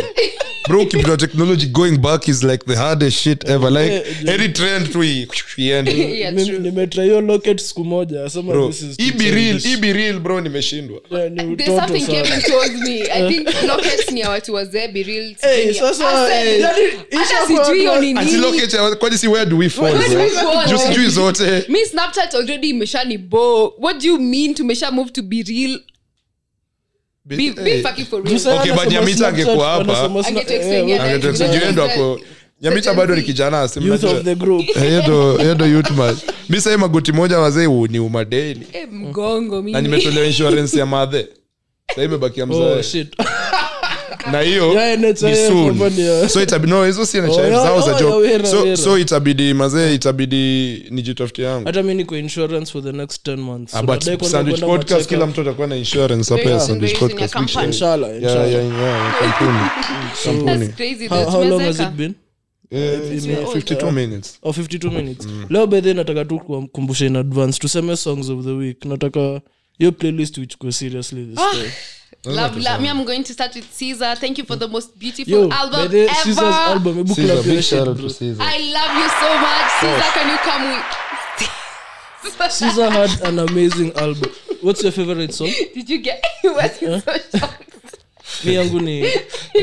[SPEAKER 3] bro ukipita technology going back is like the hardest shit ever like
[SPEAKER 2] Eh,
[SPEAKER 3] heri trend tu i- iende
[SPEAKER 4] *laughs* Yeah,
[SPEAKER 2] Mimi
[SPEAKER 4] true.
[SPEAKER 2] nimetry hiyo locket siku moja asema
[SPEAKER 3] bro
[SPEAKER 2] this is
[SPEAKER 3] hii
[SPEAKER 2] too
[SPEAKER 3] be real
[SPEAKER 2] childish.
[SPEAKER 3] hii be real bro nimeshindwa
[SPEAKER 2] Yeah, ni
[SPEAKER 4] There's
[SPEAKER 2] utoto
[SPEAKER 4] something
[SPEAKER 2] sana
[SPEAKER 4] Kevin told me. I
[SPEAKER 2] *laughs*
[SPEAKER 4] think lockets ni ya watu wazee, be real,
[SPEAKER 2] Eh,
[SPEAKER 4] sijui-
[SPEAKER 2] sasa,
[SPEAKER 4] Hata-
[SPEAKER 2] eh, yani,
[SPEAKER 4] hata
[SPEAKER 2] ishakuwa
[SPEAKER 4] sijui hiyo ni
[SPEAKER 3] Ati
[SPEAKER 4] nini.
[SPEAKER 3] locket ya- kwani si where do we fall
[SPEAKER 4] Where do
[SPEAKER 3] bro?
[SPEAKER 4] we fall?
[SPEAKER 3] Juu sijui zote
[SPEAKER 4] mi snapchat already imeshani bo what do you mean tumesha move to be real be, be
[SPEAKER 3] Eh.
[SPEAKER 4] fucking for
[SPEAKER 2] Mzee
[SPEAKER 4] real
[SPEAKER 3] Okay, but
[SPEAKER 2] anasema
[SPEAKER 3] Nyamita
[SPEAKER 2] Snapchat,
[SPEAKER 3] angekuwa hapa.
[SPEAKER 2] anasema sna-
[SPEAKER 4] Angetu
[SPEAKER 2] eh,
[SPEAKER 4] explain,
[SPEAKER 2] wewe-
[SPEAKER 4] yeah, like,
[SPEAKER 3] Angetexti
[SPEAKER 4] you know,
[SPEAKER 3] juu ndo
[SPEAKER 4] like,
[SPEAKER 3] ako- nyamita
[SPEAKER 4] Gen
[SPEAKER 3] uh, bado ni
[SPEAKER 4] Z.
[SPEAKER 3] kijana si
[SPEAKER 2] youth
[SPEAKER 3] mnajua.
[SPEAKER 2] of the
[SPEAKER 3] *laughs*
[SPEAKER 2] group
[SPEAKER 3] yedo yutma mi sai magoti moja wazee u- ni umadeli
[SPEAKER 4] eh, mgongo
[SPEAKER 3] na
[SPEAKER 4] mimi
[SPEAKER 3] nimetolewa insurance ya madhe sai imebakia
[SPEAKER 2] oh
[SPEAKER 3] mzae
[SPEAKER 2] shit
[SPEAKER 3] na hiyo
[SPEAKER 2] Yeah, NHIF
[SPEAKER 3] ni soon.
[SPEAKER 2] hapa ni ya-
[SPEAKER 3] so itabidi no hizo si NHIF
[SPEAKER 2] Oh, yeah,
[SPEAKER 3] zao za
[SPEAKER 2] oh,
[SPEAKER 3] job.
[SPEAKER 2] ya wera,
[SPEAKER 3] so
[SPEAKER 2] wera.
[SPEAKER 3] so itabidi mazee itabidi nijitafute yangu
[SPEAKER 2] hata mi niko insurance for the next 10 months
[SPEAKER 3] Ah,
[SPEAKER 2] So
[SPEAKER 3] but
[SPEAKER 2] nadai kwanza
[SPEAKER 3] sandwich
[SPEAKER 2] kwenda
[SPEAKER 3] podcast
[SPEAKER 2] kucheck
[SPEAKER 3] kila
[SPEAKER 2] up.
[SPEAKER 3] mtu atakuwa na insurance hapa ya
[SPEAKER 4] Very
[SPEAKER 3] sandwich
[SPEAKER 4] soon, very
[SPEAKER 3] podcast
[SPEAKER 4] soon, ya
[SPEAKER 3] which-
[SPEAKER 2] Inshallah,
[SPEAKER 3] Yeah,
[SPEAKER 2] inshallah.
[SPEAKER 3] yeah, yeah, ya kampuni
[SPEAKER 4] that's
[SPEAKER 3] kampuni
[SPEAKER 4] crazy
[SPEAKER 2] How-
[SPEAKER 4] that's
[SPEAKER 2] how long has
[SPEAKER 4] umezeka.
[SPEAKER 2] it been
[SPEAKER 3] Eh, ime-
[SPEAKER 4] old,
[SPEAKER 3] 52 minutes
[SPEAKER 2] oh, 52 minutes
[SPEAKER 3] Mm.
[SPEAKER 2] leo bedhe nataka tu kuwakumbusha in advance tuseme songs of the week nataka hiyo playlist uchukue seriously
[SPEAKER 4] Ah,
[SPEAKER 2] this time
[SPEAKER 4] Love, love. Me, I'm going to start with Caesar. Thank you for the most beautiful
[SPEAKER 2] yo
[SPEAKER 4] album
[SPEAKER 2] bedhe
[SPEAKER 4] ever.
[SPEAKER 2] Caesar's album hebu
[SPEAKER 3] Caesar,
[SPEAKER 2] clap your
[SPEAKER 3] big
[SPEAKER 2] shit,
[SPEAKER 3] shout out
[SPEAKER 2] bro.
[SPEAKER 3] to Caesar.
[SPEAKER 4] I love you so much. Caesar, can you come with?
[SPEAKER 2] Caesar had an amazing album what's your favorite song
[SPEAKER 4] *laughs* Did you get? What's so shocked?
[SPEAKER 2] mi yangu ni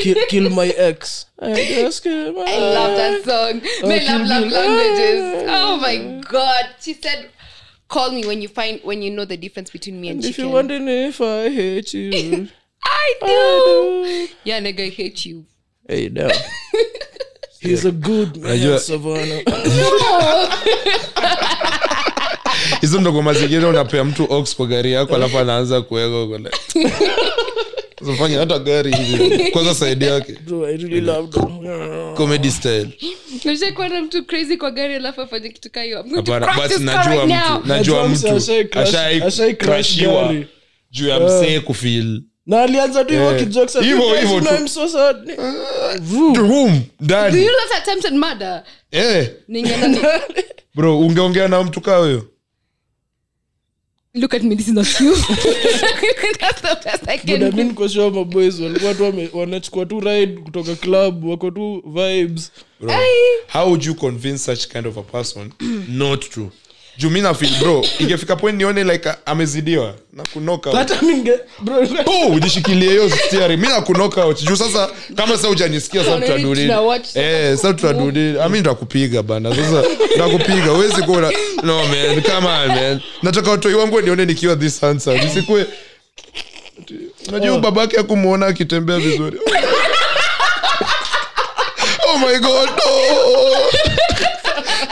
[SPEAKER 2] kill, kill my ex I just kill my
[SPEAKER 4] I love that song. My love,
[SPEAKER 2] Kill
[SPEAKER 4] love
[SPEAKER 2] Bill.
[SPEAKER 4] languages.
[SPEAKER 2] Ah.
[SPEAKER 4] Oh my God. She said, "Call me when you find when you know the difference between me and
[SPEAKER 2] if you
[SPEAKER 4] chicken."
[SPEAKER 2] wondering if I hate you
[SPEAKER 4] *laughs* I do. Yeah, nigga, I hate you.
[SPEAKER 2] hey
[SPEAKER 4] *laughs*
[SPEAKER 2] damn he's a good man
[SPEAKER 3] Unajua-
[SPEAKER 2] Savannah
[SPEAKER 3] hizo mdogoma zingine unapea mtu ox kwa gari yako alafu anaanza kuweka huko like. Usifanye hata gari hivi kwanza saidi yake
[SPEAKER 2] bro I really love
[SPEAKER 3] comedy style
[SPEAKER 4] Nishakuwa na mtu crazy kwa gari alafu afanye kitu kaa hiyo. I'm going to
[SPEAKER 3] hapana
[SPEAKER 4] crack
[SPEAKER 3] basi
[SPEAKER 4] this car
[SPEAKER 3] najua
[SPEAKER 4] right now.
[SPEAKER 3] mtu najua mtu
[SPEAKER 2] Ashai crash-
[SPEAKER 3] ashai
[SPEAKER 2] ashai crash
[SPEAKER 3] crashiwa
[SPEAKER 2] gari.
[SPEAKER 3] juu ya msee kufil
[SPEAKER 2] na alianza tu hivyo
[SPEAKER 3] Eh,
[SPEAKER 2] kijokes ati,
[SPEAKER 3] hivyo,
[SPEAKER 2] "Guys,
[SPEAKER 3] hivyo
[SPEAKER 2] you know
[SPEAKER 3] tu."
[SPEAKER 2] I'm so sad." Ni- *laughs*
[SPEAKER 3] room
[SPEAKER 4] Do
[SPEAKER 3] ndani
[SPEAKER 4] you know that attempted murder?
[SPEAKER 3] eh
[SPEAKER 2] *laughs*
[SPEAKER 4] Ningeenda-
[SPEAKER 3] bro ungeongea na mtu kaa huyo
[SPEAKER 4] look at me this is not you that's the best i can do
[SPEAKER 2] budamin kwa show maboys walikuwa tu wame- wanachukua tu ride kutoka club wako tu vibes
[SPEAKER 3] bro. how would you convince such kind of a person *clears throat* not to juu mi nafil *coughs* bro ingefika point nione like a- amezidiwa na kunoka
[SPEAKER 2] hata minge bro
[SPEAKER 3] ujishikilie hiyo steering mi nakunoka out juu sasa kama sasa ujanisikia sasa
[SPEAKER 4] Already
[SPEAKER 3] tutadudili
[SPEAKER 4] tunawatch sasa
[SPEAKER 3] eh sasa tutadudili ami nitakupiga bana sasa nitakupiga uwezi kuona no man come on man nataka utoi wangu nione nikiwa this handsome nisikue unajua babake akumuona akitembea vizuri oh my god no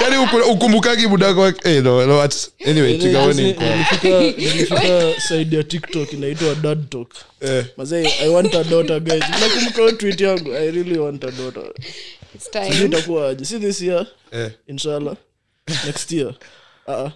[SPEAKER 3] yani uku- ukumbukagi budako wake eh no no at- anyway chigaweni
[SPEAKER 2] Nilifika-
[SPEAKER 3] mko
[SPEAKER 2] nilifika side ya tiktok inaitwa dad talk
[SPEAKER 3] eh
[SPEAKER 2] mazee i want a daughter guys nakumbuka hiyo tweet yangu i really want a daughter
[SPEAKER 4] it's
[SPEAKER 2] Sijui
[SPEAKER 4] time
[SPEAKER 2] itakuwa aje see this year
[SPEAKER 3] eh
[SPEAKER 2] inshallah next year uh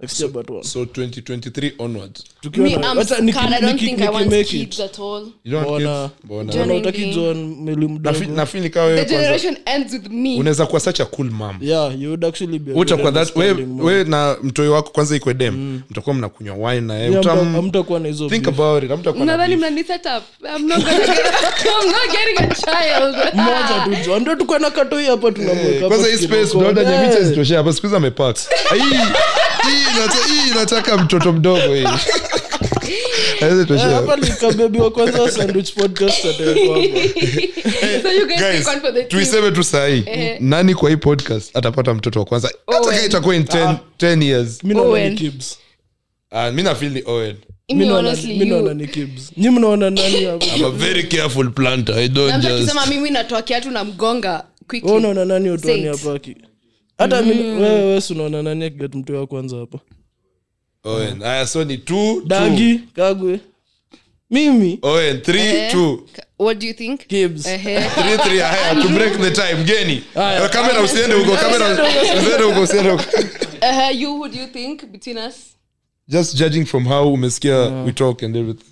[SPEAKER 2] next year but one
[SPEAKER 3] so 2023 onwards
[SPEAKER 2] tukiwa
[SPEAKER 4] me
[SPEAKER 2] na
[SPEAKER 4] i'm
[SPEAKER 2] hata
[SPEAKER 4] scared
[SPEAKER 2] niki-
[SPEAKER 4] i don't
[SPEAKER 2] niki-
[SPEAKER 4] think i want
[SPEAKER 2] nikimake it
[SPEAKER 4] kids at all
[SPEAKER 3] You don't want
[SPEAKER 2] Bona.
[SPEAKER 3] kids? Bona.
[SPEAKER 4] John-
[SPEAKER 2] Bwana, utaki
[SPEAKER 4] Wengi.
[SPEAKER 2] John mwili
[SPEAKER 3] Nafi-
[SPEAKER 2] mdogo
[SPEAKER 3] nafeel ni kama
[SPEAKER 4] the
[SPEAKER 3] wewe kwanza
[SPEAKER 4] generation ends with me
[SPEAKER 3] unaweza kuwa such a cool mam
[SPEAKER 2] yeah you would actually be a good
[SPEAKER 3] utakuwa that we,
[SPEAKER 2] understanding mom.
[SPEAKER 3] we na mtoi wako kwanza ikwe dem mtakuwa mnakunywa wine na yeye
[SPEAKER 2] Yeah,
[SPEAKER 3] Utam-
[SPEAKER 2] hamta- hamtakuwa na hizo
[SPEAKER 3] think
[SPEAKER 2] beef.
[SPEAKER 3] about it hamtakuwa na
[SPEAKER 4] nadhani
[SPEAKER 3] beef.
[SPEAKER 4] mnani set up i'm not gonna get *laughs* i'm not getting a *laughs* child
[SPEAKER 2] mmoja tu John. ndio tukuwa na kato hii hapa tunamweka
[SPEAKER 3] Eh,
[SPEAKER 2] hapa
[SPEAKER 3] kwanza hii
[SPEAKER 2] sikilokoni.
[SPEAKER 3] space unaona
[SPEAKER 2] Eh,
[SPEAKER 3] nyamicha zitoshea hapa siku
[SPEAKER 2] *laughs*
[SPEAKER 3] hizi amepack hii hii inata- hii inataka mtoto mdogo
[SPEAKER 4] *laughs*
[SPEAKER 3] hii Haiwezi
[SPEAKER 2] eh,
[SPEAKER 3] toshea.
[SPEAKER 2] hapa ni kabebi wa kwanza wa sandwich podcast
[SPEAKER 4] *laughs*
[SPEAKER 2] atawekwa hapa.
[SPEAKER 4] so you guys
[SPEAKER 3] Guys,
[SPEAKER 4] take on for the team Eh.
[SPEAKER 3] tuiseme tu sahii nani kwa hii podcast atapata mtoto wa kwanza hata
[SPEAKER 4] Owen. Ah.
[SPEAKER 3] kama itakuwa in 10 10 years
[SPEAKER 2] mi naona
[SPEAKER 4] Owen.
[SPEAKER 2] ni kibs
[SPEAKER 3] Ah, mi nafeel ni Owen.
[SPEAKER 4] Imi,
[SPEAKER 2] mi naona
[SPEAKER 4] honestly
[SPEAKER 2] mi
[SPEAKER 4] you
[SPEAKER 2] naona ni kibs nyi mnaona nani hapa
[SPEAKER 3] I'm a very careful planter. I don't
[SPEAKER 4] Mtu
[SPEAKER 3] just
[SPEAKER 4] akisema mimi natoa kiatu na mgonga
[SPEAKER 2] Wewe unaona nani utani
[SPEAKER 4] Saints.
[SPEAKER 2] hapa aki hata mi
[SPEAKER 4] Mm.
[SPEAKER 2] wewe wewe si unaona nani akiget mtu wa kwanza hapa
[SPEAKER 3] Owen. Aya, so ni two, two.
[SPEAKER 2] dagi kagwe mimi
[SPEAKER 3] Owen, three, two.
[SPEAKER 4] Eh? what do you think Eh,
[SPEAKER 2] kibs
[SPEAKER 4] Ehe. *laughs*
[SPEAKER 3] Three, three. Aya, to break the time. Geni.
[SPEAKER 2] Aya.
[SPEAKER 3] Eh, kamera usiende huko, kamera usiende huko, usiende huko.
[SPEAKER 4] Ehe, Eh, you who do you think between us
[SPEAKER 3] Just judging from how umesikia we talk and everything.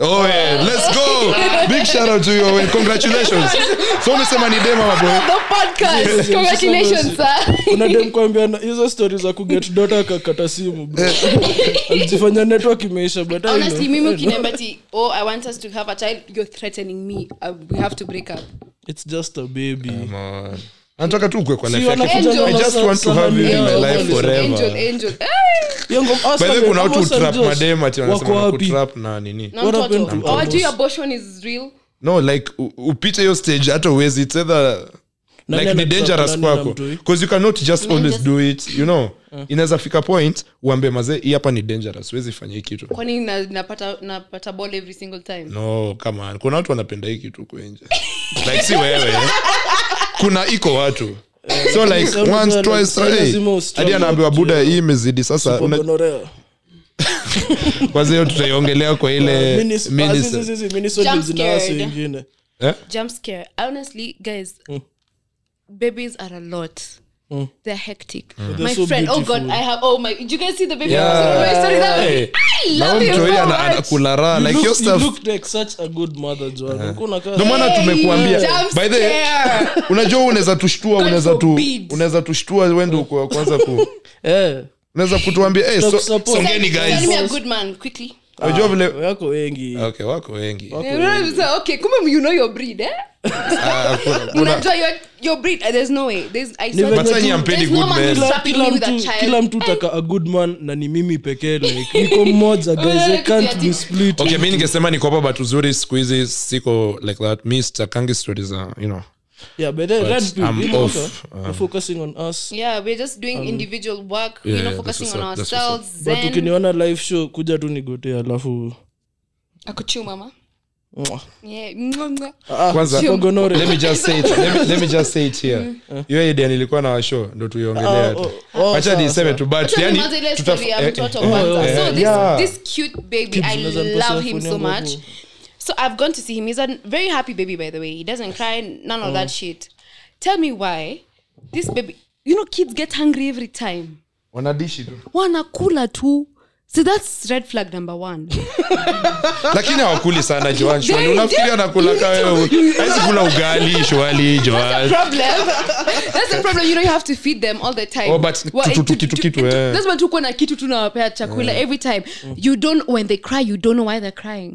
[SPEAKER 3] Owen, let's go. Big shout out to you, Owen. Congratulations. So umesema ni dema maboy.
[SPEAKER 4] the podcast congratulations sir
[SPEAKER 2] unademkwambia hizo stori za kuget dota akakata simu bro. *laughs* alijifanya network imeisha but I
[SPEAKER 4] Eh. honestly
[SPEAKER 2] know.
[SPEAKER 4] mimi
[SPEAKER 2] I know.
[SPEAKER 4] ukiniambia ati oh i want us to have a child you're threatening me uh, we have to break up
[SPEAKER 2] It's just a baby
[SPEAKER 3] Come on. Anataka tu ukue kwa life yake.
[SPEAKER 2] wanakuja
[SPEAKER 4] Angel.
[SPEAKER 3] I just want to have you in my
[SPEAKER 2] Angel.
[SPEAKER 3] life
[SPEAKER 4] oh, angel
[SPEAKER 3] forever. *laughs*
[SPEAKER 4] angel Eh,
[SPEAKER 2] Yo, ngom- ask
[SPEAKER 3] By the way,
[SPEAKER 2] Samuel,
[SPEAKER 3] kuna watu
[SPEAKER 2] Amos and
[SPEAKER 3] hutrap
[SPEAKER 2] Josh
[SPEAKER 3] madem ati wanasema
[SPEAKER 2] wako wapi?
[SPEAKER 3] wanakutrap na nini.
[SPEAKER 4] na
[SPEAKER 2] What happened
[SPEAKER 4] mtoto
[SPEAKER 2] to
[SPEAKER 4] awajui
[SPEAKER 2] Amos?
[SPEAKER 4] abortion is real
[SPEAKER 3] no like u- upite hiyo stage hata uwezi it's either
[SPEAKER 2] Nani
[SPEAKER 3] like ni
[SPEAKER 2] anamtrap
[SPEAKER 3] dangerous
[SPEAKER 2] nani
[SPEAKER 3] kwako
[SPEAKER 2] anamtui?
[SPEAKER 3] because you cannot just always
[SPEAKER 4] just-
[SPEAKER 3] do it you know inaweza fika point uambe mazee hii hapa ni dangerous huwezi fanya hii kitu
[SPEAKER 4] kwani na- napata napata ball every single time
[SPEAKER 3] no kama kuna watu wanapenda hii kitu kwenje like si wewe kuna iko watu so like
[SPEAKER 2] Samuel
[SPEAKER 3] once
[SPEAKER 2] Joel,
[SPEAKER 3] twice
[SPEAKER 2] Samuel
[SPEAKER 3] hey,
[SPEAKER 2] Zimo struggle
[SPEAKER 3] hadi anaambiwa
[SPEAKER 2] to-
[SPEAKER 3] buda hii imezidi sasa una-
[SPEAKER 2] Gonorrhea.
[SPEAKER 3] kwanza hiyo tutaiongelea kwa ile
[SPEAKER 2] *laughs* Minis- ah,
[SPEAKER 3] Eh, minis-
[SPEAKER 2] zizi, zizi, minisode
[SPEAKER 4] Jump
[SPEAKER 2] zina wasi
[SPEAKER 4] scared.
[SPEAKER 2] wengine.
[SPEAKER 3] eh?
[SPEAKER 4] jump scare honestly guys
[SPEAKER 2] Hmm.
[SPEAKER 4] babies are a lot They're hectic. My
[SPEAKER 2] They're so
[SPEAKER 4] friend, oh god,
[SPEAKER 2] beautiful.
[SPEAKER 4] I have. Oh my, did you guys see the
[SPEAKER 3] Hmm.
[SPEAKER 4] baby?
[SPEAKER 3] Yeah.
[SPEAKER 4] I was on my story, that was-
[SPEAKER 3] Hey.
[SPEAKER 4] I
[SPEAKER 3] na
[SPEAKER 4] love
[SPEAKER 3] huyu
[SPEAKER 4] you
[SPEAKER 3] mtu huyu
[SPEAKER 4] so
[SPEAKER 3] ana-
[SPEAKER 4] much.
[SPEAKER 3] anakula raha like
[SPEAKER 2] You
[SPEAKER 3] hiyo
[SPEAKER 2] look- you
[SPEAKER 3] stuff Uh-huh.
[SPEAKER 2] look like such a good mother, Joan. Ulikuwa unakaa-
[SPEAKER 3] Ndio maana
[SPEAKER 4] Hey,
[SPEAKER 3] tumekuambia
[SPEAKER 4] jump
[SPEAKER 3] by the
[SPEAKER 4] scare.
[SPEAKER 3] unajua unaweza tushtua unaweza tu
[SPEAKER 4] forbid.
[SPEAKER 3] unaweza tushtua wende uko kwanza ku
[SPEAKER 2] Eh,
[SPEAKER 3] unaweza kutuambia hey, so,
[SPEAKER 2] Tukusupport.
[SPEAKER 3] songeni
[SPEAKER 4] Send me
[SPEAKER 3] guys
[SPEAKER 4] a good man quickly.
[SPEAKER 3] unajua vile
[SPEAKER 2] wako wengi
[SPEAKER 3] okay wako wengi
[SPEAKER 4] You know, I'm so- okay, kumbe you know your breed, eh?
[SPEAKER 3] Ah, hakuna- kuna-
[SPEAKER 4] *laughs* Unajua your your breed. eh, There's no way. There's I saw.
[SPEAKER 2] venye
[SPEAKER 3] but sasa
[SPEAKER 2] tu-
[SPEAKER 3] nyinyi hampendi
[SPEAKER 4] There's no
[SPEAKER 3] good
[SPEAKER 4] man
[SPEAKER 3] men.
[SPEAKER 4] who's
[SPEAKER 2] Kila-
[SPEAKER 4] strapping
[SPEAKER 2] kila
[SPEAKER 4] you with a
[SPEAKER 2] mtu-
[SPEAKER 4] child. Eh?
[SPEAKER 2] kila mtu taka a good man na ni mimi pekee like
[SPEAKER 4] *laughs*
[SPEAKER 2] niko mmoja guys I can't be split
[SPEAKER 3] okay mi ningesema niko hapa but uzuri siku hizi siko like that mi sitakangi stori za you know
[SPEAKER 2] yeah but then red pill
[SPEAKER 3] I'm
[SPEAKER 2] you know,
[SPEAKER 3] off,
[SPEAKER 2] okay?
[SPEAKER 3] um,
[SPEAKER 2] We're focusing on us
[SPEAKER 4] Yeah, we're just doing individual work.
[SPEAKER 3] yeah,
[SPEAKER 4] We're not
[SPEAKER 3] that's
[SPEAKER 4] focusing
[SPEAKER 3] what's
[SPEAKER 4] on
[SPEAKER 3] up, that's what's
[SPEAKER 4] ourselves.
[SPEAKER 2] Um, but
[SPEAKER 4] Zen.
[SPEAKER 2] ukiniona live show kuja tu nigote alafu
[SPEAKER 4] Akuchu, mama.
[SPEAKER 2] Mwah. Ah,
[SPEAKER 4] Yeah. mwah, mwah.
[SPEAKER 3] kwanza
[SPEAKER 4] Sure.
[SPEAKER 2] Gonorrhea.
[SPEAKER 3] let me just say it let me, let me just say it here hiyo idea nilikuwa na washo ndo tuiongelea
[SPEAKER 2] Ah,
[SPEAKER 3] tu
[SPEAKER 2] oh, oh,
[SPEAKER 3] acha
[SPEAKER 2] sawa,
[SPEAKER 3] niseme tu but
[SPEAKER 4] Tell
[SPEAKER 3] yani
[SPEAKER 4] me Mazile
[SPEAKER 3] tuta-
[SPEAKER 4] story ya
[SPEAKER 3] eh,
[SPEAKER 4] mtoto
[SPEAKER 3] eh,
[SPEAKER 4] kwanza.
[SPEAKER 3] eh,
[SPEAKER 4] So this-
[SPEAKER 3] yeah.
[SPEAKER 4] this cute baby, I
[SPEAKER 2] Kids, unaweza mposa
[SPEAKER 4] love him so
[SPEAKER 2] phone yangu
[SPEAKER 4] much.
[SPEAKER 2] hapo.
[SPEAKER 4] So I've gone to see him. He's a very happy baby, by the way. He doesn't cry, none of
[SPEAKER 2] Mm.
[SPEAKER 4] that shit. Tell me why this baby. You know, kids get hungry every time.
[SPEAKER 3] wanadishi tu
[SPEAKER 4] Wanakula tu. so that's red flag number one
[SPEAKER 3] lakini hawakuli sana joan shwali
[SPEAKER 4] They-
[SPEAKER 3] unafikiria
[SPEAKER 4] they-
[SPEAKER 3] nakula kawezi kula ugali shwali joan
[SPEAKER 4] problem *laughs* that's the problem you know you have to feed them all the time
[SPEAKER 3] Oh, but
[SPEAKER 4] Well,
[SPEAKER 3] kitu-
[SPEAKER 4] it-
[SPEAKER 3] kitu-
[SPEAKER 4] it-
[SPEAKER 3] kitu,
[SPEAKER 4] it-
[SPEAKER 3] eh.
[SPEAKER 4] lazima tukuwe na kitu tunawapea chakula every time you don't when they cry you don't know why they're crying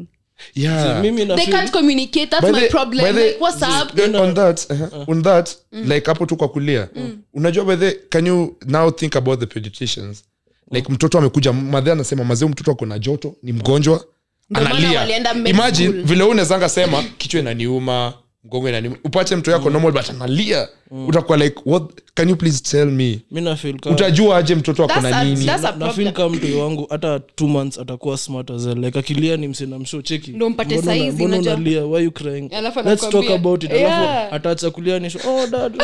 [SPEAKER 3] yeah
[SPEAKER 2] mimi
[SPEAKER 4] they
[SPEAKER 2] nafeel
[SPEAKER 4] can't communicate that's
[SPEAKER 3] By
[SPEAKER 4] my
[SPEAKER 3] the- by
[SPEAKER 4] problem
[SPEAKER 3] the-
[SPEAKER 4] like what's up Mm.
[SPEAKER 3] Then on that, uh-huh, on that like hapo tu kwa kulia unajua by the can you now think about the pediatricians like mtoto amekuja madhe anasema mazee mtoto ako na joto ni mgonjwa
[SPEAKER 4] Ndio maana
[SPEAKER 3] analia
[SPEAKER 4] walienda med
[SPEAKER 3] imagine
[SPEAKER 4] school.
[SPEAKER 3] vile wewe unawezanga sema kichwa inaniuma mgongo inaniuma upate mtoto
[SPEAKER 4] Mm.
[SPEAKER 3] yako normal but analia utakuwa like what can you please tell me
[SPEAKER 2] mi nafeel kama-
[SPEAKER 3] utajua aje mtoto ako
[SPEAKER 4] Mm. that's
[SPEAKER 3] na
[SPEAKER 4] a,
[SPEAKER 3] nini
[SPEAKER 4] that's a
[SPEAKER 2] nafil
[SPEAKER 3] *laughs*
[SPEAKER 4] problem
[SPEAKER 2] kama mtu wangu hata two months atakuwa smart as hell like akilia ni msina msho cheki
[SPEAKER 4] Ndio mpate
[SPEAKER 2] Mbona una-
[SPEAKER 4] saizi,
[SPEAKER 2] mbona
[SPEAKER 4] unajua.
[SPEAKER 2] unalia why you crying
[SPEAKER 4] Alafu
[SPEAKER 2] let's talk
[SPEAKER 4] anakuambia,
[SPEAKER 2] about it
[SPEAKER 4] yeah.
[SPEAKER 2] alafu ataacha kulia nisho oh dad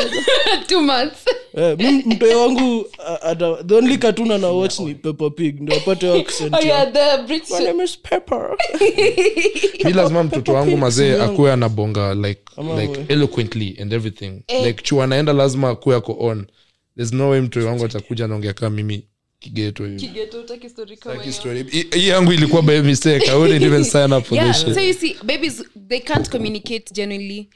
[SPEAKER 4] two
[SPEAKER 3] *laughs*
[SPEAKER 4] months
[SPEAKER 2] eh mi- mtoyo wangu a- ata the only cartoon ana watch ni Peppa Pig ndio apate wa accent
[SPEAKER 4] *laughs* oh
[SPEAKER 2] ya-
[SPEAKER 4] yeah the British
[SPEAKER 2] My name is Pepper.
[SPEAKER 3] mi lazima mtoto wangu mazee akuwe anabonga like,
[SPEAKER 2] Ama
[SPEAKER 3] like
[SPEAKER 2] we.
[SPEAKER 3] eloquently and everything
[SPEAKER 4] Eh.
[SPEAKER 3] like chu anaenda lazima akuwe ako on there's no way mtoto wangu atakuja anaongea kama mimi kigeto hivi
[SPEAKER 4] Kigeto, hutaki story kama hiyo.
[SPEAKER 3] Hii- hii yangu ilikuwa by mistake i wouldn't even sign up for
[SPEAKER 4] *laughs* yeah,
[SPEAKER 3] this
[SPEAKER 4] so
[SPEAKER 3] shit
[SPEAKER 4] you see babies they can't communicate genuinely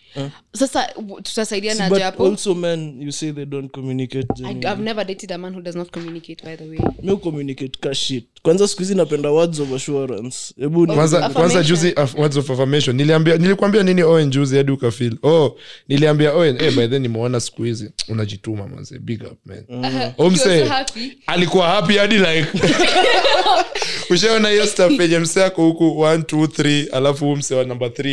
[SPEAKER 4] sasa w- tutasaidiana
[SPEAKER 2] But
[SPEAKER 4] aje hapo
[SPEAKER 2] also men you say they don't communicate
[SPEAKER 4] I,
[SPEAKER 3] Mm.
[SPEAKER 2] genuinely.
[SPEAKER 4] I've never dated a man who does not communicate by the way
[SPEAKER 2] mi hucommunicate ka shit kwanza siku hizi napenda words of assurance hebu ni-
[SPEAKER 3] kwanza
[SPEAKER 4] Affirmation.
[SPEAKER 3] kwanza juzi af- words of affirmation niliambia nilikwambia nini owen juzi hadi ukafil oh niliambia owen eh, by then nimeona siku hizi unajituma manze big up man
[SPEAKER 2] Mm.
[SPEAKER 4] He
[SPEAKER 3] Mm.
[SPEAKER 4] *laughs*
[SPEAKER 3] omse
[SPEAKER 4] was so happy.
[SPEAKER 3] alikuwa happy hadi *laughs* like ushaona hiyo stuff yenye mse ako huku 1 2 3 alafu huu mse wa number 3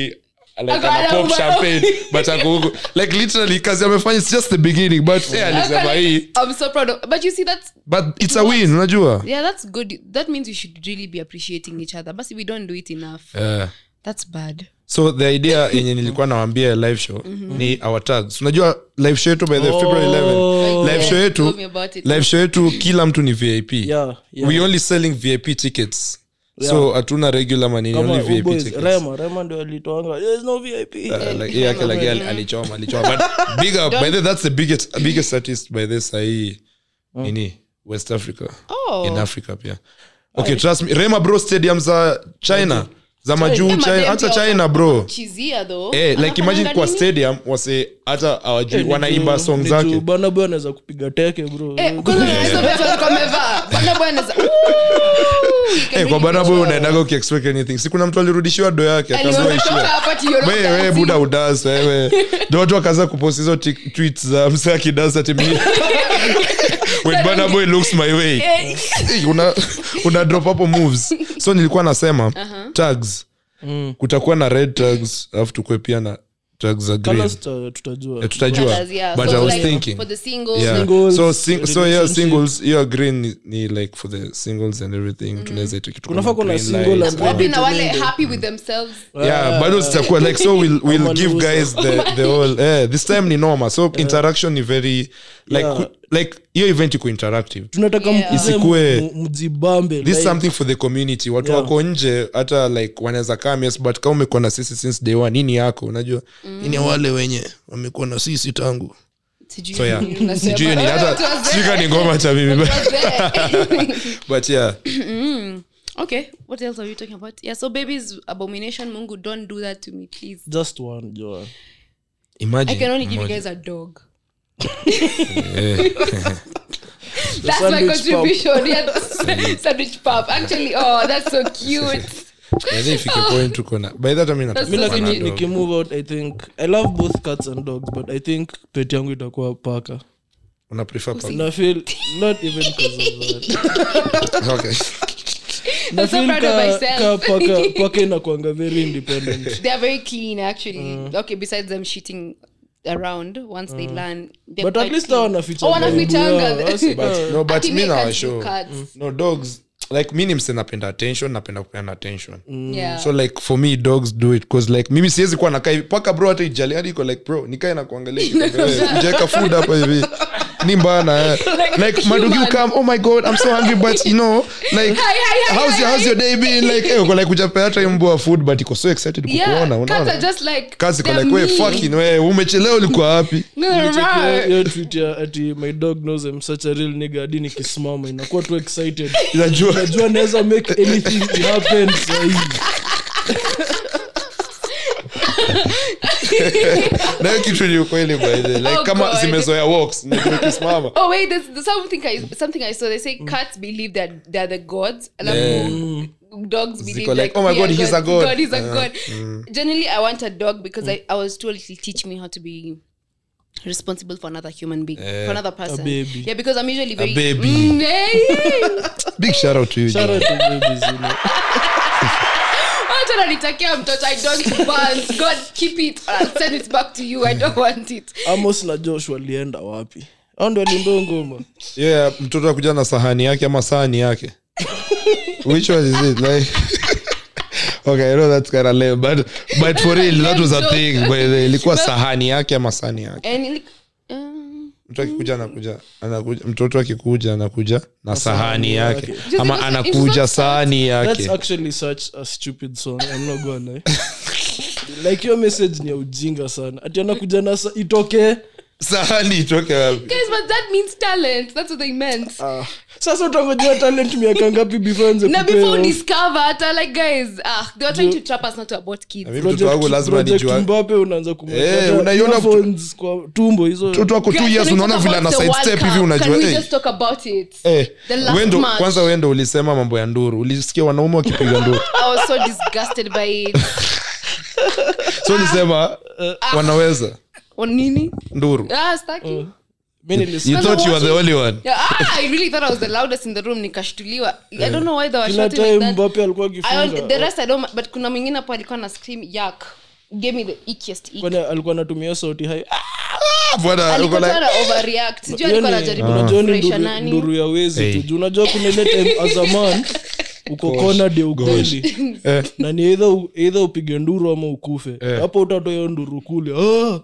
[SPEAKER 3] like
[SPEAKER 4] Ako
[SPEAKER 3] ana pop
[SPEAKER 4] anauma.
[SPEAKER 3] champagne but ako huku like literally kazi amefanya it's just the beginning but eh, alisema hii
[SPEAKER 4] I'm so proud of but you see that's
[SPEAKER 3] but it's a win unajua
[SPEAKER 4] yeah that's good that means we should really be appreciating each other but we don't do it enough
[SPEAKER 3] Eh.
[SPEAKER 4] that's bad
[SPEAKER 3] so the idea yenye nilikuwa nawambia ya live show ni our tags unajua live show yetu by the february 11 live show yetu
[SPEAKER 4] Oh. Tell me about it.
[SPEAKER 3] live show yetu kila mtu ni vip
[SPEAKER 2] Yeah, yeah.
[SPEAKER 3] we only selling vip tickets so hatuna regular manini
[SPEAKER 2] kama
[SPEAKER 3] only vip
[SPEAKER 2] oh boys,
[SPEAKER 3] tickets
[SPEAKER 2] Rema Rema ndio alitoanga there's no VIP
[SPEAKER 4] Eh,
[SPEAKER 3] Uh, like, yeah, like, like, yeah, alichoma alichoma but
[SPEAKER 4] *laughs*
[SPEAKER 3] big up by the, that's the biggest biggest artist by this sahii nini west africa
[SPEAKER 4] Oh.
[SPEAKER 3] in africa pia okay trust me rema bro stadium za china za majuu
[SPEAKER 4] Rema
[SPEAKER 3] china
[SPEAKER 4] dem
[SPEAKER 3] hata
[SPEAKER 4] pia
[SPEAKER 3] china bro
[SPEAKER 4] chizia though
[SPEAKER 3] eh, like
[SPEAKER 4] Anafanyanga
[SPEAKER 3] imagine kwa
[SPEAKER 4] nini?
[SPEAKER 3] stadium wase hata
[SPEAKER 2] Eh,
[SPEAKER 3] hawajui wanaimba song zake
[SPEAKER 2] banaboy anaweza kupiga teke bro
[SPEAKER 4] Eh,
[SPEAKER 3] *laughs*
[SPEAKER 4] kwanza unaweza vaa vile amevaa. Bana bwana anaweza- Woo! You can
[SPEAKER 3] Eh, kwa
[SPEAKER 4] really
[SPEAKER 3] bana boy
[SPEAKER 4] control.
[SPEAKER 3] unaendaga ukiexpect anything si kuna mtu alirudishiwa do yake
[SPEAKER 4] Aliondoka
[SPEAKER 3] akazoishia
[SPEAKER 4] hapa tiyo,
[SPEAKER 3] We, we,
[SPEAKER 4] dancing.
[SPEAKER 3] buda udas wewe ndo watu wakaanza kupost hizo ti- tweets za msee akidas ati
[SPEAKER 4] *laughs*
[SPEAKER 3] mi- when bana boy looks my way
[SPEAKER 4] Eh,
[SPEAKER 3] Eh, una, una drop hapo moves so nilikuwa nasema
[SPEAKER 4] Uh-huh.
[SPEAKER 3] tags kutakuwa na red tags alafu tukue pia na tags za green
[SPEAKER 2] Colours tuta- tutajua
[SPEAKER 3] Eh, tutajua
[SPEAKER 4] Colors, yeah.
[SPEAKER 3] but
[SPEAKER 4] So,
[SPEAKER 3] i was
[SPEAKER 4] like,
[SPEAKER 3] thinking
[SPEAKER 4] for the singles,
[SPEAKER 3] Yeah.
[SPEAKER 2] Singles,
[SPEAKER 3] so sing, so yeah
[SPEAKER 2] relationship.
[SPEAKER 3] singles yeah green ni, ni like for the singles and everything
[SPEAKER 2] Mm-hmm.
[SPEAKER 3] tunaweza ita kitu
[SPEAKER 2] Kunafaa
[SPEAKER 3] kama
[SPEAKER 2] kuna
[SPEAKER 3] green
[SPEAKER 2] single
[SPEAKER 3] lights.
[SPEAKER 2] and
[SPEAKER 4] Wapi
[SPEAKER 2] Maybe
[SPEAKER 4] na wale
[SPEAKER 2] tumende.
[SPEAKER 4] happy with themselves
[SPEAKER 3] yeah bado zitakuwa like so we'll, we'll
[SPEAKER 2] Ama
[SPEAKER 3] give
[SPEAKER 2] loser.
[SPEAKER 3] guys the, the whole eh, this time ni
[SPEAKER 2] *laughs*
[SPEAKER 3] normal so interaction ni very like
[SPEAKER 2] Yeah.
[SPEAKER 3] ku, like hiyo event iko interactive
[SPEAKER 2] tunataka
[SPEAKER 4] Yeah.
[SPEAKER 2] mkuze
[SPEAKER 3] Isikue-
[SPEAKER 2] mu- mjibambe
[SPEAKER 3] this
[SPEAKER 2] like,
[SPEAKER 3] something for the community watu
[SPEAKER 2] Yeah.
[SPEAKER 3] wako nje hata like wanaweza come yes but kama umekuwa na sisi since day one nini yako unajua
[SPEAKER 2] Mm.
[SPEAKER 3] nini ya wale wenye wamekuwa na sisi tangu
[SPEAKER 4] Sijui
[SPEAKER 2] *laughs*
[SPEAKER 3] so yeah
[SPEAKER 4] nini *laughs* unasema.
[SPEAKER 3] sijui ni
[SPEAKER 4] Watu *laughs*
[SPEAKER 3] hata
[SPEAKER 4] wazee.
[SPEAKER 3] sijui kama ni ngoma cha mimi
[SPEAKER 4] Wazee.
[SPEAKER 3] but yeah
[SPEAKER 4] okay what else are you talking about yeah so babies abomination mungu don't do that to me please
[SPEAKER 2] just one Joan.
[SPEAKER 3] imagine
[SPEAKER 4] i can only give you
[SPEAKER 3] mmoja.
[SPEAKER 4] guys a dog
[SPEAKER 3] Eh.
[SPEAKER 4] that's my
[SPEAKER 2] sandwich pup.
[SPEAKER 4] contribution yeah sandwich pup actually oh that's so cute
[SPEAKER 3] Yeah, then yaani ifike point tuko na- by that I mean
[SPEAKER 4] That's
[SPEAKER 2] mi
[SPEAKER 3] tuko na
[SPEAKER 2] lakini
[SPEAKER 3] dog.
[SPEAKER 2] nikimove out i think i love both cats and dogs but i think pet yangu itakuwa paka
[SPEAKER 3] Una prefer pug?
[SPEAKER 2] na feel not even 'cause of
[SPEAKER 4] *laughs*
[SPEAKER 2] that
[SPEAKER 3] Okay.
[SPEAKER 2] na
[SPEAKER 4] I'm so
[SPEAKER 2] feel
[SPEAKER 4] proud of
[SPEAKER 2] ka,
[SPEAKER 4] myself.
[SPEAKER 2] ka paka
[SPEAKER 4] *laughs*
[SPEAKER 2] paka inakuanga very independent
[SPEAKER 4] they're very clean actually okay besides them shitting around once they learn they're
[SPEAKER 2] but at
[SPEAKER 4] quite
[SPEAKER 2] least
[SPEAKER 4] clean.
[SPEAKER 2] hao wanaficha
[SPEAKER 4] Oh,
[SPEAKER 2] vibe
[SPEAKER 4] wanafichanga. *laughs*
[SPEAKER 2] yao. Asi-
[SPEAKER 3] But, no, but
[SPEAKER 4] Ati
[SPEAKER 3] mi na
[SPEAKER 4] make us
[SPEAKER 3] washow.
[SPEAKER 4] do cards.
[SPEAKER 3] No, dogs like mi ni mse napenda attention napenda kupeana attention
[SPEAKER 4] yeah
[SPEAKER 3] so like for me dogs do it cause like mimi siwezi
[SPEAKER 4] *laughs*
[SPEAKER 3] kuwa nakaa hivi paka bro hata ijali hadi iko like bro nikae na kuangalia kitu. Nijaweka food "Eh, hapa hivi ni mbana eh.
[SPEAKER 4] Like
[SPEAKER 3] like madugi
[SPEAKER 4] human.
[SPEAKER 3] come oh my god i'm so hungry but you know like
[SPEAKER 4] Hi, hi, hi,
[SPEAKER 3] how's
[SPEAKER 4] hi,
[SPEAKER 3] your how's
[SPEAKER 4] hi.
[SPEAKER 3] your day been like eh uko like ujapea hata mbwa food but iko so excited
[SPEAKER 4] Yeah,
[SPEAKER 3] kukuona
[SPEAKER 4] cats
[SPEAKER 3] unaona
[SPEAKER 4] are just like
[SPEAKER 3] kazi kwa
[SPEAKER 4] they're
[SPEAKER 3] like we
[SPEAKER 4] mean.
[SPEAKER 3] fucking we umechelewa ulikuwa wapi
[SPEAKER 4] No, no, no,
[SPEAKER 2] Check
[SPEAKER 4] no.
[SPEAKER 2] hiyo tweet ya ati my dog knows I'm such a real nigga hadi nikisimama inakuwa tu excited
[SPEAKER 3] unajua
[SPEAKER 4] *laughs*
[SPEAKER 2] najua naweza make anything happen sahizi
[SPEAKER 3] na hiyo kitu ni ukweli by the way. like
[SPEAKER 4] Oh
[SPEAKER 3] kama
[SPEAKER 4] God.
[SPEAKER 3] zimezoea walks ndio kisimama
[SPEAKER 4] Oh wait, there's, there's something I something I saw. They
[SPEAKER 3] Mm.
[SPEAKER 4] say cats believe that they're the gods. Alafu, Dogs believe
[SPEAKER 3] Ziko like,
[SPEAKER 4] like,
[SPEAKER 3] "Oh my
[SPEAKER 4] we
[SPEAKER 3] God,
[SPEAKER 4] are
[SPEAKER 3] he's a god."
[SPEAKER 4] gods.
[SPEAKER 3] Uh-huh. Mm.
[SPEAKER 4] God is a god. Generally, I want a dog because I, I was told it'll teach me how to be responsible for another human being, for another person.
[SPEAKER 2] baby.
[SPEAKER 4] Yeah, because I'm usually very
[SPEAKER 3] baby.
[SPEAKER 4] Mm, hey. *laughs*
[SPEAKER 3] big shout out to you
[SPEAKER 2] Shout out to babies, you know.
[SPEAKER 4] Wacha unanitakia mtoto, I don't want. God, keep it. I'll send it back to you. I
[SPEAKER 3] *laughs*
[SPEAKER 4] don't want it.
[SPEAKER 2] amos na josh walienda wapi au ndio walimbeo ngoma
[SPEAKER 3] yeah mtoto akuja na sahani yake ama sahani
[SPEAKER 4] *laughs*
[SPEAKER 3] yake which one is it like *laughs* okay i know that's kind of lame but but for real that was a thing by the way. ilikuwa sahani yake ama sahani yake
[SPEAKER 4] And like, um,
[SPEAKER 3] mtu akikuja anakuja anakuja mtoto akikuja anakuja na sahani
[SPEAKER 2] sahani
[SPEAKER 3] yake
[SPEAKER 2] yake.
[SPEAKER 3] ama
[SPEAKER 4] Just-
[SPEAKER 3] anakuja
[SPEAKER 4] it's
[SPEAKER 3] sahani
[SPEAKER 2] that's
[SPEAKER 3] yake
[SPEAKER 2] actually such a stupid song i'm not gonna lie *laughs* like your message ni ya ujinga sana ati anakuja na sa- itokee
[SPEAKER 3] sahani itoke wapi
[SPEAKER 4] guys, but that means talent. That's what they meant.
[SPEAKER 2] Ah. sasa utangojea talent miaka ngapi before anze
[SPEAKER 4] na
[SPEAKER 2] kupea
[SPEAKER 3] euh,
[SPEAKER 4] before
[SPEAKER 2] off?
[SPEAKER 4] discover hata like guys ah they were trying to trap us not to abort kids
[SPEAKER 3] Mimi mtoto wangu
[SPEAKER 2] Project-
[SPEAKER 3] lazima
[SPEAKER 2] Project
[SPEAKER 3] nijua
[SPEAKER 2] Mbappe unaanza kumweka
[SPEAKER 3] Eh,
[SPEAKER 2] na
[SPEAKER 3] unaiona mtu-
[SPEAKER 2] earphones kwa tumbo hizo
[SPEAKER 3] mtoto wako two
[SPEAKER 4] Guys,
[SPEAKER 3] years
[SPEAKER 4] can we
[SPEAKER 3] unaona
[SPEAKER 4] talk
[SPEAKER 3] vile
[SPEAKER 4] about
[SPEAKER 3] ana
[SPEAKER 4] the
[SPEAKER 3] side
[SPEAKER 4] World
[SPEAKER 3] step
[SPEAKER 4] Cup?
[SPEAKER 3] hivi
[SPEAKER 4] Can
[SPEAKER 3] unajua
[SPEAKER 4] we
[SPEAKER 3] eh,
[SPEAKER 4] just talk about it?
[SPEAKER 3] eh,
[SPEAKER 4] The last
[SPEAKER 3] wendo
[SPEAKER 4] match.
[SPEAKER 3] kwanza wendo ulisema mambo ya nduru ulisikia wanaume wakipiga nduru
[SPEAKER 4] I was so disgusted by it.
[SPEAKER 3] *laughs*
[SPEAKER 4] Ah.
[SPEAKER 3] so ulisema eh, wanaweza
[SPEAKER 4] Wa nini?
[SPEAKER 3] nduru
[SPEAKER 4] Ah, staki.
[SPEAKER 3] Mm.
[SPEAKER 2] mi nilisikia
[SPEAKER 3] you thought you were the only one
[SPEAKER 4] Yeah, ah, I really thought I was the loudest in the room nikashtuliwa. I
[SPEAKER 3] Eh.
[SPEAKER 4] don't know why they were
[SPEAKER 2] kila
[SPEAKER 4] shouting like
[SPEAKER 2] time
[SPEAKER 4] that.
[SPEAKER 2] mbape alikuwa
[SPEAKER 4] I don't, the
[SPEAKER 2] akifunga
[SPEAKER 4] rest I don't but kuna mwingine hapo alikuwa na scream yak. Gave me the ickiest ick.
[SPEAKER 2] kwani alikuwa anatumia sauti hai Ah,
[SPEAKER 3] Ah, bwana, uko
[SPEAKER 4] Alikuwa
[SPEAKER 3] like- Ah.
[SPEAKER 4] trying to overreact. Sijui alikuwa
[SPEAKER 2] yaani,
[SPEAKER 4] anajaribu
[SPEAKER 2] unajua ni
[SPEAKER 4] kufurahisha
[SPEAKER 2] nduru-
[SPEAKER 4] nani.
[SPEAKER 2] nduru ya wezi
[SPEAKER 3] Hey.
[SPEAKER 2] tu juu unajua kuna ile time as a man uko kona de ukweli
[SPEAKER 3] Eh,
[SPEAKER 2] na ni either u- either upige nduru ama ukufe hapo utatoa hiyo nduru kule ah,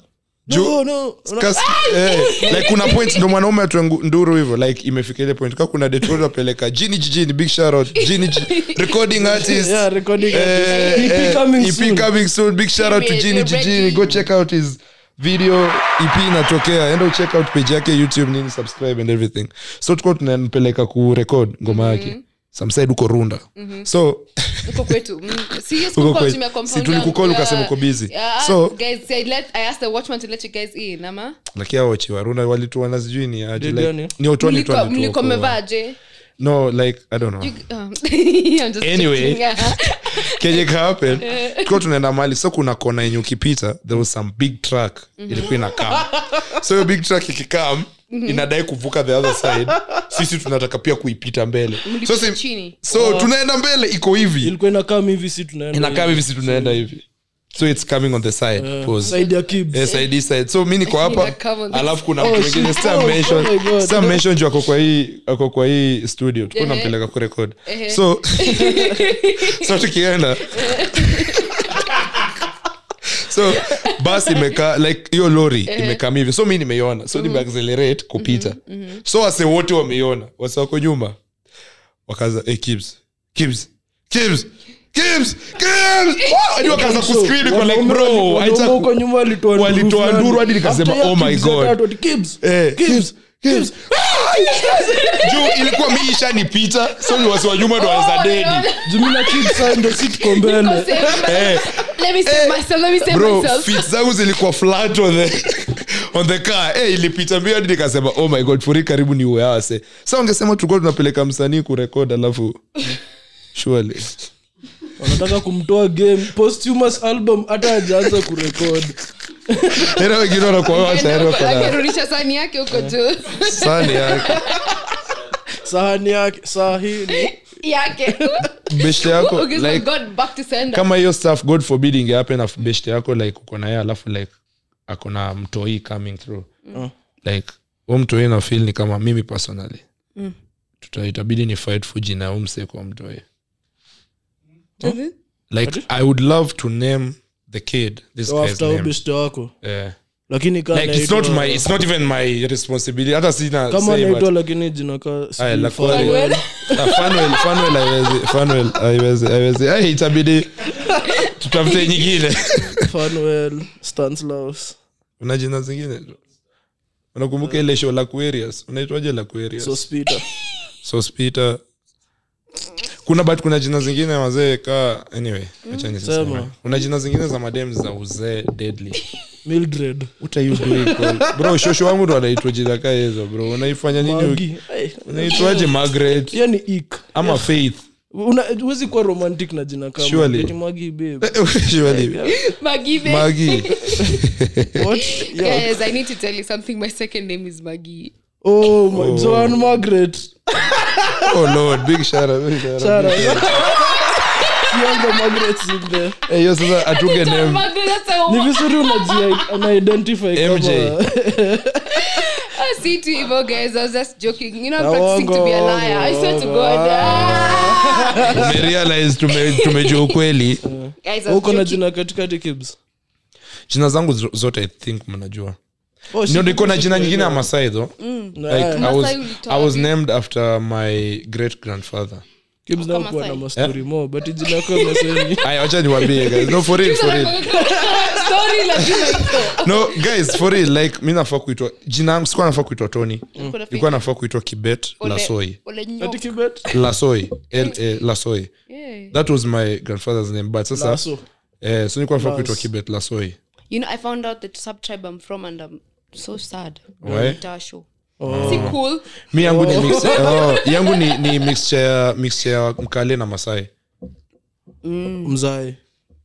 [SPEAKER 3] Juu-
[SPEAKER 2] no, no, una-
[SPEAKER 3] kas- eh, like kuna point ndo mwanaume atwe ngu- nduru hivyo like imefika ile point ka kuna detro apeleka jini jijini big shout jini ji- recording artist
[SPEAKER 2] Yeah, recording
[SPEAKER 3] Eh,
[SPEAKER 2] artist. EP
[SPEAKER 3] eh,
[SPEAKER 2] coming
[SPEAKER 3] EP
[SPEAKER 2] soon.
[SPEAKER 3] coming soon. Big shout out to
[SPEAKER 4] We're
[SPEAKER 3] Jini
[SPEAKER 4] ready.
[SPEAKER 3] Jijini. Go check out his video EP inatokea. Enda ucheck out page yake YouTube nini subscribe and everything. So tuko tunampeleka kurecord ngoma yake. Some side uko Runda. So
[SPEAKER 4] uko kwetu Mm, si yes,
[SPEAKER 3] Uko
[SPEAKER 4] kwa
[SPEAKER 3] kwetu.
[SPEAKER 4] team ya compound
[SPEAKER 3] Si tulikukol
[SPEAKER 4] yangu.
[SPEAKER 3] ukasema
[SPEAKER 4] Yeah.
[SPEAKER 3] uko busy.
[SPEAKER 4] Yeah, ah,
[SPEAKER 3] So-
[SPEAKER 4] guys, I let- I asked the watchman to let you guys in, ama?
[SPEAKER 3] lakini hao wachi wa Runda walituona sijui ni aje
[SPEAKER 2] Ndio,
[SPEAKER 3] like
[SPEAKER 2] ndio.
[SPEAKER 3] ni utoni tu
[SPEAKER 4] Mliko- mliko
[SPEAKER 3] wamevaa.
[SPEAKER 4] mmevaje?
[SPEAKER 3] No like I don't know.
[SPEAKER 4] Um, *laughs* I'm just
[SPEAKER 3] Anyway.
[SPEAKER 4] joking, yeah.
[SPEAKER 3] Kenye ka happen. Tuko tunaenda mahali so kuna kona yenye ukipita there was some big truck ilikuwa inakaa. so hiyo big truck ikikam inadai kuvuka the other side sisi tunataka pia kuipita mbele so,
[SPEAKER 4] Mlipita
[SPEAKER 3] si,
[SPEAKER 4] chini.
[SPEAKER 3] so tunaenda mbele iko hivi
[SPEAKER 2] ilikuwa inakaa hivi si tunaenda
[SPEAKER 3] inakaa
[SPEAKER 2] hivi.
[SPEAKER 3] hivi si tunaenda hivi so it's coming on the side pause
[SPEAKER 2] Side ya kibs.
[SPEAKER 3] Yes, eh. I did side. so
[SPEAKER 4] *laughs*
[SPEAKER 3] mi niko hapa
[SPEAKER 4] come on.
[SPEAKER 3] alafu kuna mtu mwingine
[SPEAKER 2] shit.
[SPEAKER 3] Star
[SPEAKER 2] Oh,
[SPEAKER 3] Mention-
[SPEAKER 2] oh my God.
[SPEAKER 3] Star Mention juu ako kwa hii ako kwa hii studio tuko nampeleka kurekod so *laughs* so
[SPEAKER 4] *laughs*
[SPEAKER 3] tukienda so basi imekaa like hiyo lori imekaa hivi so mi nimeiona so
[SPEAKER 4] Mm-hmm.
[SPEAKER 3] nimeaccelerate kupita so wase wote wameiona wase wako nyuma wakaza hey, kibs kibs kibs
[SPEAKER 2] *laughs*
[SPEAKER 3] kibs kibs Wow, hadi wakaanza kuscreen kwa
[SPEAKER 2] Wanaume
[SPEAKER 3] like
[SPEAKER 2] wali-
[SPEAKER 3] bro
[SPEAKER 2] wanaume
[SPEAKER 3] acha
[SPEAKER 2] huko nyuma walitoa nduru
[SPEAKER 3] walitoa
[SPEAKER 2] fulani.
[SPEAKER 3] nduru hadi nikasema,
[SPEAKER 2] After
[SPEAKER 3] "Oh
[SPEAKER 2] ya
[SPEAKER 3] my
[SPEAKER 2] kibs
[SPEAKER 3] God."
[SPEAKER 2] ya tatu, ati kibs,
[SPEAKER 3] Eh,
[SPEAKER 2] kibs, kibs.
[SPEAKER 3] *laughs* juu ilikuwa mi ishanipita so ni wasiwa nyuma ndo
[SPEAKER 4] Oh,
[SPEAKER 3] waeza
[SPEAKER 4] no,
[SPEAKER 3] deni
[SPEAKER 4] no.
[SPEAKER 2] Juu mi na kibs sasa ndo si tuko mbele
[SPEAKER 4] Save myself.
[SPEAKER 3] Eh,
[SPEAKER 4] Let me save myself, let me save
[SPEAKER 3] bro
[SPEAKER 4] myself.
[SPEAKER 3] fit zangu zilikuwa flat on the, *laughs* on the car Eh, ilipita mbio hadi nikasema oh my god furi karibu ni uweawase sa ungesema tulikuwa tunapeleka msanii kurekod alafu surely
[SPEAKER 2] wanataka kumtoa game posthumous album hata ajaanza kurekod
[SPEAKER 3] era wengine wanakuwa
[SPEAKER 4] Akaenda
[SPEAKER 3] tayari
[SPEAKER 4] huko,
[SPEAKER 3] wako na-
[SPEAKER 4] akarudisha sahani yake huko
[SPEAKER 3] Eh.
[SPEAKER 4] juu *laughs*
[SPEAKER 3] sahani yake
[SPEAKER 2] sahani yake sahini
[SPEAKER 4] yake
[SPEAKER 3] beshte yako
[SPEAKER 4] Okay, so
[SPEAKER 3] like
[SPEAKER 4] God back to sender.
[SPEAKER 3] *laughs* kama hiyo stuff god forbid ingehappen afu beshte yako like uko naye alafu like akona mtoi coming through like u mtoi na feel ni kama mimi personally tuta itabidi ni fight fuji na u mse kwa mtoi like i would love to name the kid this
[SPEAKER 2] So
[SPEAKER 3] guy's
[SPEAKER 2] Oh, after
[SPEAKER 3] name
[SPEAKER 2] ubeshte wako
[SPEAKER 3] Eh,
[SPEAKER 2] lakini kaa
[SPEAKER 3] like it's
[SPEAKER 2] naitwa-
[SPEAKER 3] not my it's not even my responsibility hata sina
[SPEAKER 2] kama
[SPEAKER 3] say, but-
[SPEAKER 2] naitwa lakini jina kaa
[SPEAKER 3] Aya,
[SPEAKER 2] sijui
[SPEAKER 3] la
[SPEAKER 2] Fanuel.
[SPEAKER 3] kweli.
[SPEAKER 4] Fanuel.
[SPEAKER 3] *laughs* Ah, Fanuel, Fanuel haiwezi, Fanuel haiwezi, haiwezi. Ai, itabidi tutafute nyingine
[SPEAKER 2] Fanuel, Stanislaus,
[SPEAKER 3] una jina zingine unakumbuka ile show la Aquarius unaitwaje la Aquarius
[SPEAKER 2] Sospita.
[SPEAKER 3] Sospita. kuna but kuna jina zingine wazee kaa anyway acha nisiseme.
[SPEAKER 2] Sema.
[SPEAKER 3] kuna jina zingine za madem za uzee deadly
[SPEAKER 2] Mildred,
[SPEAKER 3] *laughs* what are you doing Paul? bro shosho wangu ndo anaitwa jina kaa hizo bro unaifanya nini
[SPEAKER 2] Maggie. Ai,
[SPEAKER 3] unaitwaje Margaret
[SPEAKER 2] hiyo ni ik
[SPEAKER 3] ama Faith *laughs*
[SPEAKER 2] huwezi kuwa romantic na jina kama
[SPEAKER 3] Surely.
[SPEAKER 2] eti Maggie,
[SPEAKER 3] *laughs*
[SPEAKER 2] babe.
[SPEAKER 3] Surely.
[SPEAKER 4] Maggie, babe.
[SPEAKER 3] *laughs* Maggie.
[SPEAKER 2] What? Yeah.
[SPEAKER 4] Guys, I need to tell you something. My second name is Maggie.
[SPEAKER 2] Oh, my- so Anne Margaret.
[SPEAKER 3] Oh Lord, big shout out, big shout out.
[SPEAKER 2] Sarah. Younger Margaret's in there.
[SPEAKER 3] Hey, yo sasa atunge
[SPEAKER 4] Don't
[SPEAKER 3] name.
[SPEAKER 4] Maggie, that's a
[SPEAKER 2] ni
[SPEAKER 4] wa-
[SPEAKER 2] vizuri unaji- unaidentify
[SPEAKER 3] MJ.
[SPEAKER 2] kama
[SPEAKER 4] I see to evil guys. I was just joking. You know, I'm
[SPEAKER 2] Ah,
[SPEAKER 4] practicing to be a
[SPEAKER 2] wongo,
[SPEAKER 4] liar. I swear to
[SPEAKER 2] wongo, wongo.
[SPEAKER 4] God. Ah.
[SPEAKER 3] Tumerealize tume tumejua ukweli.
[SPEAKER 4] *laughs* Guys, I was
[SPEAKER 2] *laughs* uko na
[SPEAKER 4] joking.
[SPEAKER 2] jina katikati kibs
[SPEAKER 3] Jina zangu zo- zote I think mnajua.
[SPEAKER 2] Oh, shit,
[SPEAKER 3] Ndio niko na
[SPEAKER 2] nimesha
[SPEAKER 3] jina nyingine ya
[SPEAKER 2] kuelewa.
[SPEAKER 3] Masai though.
[SPEAKER 2] Na,
[SPEAKER 3] Like
[SPEAKER 2] eh,
[SPEAKER 3] I was
[SPEAKER 4] Mm. ulitoa
[SPEAKER 3] I was
[SPEAKER 4] wapi?
[SPEAKER 3] named after my great grandfather.
[SPEAKER 2] Kibz nao
[SPEAKER 4] kama
[SPEAKER 2] kuwa na
[SPEAKER 4] Masai.
[SPEAKER 2] mastori
[SPEAKER 3] Eh?
[SPEAKER 2] more but jina yako amesemi
[SPEAKER 4] *laughs*
[SPEAKER 3] Ai acha niwaambie guys. No for real, for real. *laughs*
[SPEAKER 4] Sorry, lazima iko.
[SPEAKER 3] No guys, for real like mimi nafaa kuitwa jina yangu sikuwa nafaa kuitwa Tony. Nilikuwa nafaa kuitwa Kibet
[SPEAKER 4] Ole-
[SPEAKER 3] Lasoi.
[SPEAKER 4] ole nyok.
[SPEAKER 2] ati kibet
[SPEAKER 3] Lasoi. L A Lasoi.
[SPEAKER 4] Yeah.
[SPEAKER 3] That was my grandfather's name but sasa
[SPEAKER 2] Lasso.
[SPEAKER 3] eh so nilikuwa nafaa kuitwa
[SPEAKER 2] Las-
[SPEAKER 3] Kibet Lasoi.
[SPEAKER 4] You know, I found out the sub tribe I'm from, and I'm so sad.
[SPEAKER 3] Why?
[SPEAKER 4] Tasho. Is
[SPEAKER 2] Oh,
[SPEAKER 4] it cool?
[SPEAKER 3] mi yangu ni mix, oh, yangu ni, ni mixture ya mixture ya mkale na masai
[SPEAKER 2] mzae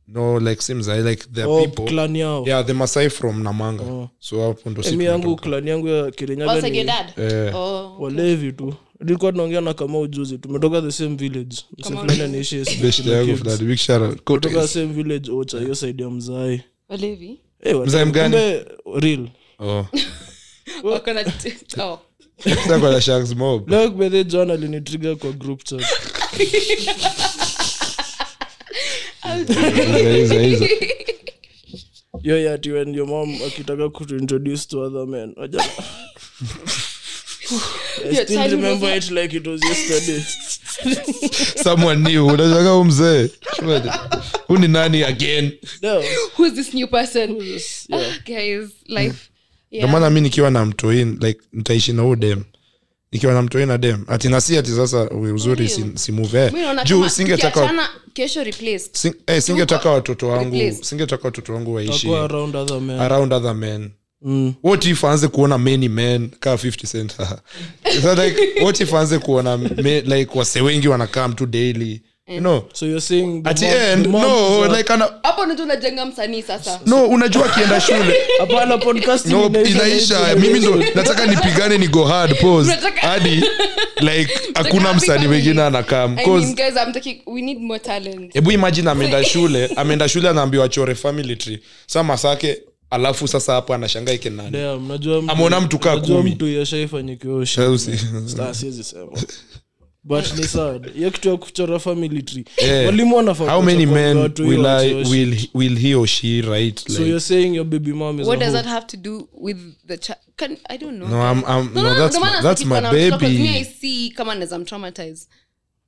[SPEAKER 3] no like si mzai like the
[SPEAKER 2] Oh,
[SPEAKER 3] people
[SPEAKER 2] clan yao
[SPEAKER 3] yeah the masai from namanga so hapo
[SPEAKER 4] Eh,
[SPEAKER 3] ndo si
[SPEAKER 2] mi yangu clan yangu ya
[SPEAKER 4] Oh,
[SPEAKER 2] kirinyaga
[SPEAKER 4] it's like your
[SPEAKER 2] ni
[SPEAKER 4] dad.
[SPEAKER 3] Eh.
[SPEAKER 4] Oh.
[SPEAKER 2] walevi tu nilikuwa tunaongea na kama ujuzi tumetoka the same village mse fulani anaishi estate na
[SPEAKER 3] best yangu
[SPEAKER 2] kids.
[SPEAKER 3] fulani big shout out
[SPEAKER 2] kutoka
[SPEAKER 3] Kotes.
[SPEAKER 2] same village ocha hiyo side ya mzae
[SPEAKER 4] Walevi.
[SPEAKER 2] Eh, wale-
[SPEAKER 3] Mzae mgani?
[SPEAKER 2] kumbe real
[SPEAKER 4] *laughs*
[SPEAKER 3] oh
[SPEAKER 4] Wako na- *laughs* Oh.
[SPEAKER 3] sasa kwa la sharks mob
[SPEAKER 2] leo bedhe john alinitriga kwa group chat
[SPEAKER 3] Hizo, hizo, hizo.
[SPEAKER 2] yo yati when your mom akitaka kutuintroduce to other men
[SPEAKER 4] *laughs*
[SPEAKER 2] Waja- I
[SPEAKER 4] Your
[SPEAKER 2] still
[SPEAKER 4] childhood
[SPEAKER 2] remember
[SPEAKER 4] was-
[SPEAKER 2] it like it was yesterday
[SPEAKER 3] someone new unashanga huyu mzee Shwari. huyu ni nani again
[SPEAKER 2] no
[SPEAKER 4] *laughs* *laughs* Who's this new person?
[SPEAKER 2] yeah.
[SPEAKER 4] Ah, guys, life.
[SPEAKER 3] ndio
[SPEAKER 4] Yeah.
[SPEAKER 3] maana mi nikiwa na mtoin like nitaishi na huyu dem nikiwa na mtoin na dem ati nasi ati sasa uzuri si, si move eh.
[SPEAKER 4] Mi naona
[SPEAKER 3] juu
[SPEAKER 4] kama
[SPEAKER 3] singetaka
[SPEAKER 4] tukiachana, kesho replace.
[SPEAKER 3] Sing- eh, singetaka watoto wangu
[SPEAKER 4] Replace.
[SPEAKER 3] singetaka watoto wangu waishi
[SPEAKER 2] Takuwa around other men
[SPEAKER 3] around other men
[SPEAKER 4] Mm.
[SPEAKER 3] what if aanze kuona many men kaa 50 cent *laughs* so like what if aanze kuona me, like wase wengi wanakaa mtu daily you know
[SPEAKER 2] so you're saying the
[SPEAKER 3] at the
[SPEAKER 2] mom-
[SPEAKER 3] end
[SPEAKER 2] the mom
[SPEAKER 3] no
[SPEAKER 2] is a-
[SPEAKER 3] like ana
[SPEAKER 4] hapo ndo tu unajenga msanii sasa
[SPEAKER 3] no unajua akienda
[SPEAKER 4] *laughs*
[SPEAKER 3] shule *laughs*
[SPEAKER 2] hapana podcast
[SPEAKER 3] no
[SPEAKER 2] inaisha
[SPEAKER 3] inaisha
[SPEAKER 2] next
[SPEAKER 3] mimi ndo
[SPEAKER 2] episode.
[SPEAKER 3] nataka nipigane ni go hard pause
[SPEAKER 4] Unataka-
[SPEAKER 3] hadi
[SPEAKER 4] *laughs*
[SPEAKER 3] like hakuna
[SPEAKER 4] happy
[SPEAKER 3] msanii
[SPEAKER 4] family.
[SPEAKER 3] mwingine anakam
[SPEAKER 4] I mean, guys, I'm taking- we need more talent.
[SPEAKER 3] hebu imagine
[SPEAKER 4] *laughs*
[SPEAKER 3] ameenda shule ameenda shule anaambiwa chore family tree saa masake alafu sasa hapo anashangaa ike nani
[SPEAKER 2] Damn, najua mtu-
[SPEAKER 3] Ameona mtu kaa
[SPEAKER 2] najua
[SPEAKER 3] kumi.
[SPEAKER 2] mtu yashaifanyikiwa shit.
[SPEAKER 3] Chelsea. *laughs*
[SPEAKER 2] Sasa siwezi sema. but ni sad hiyo kitu ya kuchora family tree
[SPEAKER 3] Eh.
[SPEAKER 2] walimu wanafaa
[SPEAKER 3] how many
[SPEAKER 2] kuchapa
[SPEAKER 3] men
[SPEAKER 2] watu hiyo
[SPEAKER 3] will, I,
[SPEAKER 2] wasioshe.
[SPEAKER 3] will, will he or she write
[SPEAKER 2] so you're
[SPEAKER 3] like,
[SPEAKER 2] saying your baby mom is
[SPEAKER 4] What
[SPEAKER 2] a
[SPEAKER 4] does
[SPEAKER 2] hoe.
[SPEAKER 4] that have to do with the chi- can- I don't know.
[SPEAKER 3] no, I'm, I'm,
[SPEAKER 4] No,
[SPEAKER 3] no,
[SPEAKER 4] no,
[SPEAKER 3] that's,
[SPEAKER 4] ndo maana
[SPEAKER 3] my, that's my
[SPEAKER 4] nasipika na mtoto 'cause me, I
[SPEAKER 3] baby
[SPEAKER 4] see kama naweza m traumatize.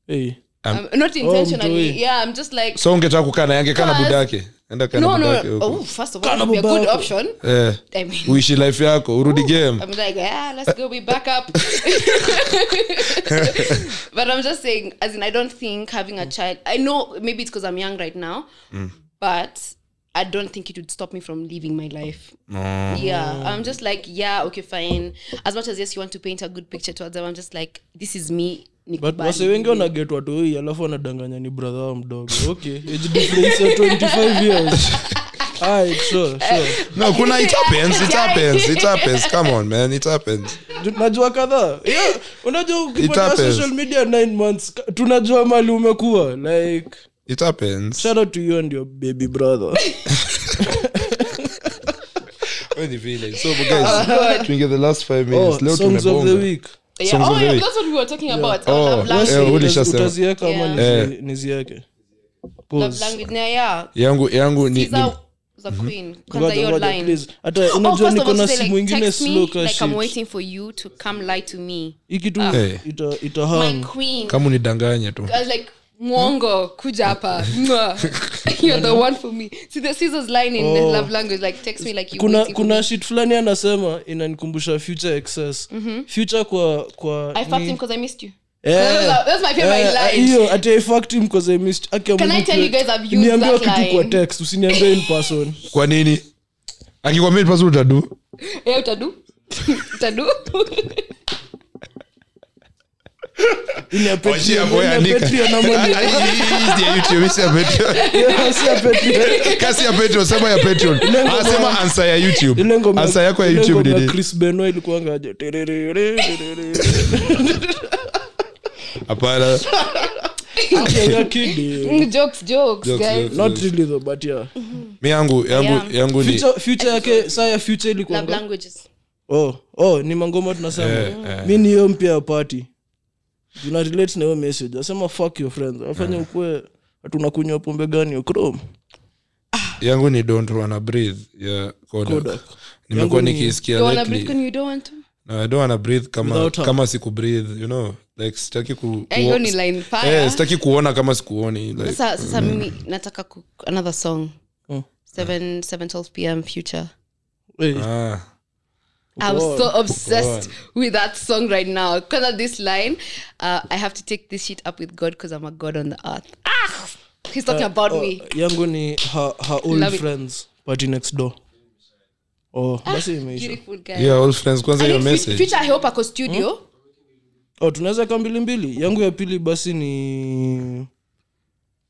[SPEAKER 2] Hey.
[SPEAKER 3] Oh,
[SPEAKER 4] Um, not intentionally.
[SPEAKER 2] mtoi.
[SPEAKER 4] Yeah, I'm just like,
[SPEAKER 3] so ungetaka kukaa naye angekaa na
[SPEAKER 4] Cause-
[SPEAKER 3] buda yake enda kaa na
[SPEAKER 4] no,
[SPEAKER 3] buda
[SPEAKER 4] no,
[SPEAKER 3] yake
[SPEAKER 4] no.
[SPEAKER 3] huko
[SPEAKER 4] Oh, first of all,
[SPEAKER 2] Kana
[SPEAKER 4] it'd be a good
[SPEAKER 2] babako.
[SPEAKER 4] option.
[SPEAKER 3] Eh,
[SPEAKER 4] I mean,
[SPEAKER 3] uishi life yako urudi game
[SPEAKER 4] I'm like, yeah, let's go be back up. *laughs* but I'm just saying, as in, I don't think having
[SPEAKER 3] Mm.
[SPEAKER 4] a child, I know maybe it's because I'm young right now, but I don't think it would stop me from living my life. Yeah, I'm just like, yeah, okay, fine. As much as yes, you want to paint a good picture towards them, I'm just like, this is me.
[SPEAKER 2] but
[SPEAKER 4] nikubali.
[SPEAKER 2] wase wengi wanaget watoi alafu wanadanganya ni brother wa mdogo okay age difference ya 25
[SPEAKER 4] *laughs*
[SPEAKER 2] years Aye, sure, sure.
[SPEAKER 3] no kuna it happens it happens it happens come on man it happens
[SPEAKER 2] Ju- najua kadhaa yeah, unajua ukipata
[SPEAKER 3] happens.
[SPEAKER 2] social media 9 months ka- tunajua mali umekuwa like
[SPEAKER 3] it happens
[SPEAKER 2] shout out to you and your baby
[SPEAKER 3] *laughs*
[SPEAKER 2] brother
[SPEAKER 3] When you feel like- so but guys we get the last five minutes
[SPEAKER 2] oh,
[SPEAKER 3] leo
[SPEAKER 2] songs of the
[SPEAKER 3] tumebonga
[SPEAKER 2] week
[SPEAKER 4] Yeah.
[SPEAKER 3] songs
[SPEAKER 4] Oh,
[SPEAKER 3] of the
[SPEAKER 4] yeah,
[SPEAKER 3] week.
[SPEAKER 4] that's what we were talking about.
[SPEAKER 3] Oh,
[SPEAKER 4] Oh, love
[SPEAKER 3] that's-
[SPEAKER 4] language.
[SPEAKER 3] Eh, ulishasema.
[SPEAKER 2] utaziweka ama
[SPEAKER 4] Yeah.
[SPEAKER 2] nizi- nizieke
[SPEAKER 4] Love
[SPEAKER 2] Pause.
[SPEAKER 4] language. Yeah, yeah.
[SPEAKER 3] yangu yangu ni, Mm-hmm. ni
[SPEAKER 4] These are- the queen kwanza
[SPEAKER 2] Ngoja,
[SPEAKER 4] hiyo
[SPEAKER 2] ngoja,
[SPEAKER 4] line
[SPEAKER 2] please. hata
[SPEAKER 4] Oh,
[SPEAKER 2] Eh, unajua
[SPEAKER 4] first of
[SPEAKER 2] niko
[SPEAKER 4] all,
[SPEAKER 2] na
[SPEAKER 4] say,
[SPEAKER 2] simu
[SPEAKER 4] like,
[SPEAKER 2] ingine
[SPEAKER 4] text me,
[SPEAKER 2] slow ka
[SPEAKER 4] like, I'm
[SPEAKER 2] shit
[SPEAKER 4] waiting for you to come lie to me.
[SPEAKER 2] hii kitu
[SPEAKER 3] Eh.
[SPEAKER 2] ita-
[SPEAKER 4] My
[SPEAKER 2] itahang
[SPEAKER 4] queen.
[SPEAKER 3] kama unidanganya tu
[SPEAKER 4] I was like, mwongo, kuja hapa.
[SPEAKER 2] *laughs*
[SPEAKER 4] Mwah. *laughs* You're the one for me. See, the scissors line in
[SPEAKER 2] Oh.
[SPEAKER 4] love language, like, text me like you
[SPEAKER 2] kuna
[SPEAKER 4] waiting for me.
[SPEAKER 2] kuna shit fulani anasema inanikumbusha future excess future kwa kwa
[SPEAKER 4] Mm-hmm. I fucked
[SPEAKER 2] ni-
[SPEAKER 4] him *laughs* because I missed you.
[SPEAKER 2] Mm. Eh,
[SPEAKER 4] That was- that was my favorite
[SPEAKER 2] eh,
[SPEAKER 4] line.
[SPEAKER 2] hiyo ati I fucked him 'cause I missed- Aki, I'm
[SPEAKER 4] Can I tell you guys I've used
[SPEAKER 2] niambie
[SPEAKER 4] that
[SPEAKER 2] kitu kwa
[SPEAKER 4] line?
[SPEAKER 2] text usiniambie in person
[SPEAKER 3] kwa nini akikwambia nipasa utadu
[SPEAKER 4] *laughs* Eh, utadu? *laughs* Utadu? *laughs*
[SPEAKER 2] Ile ya Patreon-
[SPEAKER 3] Wachia, Oh, boy,
[SPEAKER 2] ile ya
[SPEAKER 3] andika.
[SPEAKER 2] Patreon na money.
[SPEAKER 3] *laughs*
[SPEAKER 2] Yeah, si ya Patreon.
[SPEAKER 3] kasi ya petron sema ya petron
[SPEAKER 2] Lengo
[SPEAKER 3] anasema
[SPEAKER 2] bwana.
[SPEAKER 3] ansa ya
[SPEAKER 2] Ile
[SPEAKER 3] youtube
[SPEAKER 2] ngoma-
[SPEAKER 3] ansa yako ya
[SPEAKER 2] ile
[SPEAKER 3] youtube
[SPEAKER 2] ngoma ya
[SPEAKER 3] didi
[SPEAKER 2] Chris Benoit ilikuwanga aje. Tererere, tererere.
[SPEAKER 3] hapana
[SPEAKER 2] Okay, you're kidding.
[SPEAKER 4] Jokes, jokes,
[SPEAKER 3] Jokes,
[SPEAKER 4] guys.
[SPEAKER 3] jokes.
[SPEAKER 2] Not really though, but yeah.
[SPEAKER 3] mi yangu yangu
[SPEAKER 4] Yeah.
[SPEAKER 3] yangu ni
[SPEAKER 2] Future- future yake saa ya future
[SPEAKER 4] Love
[SPEAKER 2] ilikuwanga
[SPEAKER 4] languages.
[SPEAKER 2] oh, oh, ni mangoma tunasema Mm.
[SPEAKER 3] Eh, eh.
[SPEAKER 2] mi ni hiyo mpya ya party Tuna relate na hiyo message asema fuck your friends
[SPEAKER 3] Eh.
[SPEAKER 2] afanye ukue hatunakunywa pombe gani yo chrome
[SPEAKER 3] yangu ni don't wanna breathe ya Kodak.
[SPEAKER 2] Kodak.
[SPEAKER 3] nimekuwa
[SPEAKER 2] Yangu ni-
[SPEAKER 3] nikisikia
[SPEAKER 4] You wanna
[SPEAKER 3] lately.
[SPEAKER 4] breathe when you don't want to?
[SPEAKER 3] No, I don't wanna breathe kama
[SPEAKER 2] Without her.
[SPEAKER 3] kama siku breathe you know like sitaki ku,
[SPEAKER 4] Eh, hiyo ni line fire.
[SPEAKER 3] eh, sitaki kuona kama sikuoni like
[SPEAKER 4] Sasa- sasa mimi nataka ku- another song.
[SPEAKER 2] Mm. Oh.
[SPEAKER 4] 7 7:12 p.m. future.
[SPEAKER 2] Hey,
[SPEAKER 3] ah.
[SPEAKER 4] I'm
[SPEAKER 2] on.
[SPEAKER 4] so obsessed with that song right now. Because of this line, uh, I have to take this shit up with God because I'm a God on the earth. Ah! He's talking about
[SPEAKER 2] oh,
[SPEAKER 4] me.
[SPEAKER 2] yangu ni her, her old
[SPEAKER 4] Love it.
[SPEAKER 2] friends party next door oh basi imeisha
[SPEAKER 4] Beautiful guy.
[SPEAKER 3] yeah all friends kwanza
[SPEAKER 4] And
[SPEAKER 3] hiyo
[SPEAKER 4] it's fe-
[SPEAKER 3] message
[SPEAKER 4] Future Help Ako Studio.
[SPEAKER 2] oh tunaweza ka mbili mbili yangu ya pili basi ni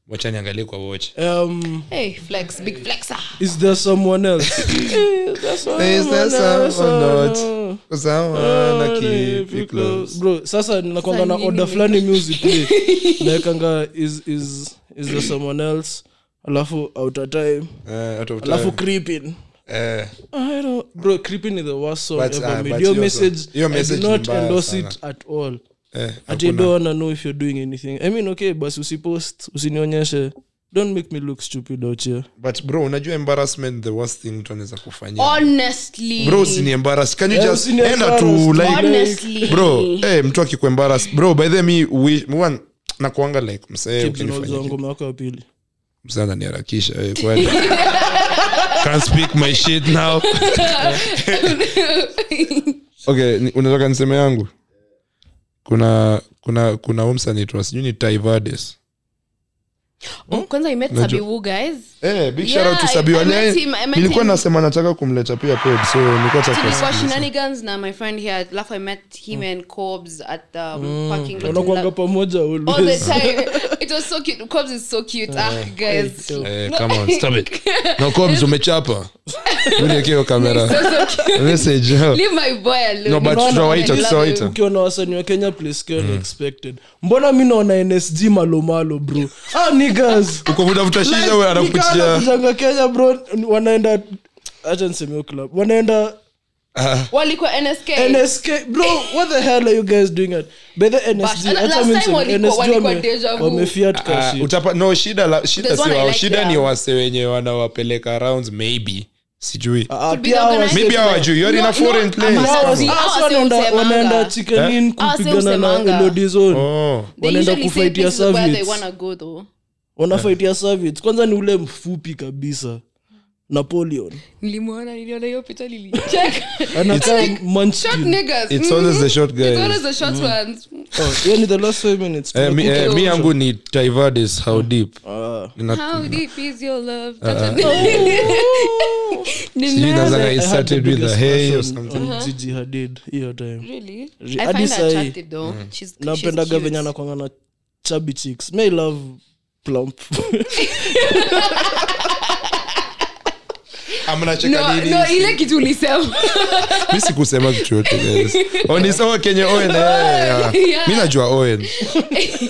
[SPEAKER 3] wacha niangalie kwa watch
[SPEAKER 2] um,
[SPEAKER 4] Hey, flex, big flexer.
[SPEAKER 2] is there someone else *laughs* Is there someone else? Oh,
[SPEAKER 3] Usawa Ah, na keep you close.
[SPEAKER 2] bro sasa ninakwanga na
[SPEAKER 4] Sasa nini
[SPEAKER 2] oda
[SPEAKER 4] ni-
[SPEAKER 2] fulani *laughs* music play naekanga is, is, is there someone else alafu outer time
[SPEAKER 3] Eh, out of
[SPEAKER 2] alafu
[SPEAKER 3] time.
[SPEAKER 2] creeping
[SPEAKER 3] Eh,
[SPEAKER 2] I don't, bro creeping is the worst song
[SPEAKER 3] But,
[SPEAKER 2] ever
[SPEAKER 3] ah,
[SPEAKER 2] made
[SPEAKER 3] but
[SPEAKER 2] your
[SPEAKER 3] hiyo
[SPEAKER 2] message
[SPEAKER 3] song- hiyo
[SPEAKER 2] I
[SPEAKER 3] message
[SPEAKER 2] did
[SPEAKER 3] ni
[SPEAKER 2] not
[SPEAKER 3] mbaya
[SPEAKER 2] endorse
[SPEAKER 3] sana.
[SPEAKER 2] it at all
[SPEAKER 3] eh,
[SPEAKER 2] ati I
[SPEAKER 3] hakuna.
[SPEAKER 2] don't wanna know if you're doing anything i mean okay basi usipost usinionyeshe don't make me look stupid out here
[SPEAKER 3] but bro unajua embarrassment the worst thing mtu anaweza kufanyia
[SPEAKER 4] Honestly.
[SPEAKER 3] bro usini embarrass can you
[SPEAKER 2] Eh,
[SPEAKER 3] just
[SPEAKER 2] usini
[SPEAKER 3] enda to
[SPEAKER 2] embarrass.
[SPEAKER 3] like
[SPEAKER 4] Honestly.
[SPEAKER 3] bro eh mtu akikuembarrass bro by the way, mi wish one nakuanga like msee
[SPEAKER 2] Kibs, unauza
[SPEAKER 3] ukinifanyia
[SPEAKER 2] ngoma yako ya pili
[SPEAKER 3] msana niharakisha eh,
[SPEAKER 4] *laughs*
[SPEAKER 3] kwani can't speak my shit now okay ni- unataka niseme yangu kuna kuna kuna umsanitwa sijui ni Tyvades.
[SPEAKER 4] *laughs* Oh, Kwanza, I met
[SPEAKER 3] Najua.
[SPEAKER 4] Sabiwu, guys.
[SPEAKER 3] Eh, big
[SPEAKER 4] Yeah,
[SPEAKER 3] shout out to
[SPEAKER 4] I-
[SPEAKER 3] Sabi
[SPEAKER 4] I
[SPEAKER 3] Wale.
[SPEAKER 4] met him- I met
[SPEAKER 3] nilikuwa
[SPEAKER 4] him.
[SPEAKER 3] nasema nataka kumleta pia pod so nilikuwa
[SPEAKER 4] Tulikuwa
[SPEAKER 3] taka
[SPEAKER 4] shenanigans na my friend here. Alafu I met
[SPEAKER 3] Hmm.
[SPEAKER 4] him and Cobbs at the um, parking lot.
[SPEAKER 2] unakwanga pamoja
[SPEAKER 4] All the
[SPEAKER 2] always *laughs*
[SPEAKER 4] time. it was so cute. Cobbs is so cute.
[SPEAKER 3] Uh,
[SPEAKER 4] Ah, guys.
[SPEAKER 3] eh, come on stop
[SPEAKER 4] *laughs*
[SPEAKER 3] it na Combs, umechapa uniekeo kamera message
[SPEAKER 4] Leave my boy alone.
[SPEAKER 3] No, but
[SPEAKER 4] Love
[SPEAKER 3] tutawaita,
[SPEAKER 4] him.
[SPEAKER 3] tutawaita. Twitter.
[SPEAKER 2] ukiona wasanii wa kenya please kiwa
[SPEAKER 3] Mm.
[SPEAKER 2] ni expected mbona mi naona nsg malomalo bro ah,
[SPEAKER 3] *laughs*
[SPEAKER 2] niggas
[SPEAKER 3] uko vuta shisha wewe anakupitia
[SPEAKER 2] nikakujanga kenya bro wanaenda acha nisemeo club wanaenda
[SPEAKER 4] walikuwa nsk
[SPEAKER 2] nsk bro what the hell are you guys doing at by the
[SPEAKER 4] But
[SPEAKER 2] nsg
[SPEAKER 4] la-
[SPEAKER 2] hata mi
[SPEAKER 4] last time
[SPEAKER 2] niseme,
[SPEAKER 4] walikuwa-
[SPEAKER 2] NSG wame-
[SPEAKER 4] walikuwa deja vu.
[SPEAKER 2] wamefiat
[SPEAKER 3] Ah,
[SPEAKER 2] kashi
[SPEAKER 3] utapa, no shida la, shida
[SPEAKER 4] There's
[SPEAKER 3] si
[SPEAKER 4] one I
[SPEAKER 3] wao
[SPEAKER 4] like
[SPEAKER 3] shida
[SPEAKER 4] there.
[SPEAKER 3] ni wase wenye wanawapeleka rounds maybe sijui
[SPEAKER 2] Ah,
[SPEAKER 4] Could be Ah,
[SPEAKER 2] pia
[SPEAKER 4] the
[SPEAKER 2] hawa-
[SPEAKER 4] organizer.
[SPEAKER 3] maybe hawajui you're in a
[SPEAKER 4] No,
[SPEAKER 3] foreign
[SPEAKER 4] no,
[SPEAKER 3] place
[SPEAKER 4] ama-
[SPEAKER 2] hawa- hawa-
[SPEAKER 4] Hawa
[SPEAKER 2] hawa
[SPEAKER 4] si
[SPEAKER 2] wanaenda-
[SPEAKER 4] usemanga.
[SPEAKER 2] wanaenda chikanin
[SPEAKER 4] Hawa si
[SPEAKER 2] kupigana na
[SPEAKER 4] usemanga.
[SPEAKER 2] elodizon
[SPEAKER 3] Eh? oh
[SPEAKER 4] They
[SPEAKER 2] wanaenda
[SPEAKER 4] usually say
[SPEAKER 2] kufaitia
[SPEAKER 4] this is where they
[SPEAKER 2] Soviets.
[SPEAKER 4] wanna go though.
[SPEAKER 3] Eh.
[SPEAKER 2] wanafaitia savits kwanza ni ule mfupi kabisa napoleon
[SPEAKER 4] nilimwona niliona hiyo picha *laughs* nilicheka
[SPEAKER 2] anakaa
[SPEAKER 4] short
[SPEAKER 2] munchkin
[SPEAKER 4] niggas
[SPEAKER 3] it's
[SPEAKER 4] mhm.
[SPEAKER 3] always the short
[SPEAKER 4] It's always
[SPEAKER 3] guys Mm-hmm.
[SPEAKER 4] the short ones
[SPEAKER 2] Oh, hiyo ni the last five minutes
[SPEAKER 3] eh, mi, eh, mi
[SPEAKER 2] Tunakuta-
[SPEAKER 3] yangu ni tivadis how deep
[SPEAKER 2] Ah.
[SPEAKER 3] Nina-
[SPEAKER 4] how deep is your love
[SPEAKER 3] Uh-huh.
[SPEAKER 4] Oh. *laughs*
[SPEAKER 3] sijui nazanga
[SPEAKER 4] Nina-
[SPEAKER 3] it
[SPEAKER 2] I had
[SPEAKER 3] started
[SPEAKER 2] the
[SPEAKER 3] with a
[SPEAKER 2] biggest
[SPEAKER 3] hey or
[SPEAKER 2] crush on-
[SPEAKER 3] something
[SPEAKER 2] on
[SPEAKER 4] Uh-huh.
[SPEAKER 2] Gigi Hadid hiyo time
[SPEAKER 4] really
[SPEAKER 2] Re-
[SPEAKER 4] i
[SPEAKER 2] hadi
[SPEAKER 4] find her
[SPEAKER 2] sahi.
[SPEAKER 4] attractive though
[SPEAKER 3] Mm-hmm.
[SPEAKER 4] she's she's
[SPEAKER 2] napendaga
[SPEAKER 4] cute.
[SPEAKER 2] venye anakwanga na chubby chicks may love plump *laughs*
[SPEAKER 3] amnacheka
[SPEAKER 4] no
[SPEAKER 3] nini
[SPEAKER 4] no ile
[SPEAKER 3] *laughs*
[SPEAKER 4] kitu ulisema
[SPEAKER 3] mi sikusema kitu yote guys Oh, ni sawa kenye owen eh, yeah.
[SPEAKER 4] *laughs* Yeah.
[SPEAKER 3] mi najua owen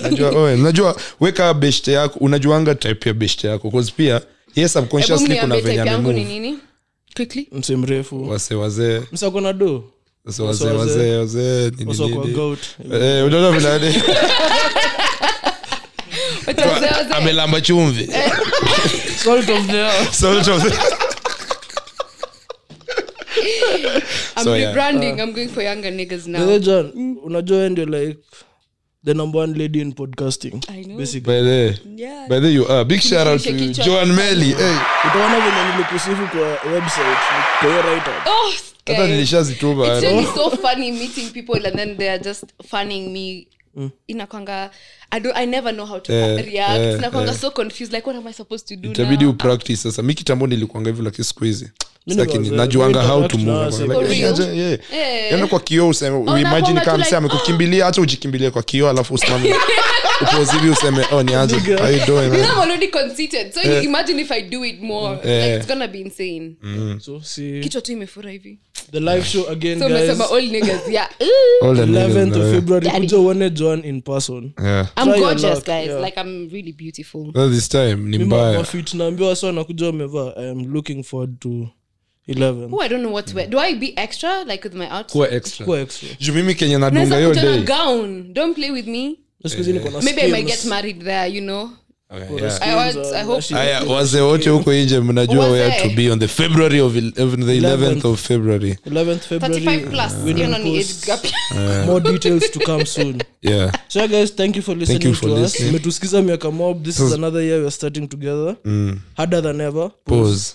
[SPEAKER 3] najua owen najua weka beshte yako unajuanga type ya beshte yako cause pia yes
[SPEAKER 4] hebu
[SPEAKER 3] subconsciously kuna
[SPEAKER 4] mniambie
[SPEAKER 3] venye
[SPEAKER 4] type yangu ni
[SPEAKER 3] amemove
[SPEAKER 4] nini quickly
[SPEAKER 2] mse mrefu
[SPEAKER 3] wase wazee
[SPEAKER 2] msako na do
[SPEAKER 3] wase wazee
[SPEAKER 2] Wase-
[SPEAKER 3] wazee wazee ni
[SPEAKER 2] waso kwa
[SPEAKER 3] nini? *laughs*
[SPEAKER 2] gout
[SPEAKER 3] Eh, unaona vile
[SPEAKER 4] *laughs*
[SPEAKER 3] hadi-
[SPEAKER 4] Watu wazee wazee.
[SPEAKER 3] amelamba chumvi
[SPEAKER 4] Eh.
[SPEAKER 2] salt of the earth
[SPEAKER 3] Salt of the-
[SPEAKER 4] I'm
[SPEAKER 3] So, yeah.
[SPEAKER 4] rebranding. I'm going for younger niggas now.
[SPEAKER 2] Wewe John, unajua wewe ndio like the number one lady in podcasting
[SPEAKER 4] I know.
[SPEAKER 2] basically
[SPEAKER 3] By the-
[SPEAKER 4] Yeah.
[SPEAKER 3] by the you are. Big shout out to you.
[SPEAKER 4] Kichwa.
[SPEAKER 3] Joan Melly. Hey,
[SPEAKER 2] utaona vile nilikusifu kwa website kwa hiyo write up
[SPEAKER 4] Oh,
[SPEAKER 3] hata
[SPEAKER 4] guys.
[SPEAKER 3] nilishazituma,
[SPEAKER 4] It's
[SPEAKER 3] I know.
[SPEAKER 4] really so funny meeting people and then they're just fanning me. Inakwanga, I don't, I never know how to
[SPEAKER 3] Eh,
[SPEAKER 4] react.
[SPEAKER 3] eh,
[SPEAKER 4] Inakwanga
[SPEAKER 3] eh.
[SPEAKER 4] so confused. Like, what am I supposed to do
[SPEAKER 3] itabidi
[SPEAKER 4] now?
[SPEAKER 3] upractice sasa mi kitambo nilikuanga hivyo lakini siku hizi
[SPEAKER 2] Mimi
[SPEAKER 3] Sitaki ni-
[SPEAKER 2] niwaze-
[SPEAKER 3] najuanga
[SPEAKER 2] mimi
[SPEAKER 3] how to
[SPEAKER 2] interact
[SPEAKER 3] move.
[SPEAKER 2] nao,
[SPEAKER 3] Like,
[SPEAKER 4] For
[SPEAKER 3] yeah,
[SPEAKER 4] real?
[SPEAKER 3] yeah, yeah.
[SPEAKER 4] Eh.
[SPEAKER 3] Yaani kwa kioo useme uimagine
[SPEAKER 4] nakwanga
[SPEAKER 3] kama
[SPEAKER 4] tu
[SPEAKER 3] msee
[SPEAKER 4] like,
[SPEAKER 3] amekukimbilia hata ujikimbilie kwa kioo alafu usimame upose hivi useme oh niaje
[SPEAKER 2] Nigga.
[SPEAKER 3] how you doing
[SPEAKER 4] Because
[SPEAKER 3] man?"
[SPEAKER 4] I'm already conceited. So imagine if I do it more.
[SPEAKER 3] Eh.
[SPEAKER 4] Like, it's gonna be insane.
[SPEAKER 3] Mm.
[SPEAKER 2] so see
[SPEAKER 4] Kichwa tu imefura hivi.
[SPEAKER 2] the live show again
[SPEAKER 4] So
[SPEAKER 2] guys
[SPEAKER 4] umesema all niggas. Yeah.
[SPEAKER 3] All the niggas
[SPEAKER 2] 11th
[SPEAKER 3] know.
[SPEAKER 2] of February
[SPEAKER 4] Daddy.
[SPEAKER 2] kuja uone John in person
[SPEAKER 3] Yeah.
[SPEAKER 4] I'm
[SPEAKER 2] Try your
[SPEAKER 4] gorgeous,
[SPEAKER 2] luck,
[SPEAKER 4] guys.
[SPEAKER 2] yeah.
[SPEAKER 4] Like, I'm really beautiful.
[SPEAKER 3] Well, this time ni mbaya
[SPEAKER 2] mafit naambiwa sa nakuja wamevaa i am looking forward to 11
[SPEAKER 4] Oh, I don't know what to wear. Do I be extra? Like, with my outfit?
[SPEAKER 3] kuwa extra
[SPEAKER 2] Kuwa extra.
[SPEAKER 3] juu mimi kenye nadunga
[SPEAKER 4] Naweza
[SPEAKER 3] hiyo
[SPEAKER 4] put on a
[SPEAKER 3] day
[SPEAKER 4] gown. Don't play with me.
[SPEAKER 2] Siku hizi niko na
[SPEAKER 4] Maybe I might
[SPEAKER 2] skills. uh,
[SPEAKER 4] get married there, you know?
[SPEAKER 3] Okay, Oh, yeah. Ah,
[SPEAKER 4] I want, I hope.
[SPEAKER 3] Aya, wazee wote huko nje mnajua
[SPEAKER 4] Wazee.
[SPEAKER 3] where to be on the february of il- of the 11th of february
[SPEAKER 2] 11th February,
[SPEAKER 4] 35 plus.
[SPEAKER 2] uh,
[SPEAKER 4] You
[SPEAKER 2] winning
[SPEAKER 4] don't need
[SPEAKER 2] posts.
[SPEAKER 4] age gap.
[SPEAKER 2] more details to come soon
[SPEAKER 3] yeah
[SPEAKER 2] so yeah, guys thank you for listening
[SPEAKER 3] you for
[SPEAKER 2] to
[SPEAKER 3] listening.
[SPEAKER 2] us umetusikiza miaka mob this is another year we're starting together
[SPEAKER 3] Mm.
[SPEAKER 2] harder than ever
[SPEAKER 3] pause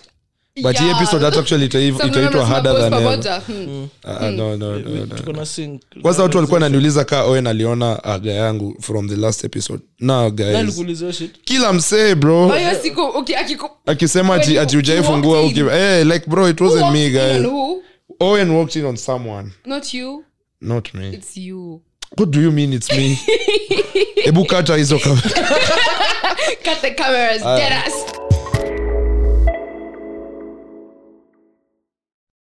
[SPEAKER 3] but hii
[SPEAKER 4] Yeah.
[SPEAKER 3] episode hata actually ita-
[SPEAKER 4] Some
[SPEAKER 3] itaitwa
[SPEAKER 4] numbers
[SPEAKER 3] harder
[SPEAKER 4] numbers
[SPEAKER 3] than ever
[SPEAKER 4] pamoja. Hmm.
[SPEAKER 3] Ah, no, no, no, no.
[SPEAKER 2] tuko na sync
[SPEAKER 3] kwanza watu walikuwa naniuliza kaa owen aliona aga yangu from the last episode na guys
[SPEAKER 2] nalikuuliza hiyo shit
[SPEAKER 3] kila msee bro
[SPEAKER 4] Kwa hiyo siku uki- akiku-
[SPEAKER 3] akisema ati
[SPEAKER 4] When
[SPEAKER 3] ati
[SPEAKER 4] you-
[SPEAKER 3] hujaifungua
[SPEAKER 4] you walked in.
[SPEAKER 3] uki- Eh, like bro it
[SPEAKER 4] who
[SPEAKER 3] wasn't
[SPEAKER 4] walked
[SPEAKER 3] me
[SPEAKER 4] in and
[SPEAKER 3] guys
[SPEAKER 4] who?
[SPEAKER 3] owen walked in on someone
[SPEAKER 4] Not you.
[SPEAKER 3] not me
[SPEAKER 4] It's you.
[SPEAKER 3] what do you mean it's
[SPEAKER 4] *laughs*
[SPEAKER 3] me hebu kata hizo kama Ah.
[SPEAKER 4] Cut the cameras. Get us.